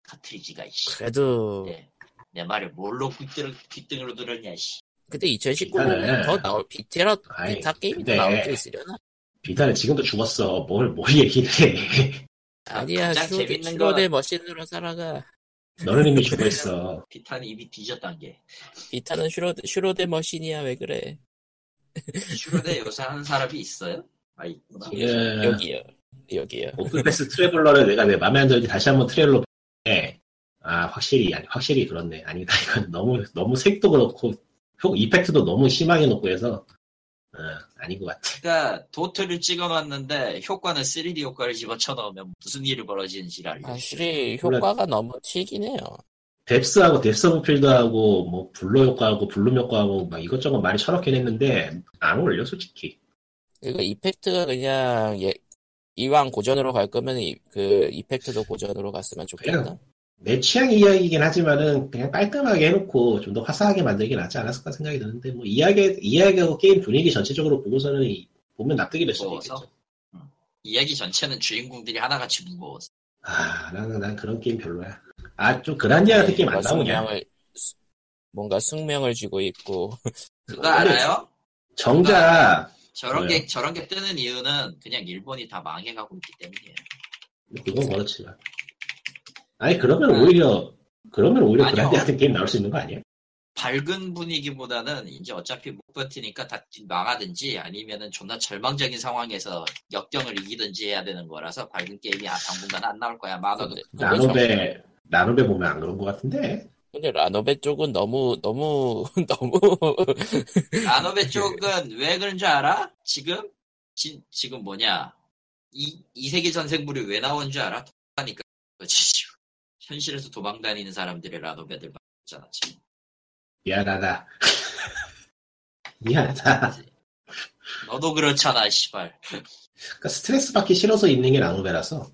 Speaker 2: 카트리지가 이씨
Speaker 1: 그래도
Speaker 2: 네. 내 말을 뭘로 귀등, 귀등으로 들었냐 씨
Speaker 1: 근데 2019년에
Speaker 3: 비타는-
Speaker 1: 더 나올 비테라
Speaker 3: 아이,
Speaker 1: 비타 게임이 더
Speaker 3: 근데-
Speaker 1: 나올 게 있으려나?
Speaker 3: 비타는 지금도 죽었어. 뭘, 뭘 얘기를 해.
Speaker 1: 아니야
Speaker 2: 가장
Speaker 1: 슈로데,
Speaker 2: 재밌는
Speaker 1: 슈로데
Speaker 2: 건
Speaker 1: 머신으로 살아가
Speaker 3: 너는 이미 죽어있어.
Speaker 2: 비타는 입이 뒤졌단 게
Speaker 1: 비타는 슈로데, 슈로데 머신이야 왜 그래
Speaker 2: 슈로데 요사하는 사람이 있어요? 아 있구나
Speaker 3: 예.
Speaker 1: 여기요 여기요 아,
Speaker 3: 오픈베스 트래블러를 내가 왜 마음에 안 들지 다시 한번 트레일러 봤는데, 아, 확실히, 아니, 확실히 그렇네. 아니다, 이건 너무, 너무 색도 그렇고, 효, 이펙트도 너무 심하게 놓고 해서, 어, 아닌 것 같아.
Speaker 2: 그러니까 도트를 찍어놨는데 효과는 3D 효과를 집어쳐 넣으면 무슨 일이 벌어지는지 를
Speaker 1: 아,
Speaker 2: 알려.
Speaker 1: 확실히
Speaker 3: 몰라.
Speaker 1: 효과가 너무 튀긴 해요
Speaker 3: 뎁스하고 뎁스 오브필드하고, 뭐, 블루 효과하고, 블룸 효과하고, 막 이것저것 많이 철없긴 했는데, 안 어울려, 솔직히.
Speaker 1: 그러니까 이펙트가 그냥 예, 이왕 고전으로 갈 거면 이, 그 이펙트도 고전으로 갔으면 좋겠다
Speaker 3: 그냥 내 취향 이야기이긴 하지만은, 그냥 깔끔하게 해놓고, 좀 더 화사하게 만들긴 낫지 않았을까 생각이 드는데, 뭐, 이야기, 이야기하고 게임 분위기 전체적으로 보고서는, 이- 보면 납득이 될 수도
Speaker 2: 무거워서?
Speaker 3: 있겠죠.
Speaker 2: 이야기 전체는 주인공들이 하나같이 무거워서
Speaker 3: 아, 나는 난 그런 게임 별로야. 아, 좀 그란디아
Speaker 2: 네,
Speaker 3: 같은 게임 안
Speaker 1: 네, 뭔가
Speaker 3: 나오냐?
Speaker 1: 숙명을- 수- 뭔가 숙명을 쥐고 있고
Speaker 3: 원래
Speaker 2: 그거 알아요?
Speaker 3: 정작
Speaker 2: 저런
Speaker 3: 뭐예요?
Speaker 2: 게 저런 게 뜨는 이유는 그냥 일본이 다 망해가고 있기 때문이에요.
Speaker 3: 그건 그렇지만. 아니 그러면 오히려 그러면 오히려
Speaker 2: 아니요.
Speaker 3: 그란디아 같은 게임 나올 수 있는 거 아니야?
Speaker 2: 밝은 분위기보다는 이제 어차피 못 버티니까 다 망하든지 아니면은 존나 절망적인 상황에서 역경을 이기든지 해야 되는 거라서 밝은 게임이 아- 당분간 안 나올 거야. 만화도
Speaker 1: 근데- 근데 정-
Speaker 3: 나노베 나노베 보면 안 그런 거 같은데.
Speaker 1: 근데 라노베 쪽은 너무 너무 너무
Speaker 2: 아노베 쪽은 왜 그런 줄 알아? 지금 지, 지금 뭐냐 이 이세계 전생물이 왜 나온 줄 알아? 도망니까 그렇지 현실에서 도망다니는 사람들의 라노베들 봤잖아 지금
Speaker 3: 미안하다. 미안하다.
Speaker 2: 너도 그렇잖아 씨발
Speaker 3: 그러니까 스트레스 받기 싫어서 있는 게 나노베라서.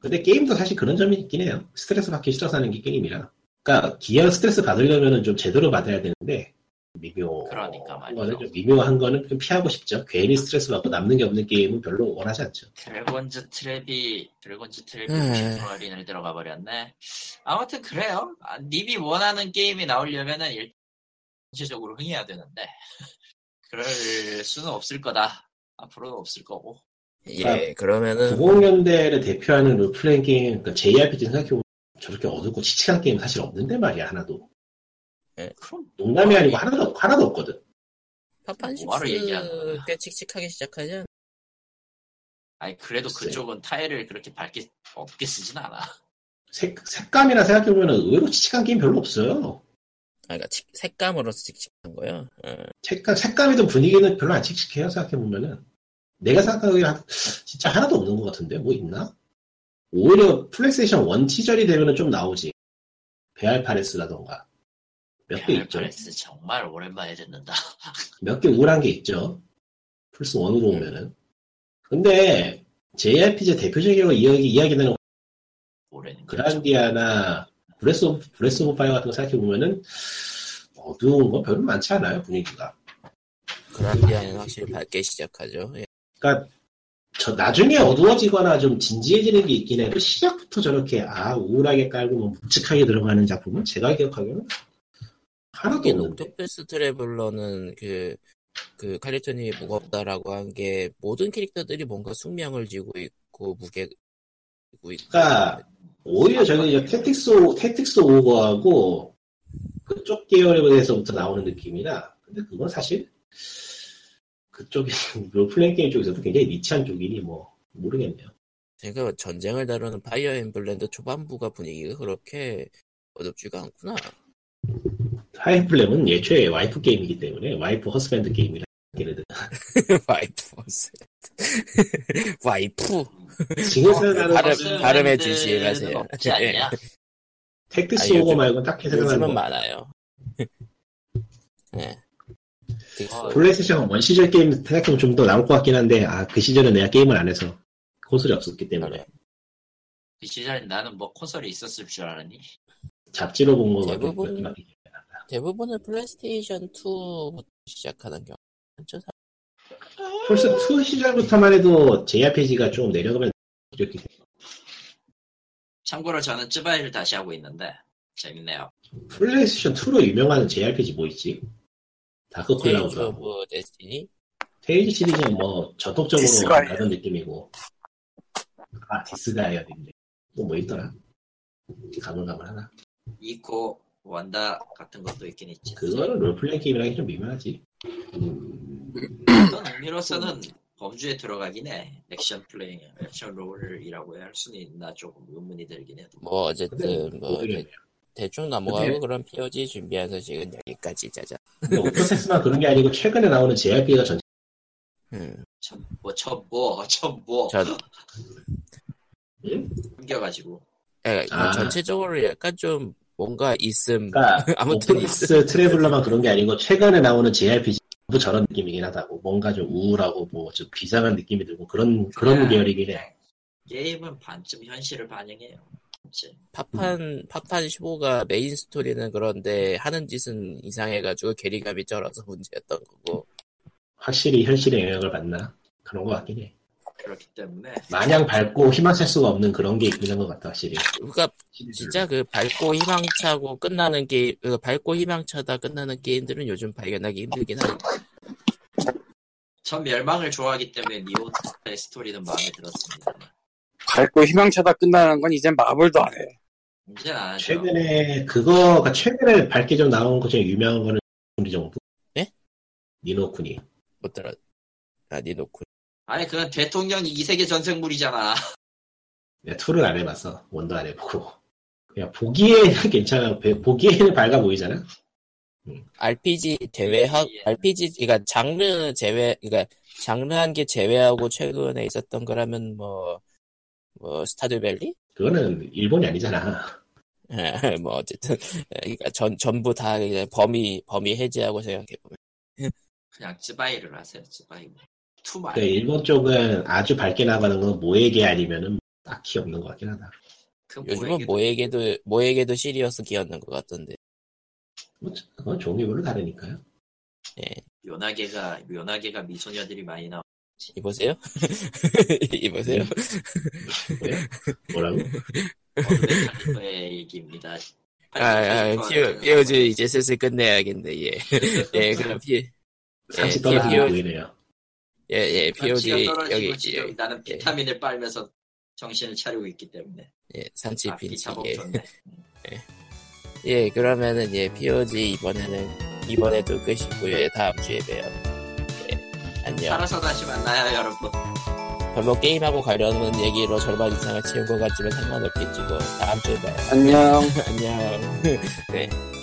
Speaker 3: 근데 게임도 사실 그런 점이 있긴 해요. 스트레스 받기 싫어서 하는 게 게임이라. 그러니까 기왕 스트레스 받으려면은 좀 제대로 받아야 되는데 미묘.
Speaker 2: 그러니까 말이죠.
Speaker 3: 거는 좀 미묘한 거는 좀 피하고 싶죠. 괜히 스트레스 받고 남는 게 없는 게임은 별로 원하지 않죠.
Speaker 2: 드래곤즈 트랩이 드래곤즈 트랩이
Speaker 1: 음.
Speaker 2: 90% 할인을 들어가 버렸네 아무튼 그래요 아, 님이 원하는 게임이 나오려면은 일단 전체적으로 흥해야 되는데 그럴 수는 없을 거다 앞으로는 없을 거고
Speaker 1: 예 그러면은
Speaker 3: 90년대를 대표하는 롤플레잉 게임, 그러니까 JRPG 생각해보면 저렇게 어둡고 칙칙한 게임 사실 없는데 말이야 하나도.
Speaker 2: 그럼
Speaker 3: 농담이 아니고 하나도 없- 하나도 없거든.
Speaker 2: 뭐하러 얘기하는 거야?
Speaker 1: 파판식스 꽤 칙칙하게 아, 시작하지 않-
Speaker 2: 아니 그래도
Speaker 3: 글쎄.
Speaker 2: 그쪽은 타일을 그렇게 밝게 없게 쓰진 않아.
Speaker 3: 색, 색감이라 생각해보면 의외로 칙칙한 게임 별로 없어요.
Speaker 1: 아, 그러니까 칙- 색감으로서 칙칙한 거요. 어.
Speaker 3: 색감, 색감이든 분위기는 별로 안 칙칙해요, 생각해보면은. 내가 생각하기에 한- 진짜 하나도 없는 것 같은데, 뭐 있나? 오히려 플레이스테이션 1 시절이 되면은 좀 나오지. 베알파레스라던가. 몇 개 있죠.
Speaker 2: 알파레스 정말 오랜만에 듣는다.
Speaker 3: 몇 개 우울한 게 있죠. 플스 1으로 오면은. 근데, JRPG 대표적으로 이야기, 이야기되는
Speaker 2: 오래는 어,
Speaker 3: 그란디아나 브레스 오브, 브레스 오브 파이어 같은 거 생각해보면은, 어두운 거 별로 많지 않아요, 분위기가.
Speaker 1: 그란디아는 확실히 밝게 시작하죠. 예.
Speaker 3: 그러니까 저 나중에 어두워지거나 좀 진지해지는 게 있긴 해도 시작부터 저렇게 아 우울하게 깔고 뭐 묵직하게 들어가는 작품은 제가 기억하기로는 하나도
Speaker 1: 이게
Speaker 3: 없는데
Speaker 1: 어, 옥토패스 트래블러는 그, 그 칼리토님이 무겁다라고 한 게 모든 캐릭터들이 뭔가 숙명을 지고 있고 무게 지고 있고
Speaker 3: 그러니까 오히려 저는 이제 테틱스 오- 테틱스 오버하고 그쪽 계열에서부터 나오는 느낌이라 근데 그건 사실 그쪽에 롤플레잉 게임 쪽에서도 굉장히 니치한 쪽이니 뭐 모르겠네요.
Speaker 1: 제가 전쟁을 다루는 파이어 엠블렘도 초반부가 분위기가 그렇게 어둡지가 않구나.
Speaker 3: 하이플렘은 예초에 와이프 게임이기 때문에 와이프 허스밴드 게임이라 걔네들
Speaker 1: 와이프 와이프 어,
Speaker 3: 지금 생각나는
Speaker 1: 발음- 발음에 진실하세요. 예.
Speaker 2: 없지 않냐?
Speaker 3: 택트스
Speaker 1: 아니,
Speaker 3: 오버
Speaker 1: 요즘-
Speaker 3: 말고는 딱히 생각나는
Speaker 1: 요즘은
Speaker 3: 거
Speaker 1: 많아요. 네.
Speaker 2: 어,
Speaker 3: 플레이스테이션 원 시절 게임 생각해보면 좀 더 나올 것 같긴 한데 아 그 시절에 내가 게임을 안 해서 콘솔이 없었기 때문에
Speaker 2: 그 시절에 나는 뭐 콘솔이 있었을 줄 알았니?
Speaker 3: 잡지로 본 거거든
Speaker 1: 대부분-
Speaker 3: 그렇게 막 얘기해요.
Speaker 1: 대부분은 플레이스테이션 2부터 시작하는 경우. 전체
Speaker 3: 어,
Speaker 1: 사-
Speaker 3: 플스 2 시절부터만 해도 JRPG가 좀 내려가면 이렇게
Speaker 2: 참고로 저는 쯔바이를 다시 하고 있는데 재밌네요.
Speaker 3: 플레이스테이션 2로 유명한 JRPG 뭐 있지? 다크
Speaker 1: 테일즈
Speaker 3: 클라우드.
Speaker 1: 오브 데스티니?
Speaker 3: 테일즈 시리즈는 뭐 전통적으로
Speaker 4: 디스가이아.
Speaker 3: 가던 느낌이고. 아 디스가이아 있네. 또뭐 있더라? 가물가물 하나.
Speaker 2: 이코 원다 같은 것도 있긴 있지.
Speaker 3: 그거는 롤플레잉 게임이랑 좀 미묘하지. 음,
Speaker 2: 어떤 의미로서는 범주에 들어가긴 해. 액션 플레잉, 액션 롤이라고 할 수는 있나 조금 의문이 들긴 해도.
Speaker 1: 뭐
Speaker 3: 근데
Speaker 1: 어쨌든 뭐
Speaker 3: 모르겠네요.
Speaker 1: 대, 충 넘어가고
Speaker 3: 근데-
Speaker 1: 그런 POG 준비한 소식은 여기까지 짜자.
Speaker 3: 근데 오토세스만 그런 게 아니고 최근에 나오는 JRPG가 전
Speaker 1: 음,
Speaker 2: 첨보, 첨보, 첨보.
Speaker 1: 저
Speaker 3: 응?
Speaker 2: 숨겨가지고.
Speaker 1: 예,
Speaker 3: 아.
Speaker 1: 전체적으로 약간 좀 뭔가 있음.
Speaker 3: 그러니까
Speaker 1: 아무튼
Speaker 3: 오프닉스 트래블러만 그런 게 아니고 최근에 나오는 JRPG 전부 저런 느낌이긴 하다고 뭔가 좀 우울하고 뭐 좀 비상한 느낌이 들고 그런 그런
Speaker 1: 음.
Speaker 2: 그냥-
Speaker 3: 계열이긴 해.
Speaker 2: 그냥 게임은 반쯤 현실을 반영해요. 사실.
Speaker 1: 파판 파판 15가 메인 스토리는 그런데 하는 짓은 이상해가지고 괴리감이 쩔어서 문제였던 거고
Speaker 3: 확실히 현실의 영향을 받나 그런 것 같긴 해.
Speaker 2: 그렇기 때문에
Speaker 3: 마냥 밝고 희망찰 수가 없는 그런 게 있긴 한 것 같다 확실히.
Speaker 1: 그러니까 진짜 그 밝고 희망차고 끝나는 게임 그 밝고 희망차다 끝나는 게임들은 요즘 발견하기 힘들긴 하네
Speaker 2: 전 멸망을 좋아하기 때문에 니오의 스토리는 마음에 들었습니다.
Speaker 4: 밝고 희망차다 끝나는 건 이젠 마블도 안 해.
Speaker 2: 이제 안 하죠.
Speaker 3: 최근에 그거가 최근에 밝게 좀 나온 것 중에 유명한 거는 우리 정부.
Speaker 1: 예?
Speaker 3: 니노쿠니.
Speaker 1: 못 들어 아 니노쿠
Speaker 2: 아니 그건 대통령이 이 세계 전생물이잖아.
Speaker 3: 내가 투를 네, 안 해봤어. 원도 안 해보고. 그냥 보기에는 괜찮아. 배- 보기에는 밝아 보이잖아.
Speaker 1: RPG 제외하
Speaker 2: 예.
Speaker 1: RPG 그러니까 장르 제외 그러니까 장르 한 개 제외하고 최근에 있었던 거라면 뭐 뭐 스타듀밸리
Speaker 3: 그거는 일본이 아니잖아.
Speaker 1: 예, 뭐 어쨌든 예, 그러니까 전 전부 다 그냥 범위 범위 해제하고 생각해 보면
Speaker 2: 그냥 쯔바이를 하세요. 쯔바이. 투
Speaker 3: 그
Speaker 1: 네,
Speaker 2: 말.
Speaker 3: 일본 쪽은 아주 밝게 나가는 건 모에게 아니면은 딱히 없는 것 같긴 하다.
Speaker 2: 그
Speaker 1: 요즘은 뭐-
Speaker 2: 모에게도
Speaker 1: 모에게도 모에게도 시리어스 끼었는 것 같던데
Speaker 3: 뭐, 그건 종류별로 다르니까요.
Speaker 2: 요나게가 요나게가 미소녀들이 많이 나와.
Speaker 1: 이보세요 이보세요
Speaker 2: 음.
Speaker 3: 뭐야? 뭐라고?
Speaker 2: 어드벤처의 얘기입니다.
Speaker 1: 아아 피오 피오지 이제 슬슬 끝내야겠네 예예 그럼 피예
Speaker 3: 상식
Speaker 1: 예,
Speaker 3: 떠나는
Speaker 1: 비교-
Speaker 3: 게 보이네요.
Speaker 1: 예 피오지
Speaker 2: 피오지
Speaker 1: 여기
Speaker 2: 여기
Speaker 1: 예,
Speaker 2: 지금 나는 비타민을 빨면서 정신을 차리고 있기 때문에.
Speaker 1: 예 산치
Speaker 2: 아,
Speaker 1: 빈치
Speaker 2: 비타민
Speaker 1: 예.
Speaker 2: 좋네.
Speaker 1: 예, 그러면은 예, POG 이번에는 이번에도 끝이고요. 예, 다음 주에 봬요. 예, 안녕.
Speaker 2: 살아서 다시 만나요, 여러분.
Speaker 1: 별로 게임하고 가려는 얘기로 절반 이상을 채운 것 같지만 상관없겠지 뭐. 다음 주에 봐요.
Speaker 4: 안녕.
Speaker 1: 안녕. 네.